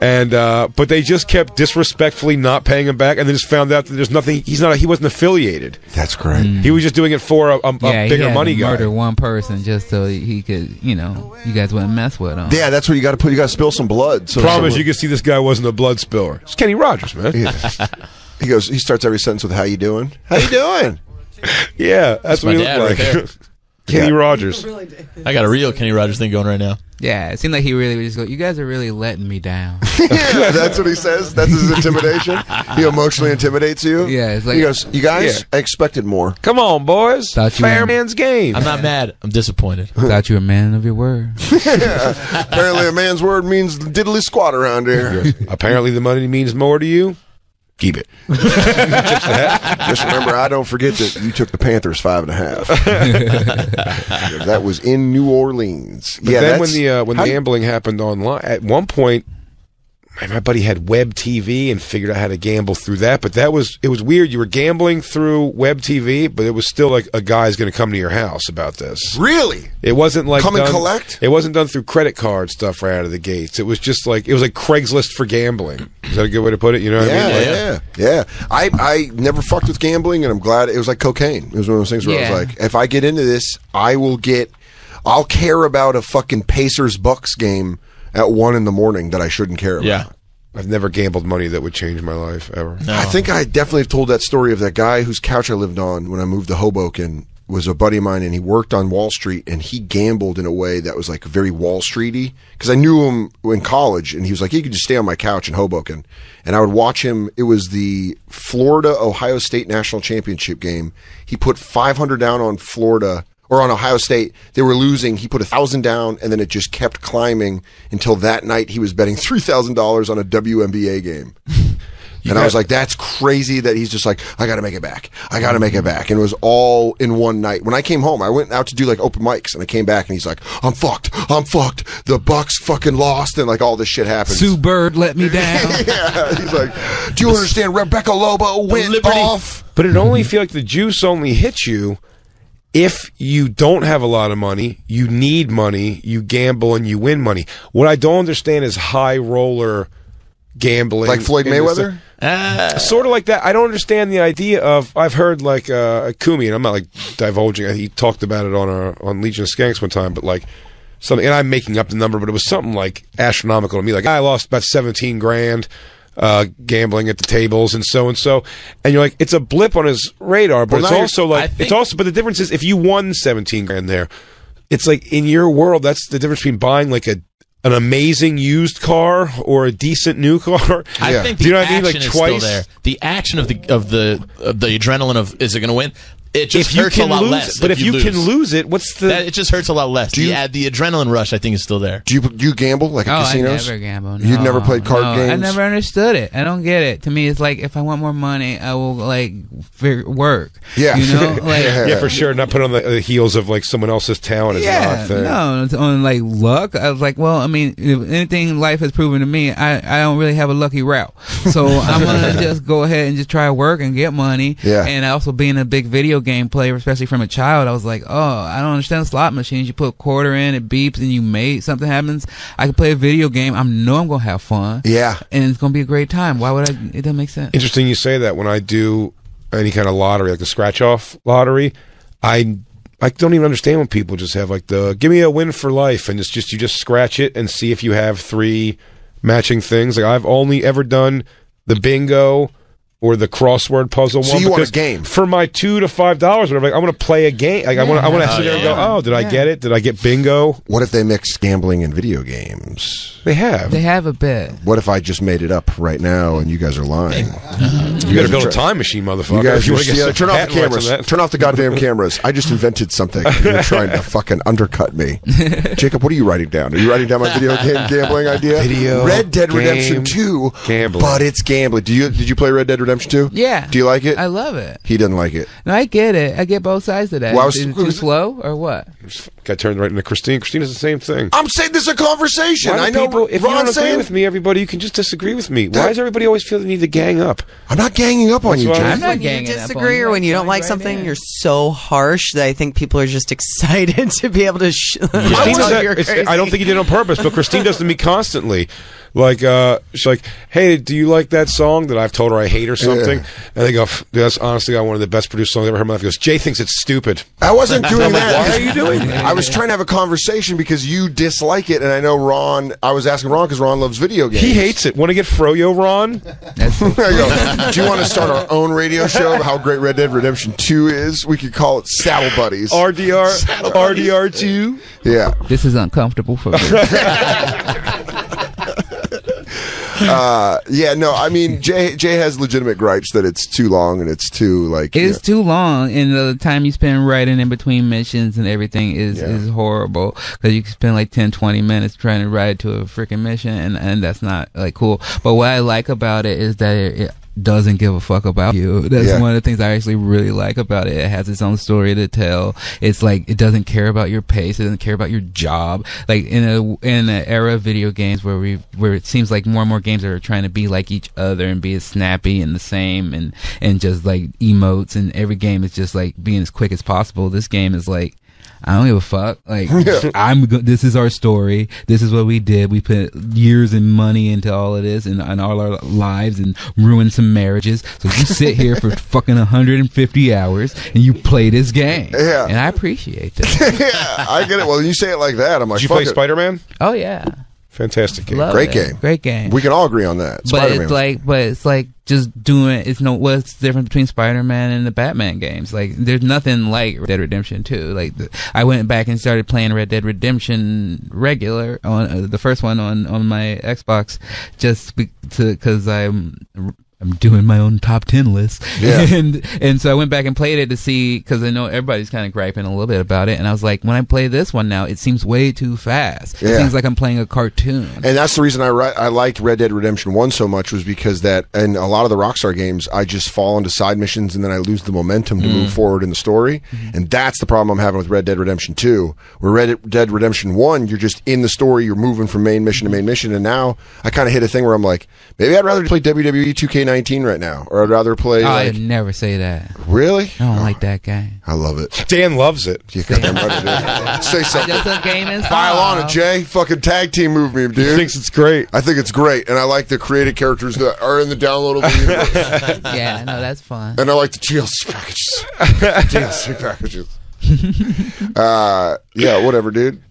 Speaker 1: and uh, but they just kept disrespectfully not paying him back, and then just found out that there's nothing. He's not. He wasn't affiliated.
Speaker 2: That's great.
Speaker 1: He was just doing it for a, a, a
Speaker 8: yeah, he
Speaker 1: bigger
Speaker 8: had
Speaker 1: money
Speaker 8: to
Speaker 1: guy.
Speaker 8: Murder one person just so he could, you know, you guys wouldn't mess with him.
Speaker 2: Yeah, that's where you got to put. You got to spill some blood. So
Speaker 1: Problem is, you can see this guy wasn't a blood spiller. It's Kenny Rogers, man. Yeah,
Speaker 2: He goes. He starts every sentence with "How you doing? How you doing?"
Speaker 1: that's
Speaker 4: my
Speaker 1: what he
Speaker 4: dad
Speaker 1: looked
Speaker 4: right
Speaker 1: like. <laughs> Kenny Rogers.
Speaker 4: I got a real Kenny Rogers thing going right now.
Speaker 8: Yeah, it seemed like he really would just go. You guys are really letting
Speaker 2: <laughs>
Speaker 8: me down.
Speaker 2: yeah, that's what he says. That's his intimidation. He emotionally intimidates you.
Speaker 8: Yeah, it's like-
Speaker 2: he goes. You guys,
Speaker 1: Yeah.
Speaker 2: I expected more.
Speaker 1: Come on, boys.
Speaker 8: Thought you
Speaker 1: Fair
Speaker 8: were-
Speaker 1: man's game.
Speaker 2: <laughs>
Speaker 4: I'm not mad. I'm disappointed.
Speaker 8: Thought you were a man of your word.
Speaker 2: Apparently, a man's word means diddly squat around here.
Speaker 1: Apparently, the money means more to you. Keep it.
Speaker 2: Just remember, I don't forget that you took the Panthers five and a
Speaker 8: <laughs>
Speaker 2: half. that was in New Orleans.
Speaker 1: But
Speaker 2: yeah,
Speaker 1: then
Speaker 2: that's-
Speaker 1: when the uh, when
Speaker 2: how do you-
Speaker 1: gambling happened online, at one point, my- my buddy had web TV and figured out how to gamble through that. But that was it was weird. You were gambling through web TV, but it was still like a guy's going to come to your house about this.
Speaker 2: really.
Speaker 1: It wasn't like
Speaker 2: Come and
Speaker 1: done-
Speaker 2: collect?
Speaker 1: It wasn't done through credit card stuff right out of the gates. It was just like it was like Craigslist for gambling. Is that a good way to put it? You know what I
Speaker 2: Yeah,
Speaker 1: mean? Like,
Speaker 2: yeah, yeah. I, I never fucked with gambling, and I'm glad it was like cocaine. It was one of those things where I
Speaker 8: Yeah.
Speaker 2: was like, if I get into this, I will get, I'll care about a fucking Pacers Bucks game at one in the morning that I shouldn't care about.
Speaker 4: Yeah.
Speaker 1: I've never gambled money that would change my life ever.
Speaker 2: I think I definitely have told that story of that guy whose couch I lived on when I moved to Hoboken was a buddy of mine and he worked on Wall Street and he gambled in a way that was like very Wall Streety because I knew him in college and he was like he could just stay on my couch in Hoboken and I would watch him it was the Florida Ohio State National Championship game he put 500 down on Florida or on Ohio State they were losing he put a 1000 down and then it just kept climbing until that night he was betting $3000 on a WNBA game and I was like, that's crazy that he's just like, I got to make it back. I got to make it back. And it was all in one night. When I came home, I went out to do like open mics and I came back and he's like, I'm fucked. I'm fucked. The Bucks fucking lost. And like all this shit happened.
Speaker 8: Sue Bird let me down.
Speaker 2: <laughs> yeah. He's like, do you understand? Rebecca Lobo went off.
Speaker 1: But it only
Speaker 2: Mm-hmm.
Speaker 1: feel like the juice only hits you if you don't have a lot of money, you need money, you gamble and you win money. What I don't understand is high roller gambling.
Speaker 2: Like Floyd
Speaker 1: in this-
Speaker 2: Mayweather?
Speaker 4: Uh,
Speaker 1: sort of like that. I don't understand the idea of. I've heard like uh, Kumi, and I'm not like divulging. He talked about it on our on Legion of Skanks one time, but like something. And I'm making up the number, but it was something like astronomical to me. Like I lost about 17 grand. uh, gambling at the tables and so and so. And you're like, it's a blip on his radar, but
Speaker 4: Well,
Speaker 1: it's
Speaker 4: now
Speaker 1: also
Speaker 4: you're- I
Speaker 1: like, it's
Speaker 4: think-
Speaker 1: also, but the difference is if you won 17 grand there, it's like in your world, that's the difference between buying like a, an amazing used car or a decent new <laughs> car.
Speaker 4: I
Speaker 1: Yeah.
Speaker 4: think the
Speaker 1: Do you know what I mean?
Speaker 4: action
Speaker 1: Like
Speaker 4: is
Speaker 1: twice.
Speaker 4: still there. The action of the of the of the adrenaline of is it going to win? It just
Speaker 1: if you
Speaker 4: hurts
Speaker 1: can
Speaker 4: a lot
Speaker 1: lose,
Speaker 4: less.
Speaker 1: but if you, can lose it, what's the?
Speaker 4: that, it just hurts a lot less.
Speaker 2: you-
Speaker 4: yeah, the adrenaline rush I think is still there.
Speaker 2: Do you do you gamble like at
Speaker 8: Oh,
Speaker 2: casinos?
Speaker 8: I never gamble.
Speaker 2: You've never
Speaker 8: no,
Speaker 2: played card
Speaker 8: no, I
Speaker 2: games?
Speaker 8: never understood it. I don't get it. To me, it's like if I want more money, I will like fig- work.
Speaker 2: Yeah. <laughs>
Speaker 8: you know, like
Speaker 2: Yeah.
Speaker 1: yeah, for sure. Not put on the, the heels of like someone else's town is
Speaker 8: yeah,
Speaker 1: not there.
Speaker 8: no, it's on like luck. I was like, well, I mean, if anything life has proven to me, I, I don't really have a lucky route.
Speaker 2: <laughs>
Speaker 8: So I'm gonna just go ahead and just try to work and get money.
Speaker 2: Yeah.
Speaker 8: And also being a big video game player, especially from a child, I was like, oh, I don't understand slot machines. You put a quarter in, it beeps, and you mate something happens. I can play a video game. I know I'm gonna have fun.
Speaker 2: Yeah.
Speaker 8: And it's gonna be a great time. Why would I? It doesn't make sense.
Speaker 1: Interesting you say that. When I do any kind of lottery, like the scratch off lottery, I I don't even understand when people just have like the give me a win for life and it's just you just scratch it and see if you have three matching things. Like I've only ever done the bingo or the crossword puzzle
Speaker 2: So
Speaker 1: one.
Speaker 2: you want a
Speaker 1: because
Speaker 2: game.
Speaker 1: for my two to five dollars, whatever. Like, I want to play a game. Like I want I want to sit there and go, oh, did I get it? Did I get bingo?
Speaker 2: What if they mix gambling and video games?
Speaker 1: They have.
Speaker 8: They have a bet.
Speaker 2: What if I just made it up right now and you guys are lying?
Speaker 1: you got to build a time machine, motherfucker.
Speaker 2: You guys,
Speaker 1: if <laughs> you
Speaker 2: are-
Speaker 1: wanna get
Speaker 2: yeah,
Speaker 1: some
Speaker 2: turn off the
Speaker 1: patent rights on
Speaker 2: cameras.
Speaker 1: that.
Speaker 2: Turn off the goddamn cameras. I just
Speaker 1: <laughs>
Speaker 2: invented something. and You're trying to fucking undercut me, Jacob. What are you writing down? Are you writing down my video game gambling idea?
Speaker 1: Video
Speaker 2: Red Dead
Speaker 1: game
Speaker 2: Redemption Two
Speaker 1: gambling.
Speaker 2: but it's gambling. Do you did you play Red Dead Redemption Two?
Speaker 8: Yeah.
Speaker 2: Do you like it?
Speaker 8: I love it.
Speaker 2: he doesn't like it.
Speaker 8: No, I get it. I get both sides of that.
Speaker 2: Well, I was-
Speaker 8: Is it too slow or what?
Speaker 1: Got turned right into Christine. Christina's the same thing.
Speaker 2: I'm saying this is a conversation.
Speaker 1: Why
Speaker 2: I
Speaker 1: do
Speaker 2: know.
Speaker 1: people, if
Speaker 2: Ron
Speaker 1: you don't
Speaker 2: saying,
Speaker 1: agree with me, everybody, you can just disagree with me. Why
Speaker 2: That-
Speaker 1: does everybody always feel the need to gang
Speaker 5: <laughs>
Speaker 1: up?
Speaker 2: I'm not ganging up on
Speaker 1: That's
Speaker 2: you,
Speaker 1: why I'm-
Speaker 2: Jacob.
Speaker 8: I'm not
Speaker 5: when you
Speaker 8: ganging up on
Speaker 5: disagree
Speaker 8: you.
Speaker 5: or when you don't
Speaker 8: Join
Speaker 5: like
Speaker 8: right
Speaker 5: something,
Speaker 8: in.
Speaker 5: you're so harsh that I think people are just <laughs> excited to be able
Speaker 1: <laughs>
Speaker 5: to. Sh- <laughs>
Speaker 1: Christine
Speaker 5: tell
Speaker 1: does that-
Speaker 5: you're
Speaker 1: it's-
Speaker 5: crazy.
Speaker 1: I don't think he did it on purpose, but Christine does to me constantly. Like, uh, she's like, hey, do you like that song that I've told her I hate or something? And they go, "Pff, dude, that's honestly got one of the best produced songs I've ever heard in my life. He goes, Jay thinks it's stupid.
Speaker 2: I wasn't doing that.
Speaker 1: why are you doing that?
Speaker 2: I was trying to have a conversation because you dislike it, and I know Ron. I was asking Ron because Ron loves video games.
Speaker 1: He hates it. Want to get Froyo <laughs> Ron?
Speaker 2: I go, Do you want to start our own radio show? of How great Red Dead Redemption Two is? We could call it Saddle Buddies.
Speaker 1: RDR, RDR2?
Speaker 2: yeah.
Speaker 8: This is uncomfortable for me.
Speaker 2: Uh, yeah, no, I mean Jay Jay has legitimate gripes that it's too long and it's too like you
Speaker 8: It's too long, and the time you spend writing in between missions and everything is,
Speaker 2: Yeah.
Speaker 8: is horrible because you can spend like 10, 20 minutes trying to ride to a freaking mission, and, and that's not like cool. But what I like about it is that it, it doesn't give a fuck about you. That's
Speaker 2: Yeah.
Speaker 8: one of the things I actually really like about it. It has its own story to tell. It's like it doesn't care about your pace. It doesn't care about your job. Like in a in an era of video games where we where it seems like more and more games are trying to be like each other and be as snappy and the same and and just like emotes and every game is just like being as quick as possible. This game is like. I don't give a fuck.
Speaker 2: <laughs>
Speaker 8: Like I'm. Go- this is our story. This is what we did. We put years and money into all of this and, and all our lives and ruined some marriages. So you sit here
Speaker 2: <laughs>
Speaker 8: for fucking 150 hours and you play this game.
Speaker 2: Yeah.
Speaker 8: And I appreciate that.
Speaker 2: know. yeah, I get it. Well, you say it like that, I'm like,
Speaker 1: Did you
Speaker 2: fuck
Speaker 1: play
Speaker 2: it.
Speaker 1: Spider Man?
Speaker 8: oh yeah,
Speaker 1: Fantastic game.
Speaker 8: Love
Speaker 2: Great
Speaker 8: it.
Speaker 2: game.
Speaker 8: Great game.
Speaker 2: We can all agree on that.
Speaker 8: but
Speaker 2: Spider-Man.
Speaker 8: it's like, but it's like just doing. It's no. What's the difference between Spider-Man and the Batman games? Like, there's nothing like Red Dead Redemption 2. Like, the, I went back and started playing Red Dead Redemption regular on uh, the first one on on my Xbox, just be, to because I'm. I'm doing my own top ten list,
Speaker 2: Yeah.
Speaker 8: <laughs> and and so I went back and played it to see because I know everybody's kind of griping a little bit about it, and I was like, when I play this one now, it seems way too fast. It
Speaker 2: Yeah.
Speaker 8: seems like I'm playing a cartoon.
Speaker 2: And that's the reason I ri- I liked Red Dead Redemption One so much was because that and a lot of the Rockstar games I just fall into side missions and then I lose the momentum to
Speaker 8: Mm.
Speaker 2: move forward in the story
Speaker 8: Mm-hmm.
Speaker 2: and that's the problem I'm having with Red Dead Redemption Two where Red Dead Redemption One you're just in the story you're moving from main mission to main mission and now I kind of hit a thing where I'm like maybe I'd rather play E WWE 2K19 right now or I'd rather play
Speaker 8: I
Speaker 2: like
Speaker 8: would never say that.
Speaker 2: really Oh,
Speaker 8: I don't like that game.
Speaker 2: I love it
Speaker 1: Dan loves it.
Speaker 2: you goddamn right I
Speaker 8: <laughs>
Speaker 2: do. say something
Speaker 8: Just a game and
Speaker 2: file on it Jay fucking tag team move me dude
Speaker 1: He thinks it's great. <laughs>
Speaker 2: I think it's great, and I like the creative characters that are in the downloadable
Speaker 8: <laughs>
Speaker 2: universe,
Speaker 8: Yeah, no, that's fun.
Speaker 2: and I like the DLC packages. DLC packages. uh, yeah, whatever, dude.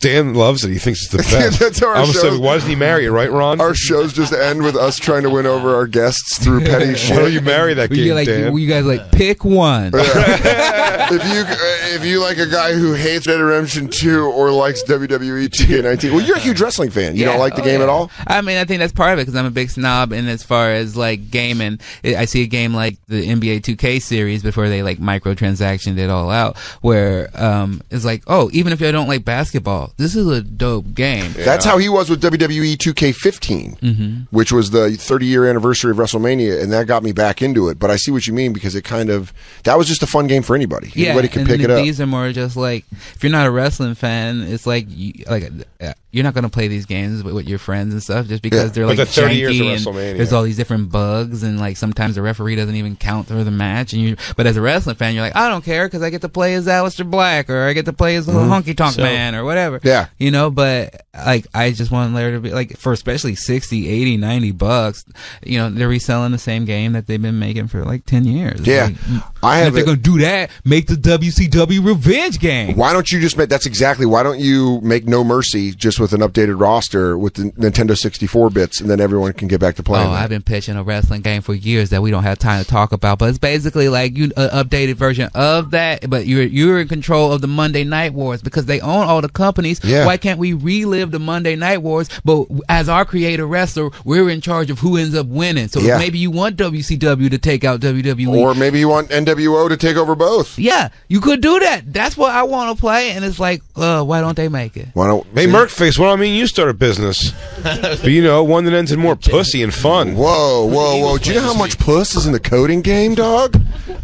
Speaker 1: Dan loves it. He thinks it's
Speaker 2: <laughs>
Speaker 1: the best.
Speaker 2: That's how our
Speaker 1: I'm
Speaker 2: shows-
Speaker 1: so, why doesn't he marry you, right, Ron?
Speaker 2: Our shows just end with us trying to win over our guests through petty
Speaker 1: why don't
Speaker 2: shit.
Speaker 1: you
Speaker 2: <laughs>
Speaker 1: marry that
Speaker 8: We
Speaker 1: kid,
Speaker 8: like
Speaker 1: Dan?
Speaker 8: you guys like pick one. <laughs>
Speaker 2: if you uh, if you like a guy who hates Red Dead Redemption 2 or likes E WWE 2K19, well, you're a huge wrestling fan. You don't
Speaker 8: Yeah.
Speaker 2: like the
Speaker 8: Oh,
Speaker 2: game
Speaker 8: yeah.
Speaker 2: at all.
Speaker 8: I mean, I think that's part of it because I'm a big snob. And as far as like gaming, I I see a game like the NBA 2K series before they like microtransactioned it all out, where um, it's like, oh, even if I don't like basketball, this is a dope game.
Speaker 2: That's how he was with E WWE 2K15,
Speaker 8: Mm-hmm.
Speaker 2: which was the 30 year anniversary of WrestleMania, and that got me back into it. But I see what you mean because it kind of that was just a fun game for anybody. anybody could
Speaker 8: and
Speaker 2: pick
Speaker 8: then
Speaker 2: it up.
Speaker 8: These are more just like if you're not a wrestling fan, it's like you, like uh, you're not going to play these games with, with your friends and stuff just because
Speaker 2: Yeah.
Speaker 8: they're
Speaker 1: But
Speaker 8: like
Speaker 1: the 30 years of
Speaker 8: janky and
Speaker 1: WrestleMania.
Speaker 8: there's all these different bugs and like sometimes the referee doesn't even count for the match and you. But as a wrestling fan, you're like, I don't care because I get to play as Aleister Black or I get to play as little Honky Tonk
Speaker 4: So-
Speaker 8: Man or whatever.
Speaker 2: Mm-hmm. Yeah.
Speaker 8: you know. But like I just want there to be like for especially 60, 80, 90 bucks. You know, they're reselling the same game that they've been making for like ten years. It's
Speaker 2: Yeah.
Speaker 8: like,
Speaker 2: I
Speaker 8: and
Speaker 2: have
Speaker 8: if they're
Speaker 2: a-
Speaker 8: gonna do that, make the WCW revenge game.
Speaker 2: Why don't you just make? That's exactly. Why don't you make No Mercy just with an updated roster with the Nintendo 64 bits, and then everyone can get back to
Speaker 8: Oh,
Speaker 2: playing. that.
Speaker 8: I've been pitching a wrestling game for years that we don't have time to talk about, but it's basically like you an updated version of that. But you're you're in control of the Monday Night Wars because they own all the companies.
Speaker 2: Yeah.
Speaker 8: Why can't we relive the Monday Night Wars? But as our creator wrestler, we're in charge of who ends up winning. So
Speaker 2: Yeah.
Speaker 8: maybe you want WCW to take out WWE,
Speaker 2: or maybe you want NWO to take over both.
Speaker 8: yeah, you could do that. That's what I want to play, and it's like, uh, why don't they make it?
Speaker 2: Why don't?
Speaker 1: Hey, Merkface, what do I mean you start a business? but you know, one that ends in more pussy and fun.
Speaker 2: Whoa, whoa, whoa! Do you know how much puss is in the coding game, dog?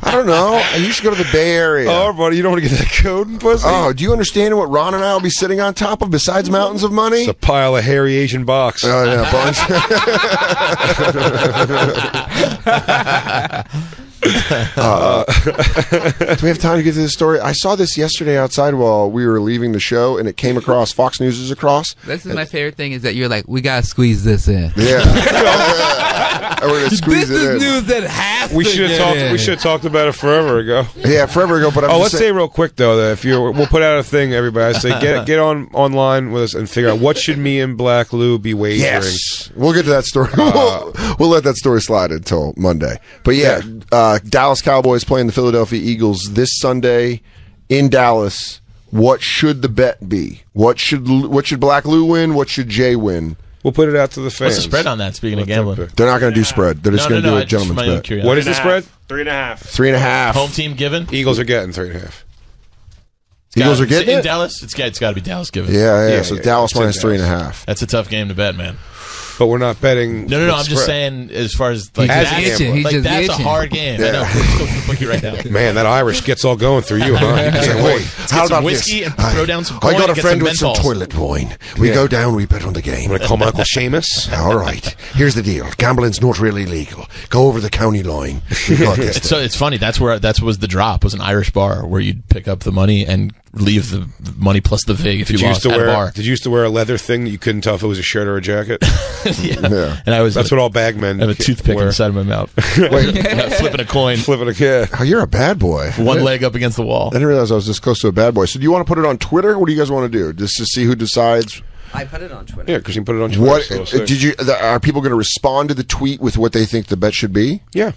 Speaker 2: I don't know. You should go to the Bay Area.
Speaker 1: Oh, buddy, you don't want to get that code and pussy?
Speaker 2: Oh, do you understand what Ron and I will be sitting on top of besides mountains of money?
Speaker 1: It's a pile of hairy Asian box.
Speaker 2: Oh yeah, bunch. Uh, do we have time to get to this story? I saw this yesterday outside while we were leaving the show, and it came across. Fox News is across.
Speaker 8: This is my favorite thing is that you're like, we gotta squeeze this in.
Speaker 2: Yeah, And we're gonna squeeze
Speaker 8: this
Speaker 2: it in.
Speaker 8: is news that has
Speaker 1: we
Speaker 8: to
Speaker 1: should have
Speaker 8: get
Speaker 1: talked.
Speaker 8: in.
Speaker 1: We should have talked about it forever ago.
Speaker 2: Yeah, forever ago. But I'm
Speaker 1: oh,
Speaker 2: just
Speaker 1: let's say
Speaker 2: saying,
Speaker 1: real quick though that if you're, we'll put out a thing, everybody. I say get get on online with us and figure out what should me and Black Lou be wagering.
Speaker 2: yes. We'll get to that story. <laughs> we'll, we'll let that story slide until Monday. But yeah, Uh, Dallas Cowboys playing the Philadelphia Eagles this Sunday in Dallas. What should the bet be? What should what should Black Lou win? What should Jay win?
Speaker 1: We'll put it out to the fans.
Speaker 4: What's the spread on that? Speaking of
Speaker 1: What's up
Speaker 4: gambling,
Speaker 1: there?
Speaker 2: They're not going to do spread. They're just
Speaker 4: no,
Speaker 2: going to
Speaker 4: no,
Speaker 2: do
Speaker 4: no.
Speaker 2: a
Speaker 4: Just for my own
Speaker 2: gentleman's bet.
Speaker 4: curiosity.
Speaker 1: What is the spread?
Speaker 9: Three and a half.
Speaker 2: Three and a half.
Speaker 4: Home team given.
Speaker 1: Eagles are getting three and a half.
Speaker 2: Eagles
Speaker 4: Gotta-
Speaker 2: are getting
Speaker 4: in
Speaker 2: it?
Speaker 4: Dallas. It's got it's got to be Dallas given.
Speaker 2: Yeah, yeah.
Speaker 1: Yeah,
Speaker 2: so
Speaker 1: yeah,
Speaker 2: Dallas
Speaker 1: it's in
Speaker 2: minus three and a
Speaker 1: Dallas.
Speaker 2: half.
Speaker 4: That's a tough game to bet, man.
Speaker 1: but we're not betting.
Speaker 4: No, no, no.
Speaker 1: the
Speaker 4: I'm just
Speaker 1: spread.
Speaker 4: saying, as far as like,
Speaker 1: As a
Speaker 4: that's,
Speaker 1: gambler.
Speaker 8: He's
Speaker 4: like,
Speaker 8: just
Speaker 4: that's
Speaker 8: itching.
Speaker 4: a hard game. I know. <laughs> It's so fucky right
Speaker 1: <laughs>
Speaker 4: now.
Speaker 1: Man, that Irish gets all going through you,
Speaker 4: <laughs>
Speaker 1: huh? You can't wait.
Speaker 4: Let's get some whiskey and throw down some
Speaker 2: I
Speaker 4: coin
Speaker 2: got a
Speaker 4: and get
Speaker 2: friend
Speaker 4: some
Speaker 2: with some
Speaker 4: menthols.
Speaker 2: toilet wine. We
Speaker 1: Yeah.
Speaker 2: go down, we bet on the game.
Speaker 1: I'm gonna call my uncle
Speaker 4: <laughs>
Speaker 1: Seamus.
Speaker 2: All right. Here's the deal. Gambling's not really legal. Go over the county line. We got this
Speaker 4: It's, <laughs> so it's funny. That's where that was the drop. Was an Irish bar where you'd pick up the money and leave the the money plus the vig if
Speaker 1: Did
Speaker 4: you
Speaker 1: you used
Speaker 4: lost
Speaker 1: to
Speaker 4: at a
Speaker 1: wear?
Speaker 4: bar.
Speaker 1: Did you used to wear a leather thing that you couldn't tell if it was a shirt or a jacket?
Speaker 4: <laughs> yeah. And I was
Speaker 1: That's what all bag men.
Speaker 4: <laughs> I have a toothpick
Speaker 1: wear.
Speaker 4: inside of
Speaker 1: <laughs>
Speaker 4: my mouth, <laughs> flipping a coin,
Speaker 1: flipping a kid.
Speaker 2: Oh, you're a bad boy. I
Speaker 4: one leg up against the wall.
Speaker 2: didn't realize I was this close to a bad boy. So do you want to put it on Twitter? What do you guys want to do? Just to see who decides
Speaker 5: I put it on Twitter.
Speaker 1: Yeah, because you can put it on Twitter.
Speaker 2: what uh,
Speaker 1: so it's there.
Speaker 2: did you the- are people going to respond to the tweet with what they think the bet should be?
Speaker 1: Yeah.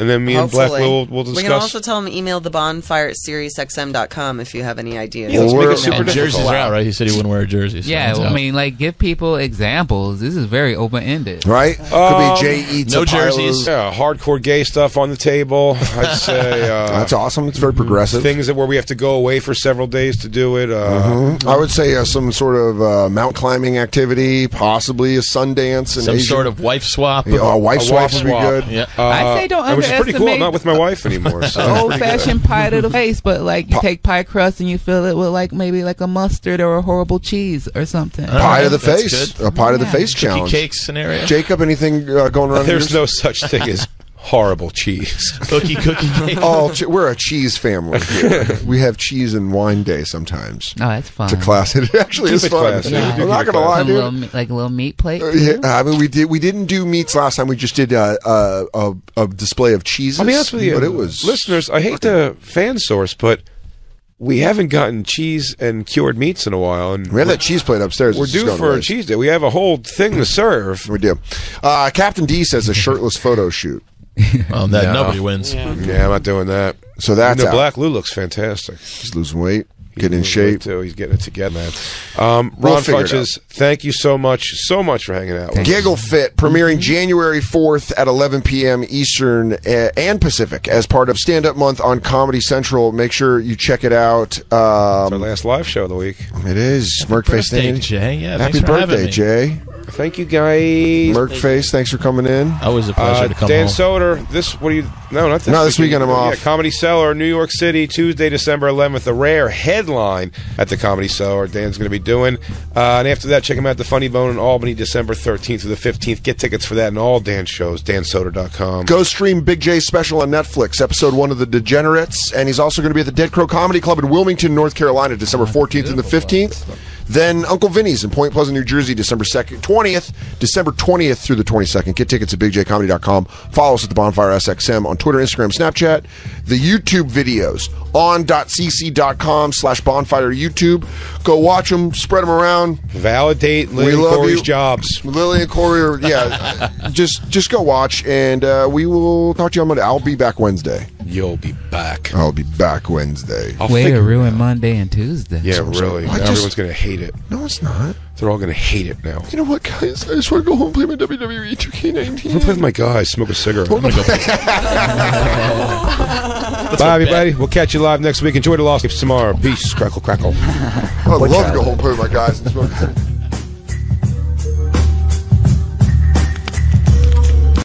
Speaker 1: And then me and Black
Speaker 5: Hopefully.
Speaker 1: Lou will, will
Speaker 5: We can
Speaker 1: discuss.
Speaker 5: also tell them email the bonfire at SiriusXM.com if you have any ideas.
Speaker 1: Yeah, let's
Speaker 2: Or-
Speaker 1: make it super
Speaker 4: And jerseys
Speaker 1: difficult.
Speaker 4: are out, right? He said he wouldn't wear a jersey. So
Speaker 8: Yeah,
Speaker 4: it's
Speaker 8: well,
Speaker 4: out.
Speaker 8: I mean, like, give people examples. This is very open ended.
Speaker 2: Right?
Speaker 1: Um,
Speaker 2: Could be Jay eats
Speaker 4: no
Speaker 2: a pile of-
Speaker 4: jerseys.
Speaker 1: Yeah, hardcore gay stuff on the table. I'd
Speaker 2: <laughs>
Speaker 1: say uh,
Speaker 2: That's Uh-huh. awesome. It's very progressive.
Speaker 1: things that where we have to go away for several days to do it. Uh,
Speaker 2: I would say uh, some sort of uh, mount climbing activity, possibly a Sundance, and
Speaker 4: Some sort of wife swap.
Speaker 2: yeah, a wife
Speaker 1: A
Speaker 2: swap
Speaker 1: wife
Speaker 2: would be
Speaker 1: swap.
Speaker 2: good.
Speaker 4: Yeah.
Speaker 1: uh,
Speaker 8: I'd say don't
Speaker 1: Which is pretty cool. I'm
Speaker 8: underestimate-
Speaker 1: not with my wife anymore. So that's
Speaker 8: Old
Speaker 1: pretty good.
Speaker 8: fashioned pie to the face, but like you take pie crust and you fill it with like maybe like a mustard or a horrible cheese or something.
Speaker 2: Pie to the
Speaker 4: That's
Speaker 2: face,
Speaker 4: good.
Speaker 2: a pie to the
Speaker 8: Yeah.
Speaker 2: face challenge.
Speaker 1: <laughs>
Speaker 4: Cake scenario.
Speaker 2: Jacob, anything uh, going
Speaker 1: <laughs>
Speaker 2: around?
Speaker 1: There's
Speaker 2: here?
Speaker 1: no such thing as horrible
Speaker 2: <laughs>
Speaker 1: cheese.
Speaker 4: Cookie, cookie,
Speaker 1: <laughs>
Speaker 4: cake.
Speaker 2: Oh, che- we're a cheese family. here. we have cheese and wine day sometimes.
Speaker 8: No, Oh, that's fun.
Speaker 2: It's a class. <laughs> It actually is
Speaker 1: it
Speaker 2: fun.
Speaker 1: classy. We do
Speaker 2: I'm
Speaker 1: keep
Speaker 2: not
Speaker 1: it
Speaker 2: gonna lie,
Speaker 8: Some
Speaker 2: dude.
Speaker 8: little, me- like a little meat plate.
Speaker 2: Uh,
Speaker 8: too.
Speaker 2: Yeah, I mean, we did. We didn't do meats last time. We just did uh, uh, a a display of cheeses.
Speaker 1: I'll be honest with you,
Speaker 2: but it was
Speaker 1: listeners. I hate to fan source, but we haven't gotten cheese and cured meats in a while, and
Speaker 2: We have that cheese plate upstairs.
Speaker 1: we're
Speaker 2: It's just
Speaker 1: due
Speaker 2: gone
Speaker 1: for a
Speaker 2: away.
Speaker 1: cheese day. We have a whole thing to serve.
Speaker 2: We do. Uh, Captain D says a shirtless photo shoot.
Speaker 4: Um, that nobody wins.
Speaker 1: Yeah, I'm not doing that.
Speaker 2: So Mm-hmm. that's
Speaker 1: And the
Speaker 2: out.
Speaker 1: Black Lou looks fantastic.
Speaker 2: He's losing weight, getting in
Speaker 1: He's really
Speaker 2: shape.
Speaker 1: good, too. He's getting it together. Um,
Speaker 2: We'll
Speaker 1: Ron
Speaker 2: figure it
Speaker 1: Funches, thank you so much, so much for hanging out. with us.
Speaker 2: Giggle Fit
Speaker 4: Mm-hmm.
Speaker 2: premiering January 4th at 11 p.m. Eastern uh, and Pacific as part of Stand Up Month on Comedy Central. Make sure you check it out.
Speaker 1: Our
Speaker 2: Um,
Speaker 1: last live show of the week.
Speaker 2: it is Merkface.
Speaker 4: birthday,
Speaker 2: thank you.
Speaker 4: Jay. Yeah,
Speaker 2: Happy
Speaker 4: thanks for having
Speaker 2: birthday,
Speaker 4: me.
Speaker 2: Jay.
Speaker 1: Thank you guys.
Speaker 2: Merkface, thanks for coming in.
Speaker 4: Always a pleasure
Speaker 1: Uh,
Speaker 4: to come
Speaker 1: Dan
Speaker 4: home.
Speaker 1: Soder, this what do you? No, not this.
Speaker 2: No, this weekend I'm
Speaker 1: Yeah,
Speaker 2: off.
Speaker 1: Comedy Cellar, New York City, Tuesday, December 11th. A rare headline at the Comedy Cellar. Dan's going to be doing, uh, and after that, check him out at the Funny Bone in Albany, December 13th through the 15th. Get tickets for that and all Dan shows. DanSoder.com.
Speaker 2: Um, Go stream Big J's special on Netflix, episode one of The Degenerates. And he's also going to be at the Dead Crow Comedy Club in Wilmington, North Carolina, December 14th and the 15th. Then Uncle Vinny's in Point Pleasant, New Jersey, December 2nd, 20th, December 20th through the 22nd. Get tickets at bigjcomedy.com. Follow us at the Bonfire SXM on Twitter, Instagram, Snapchat. The YouTube videos on.cc.com slash bonfire YouTube. Go watch them, spread them around.
Speaker 1: Validate Lily
Speaker 2: love
Speaker 1: Corey's
Speaker 2: you.
Speaker 1: jobs.
Speaker 2: Lily and Corey, are, <laughs> yeah, just just go watch, and uh, we will talk to you on Monday. I'll be back Wednesday.
Speaker 1: You'll be back.
Speaker 2: I'll be back Wednesday.
Speaker 1: I'll
Speaker 8: Way to
Speaker 1: figure-
Speaker 8: ruin Monday and Tuesday.
Speaker 1: Yeah, really. Now
Speaker 2: I just-
Speaker 1: everyone's going to hate it.
Speaker 2: No, it's not.
Speaker 1: They're all going to hate it now.
Speaker 2: You know what, guys? I just want to go home and play my E WWE 2K19.
Speaker 1: I'm gonna play with my guys, smoke a cigarette. Bye, everybody. We'll catch you live next week. Enjoy the lost tapes tomorrow. Peace. Crackle, crackle.
Speaker 2: <laughs> I'd love to go home and play with my guys. and smoke.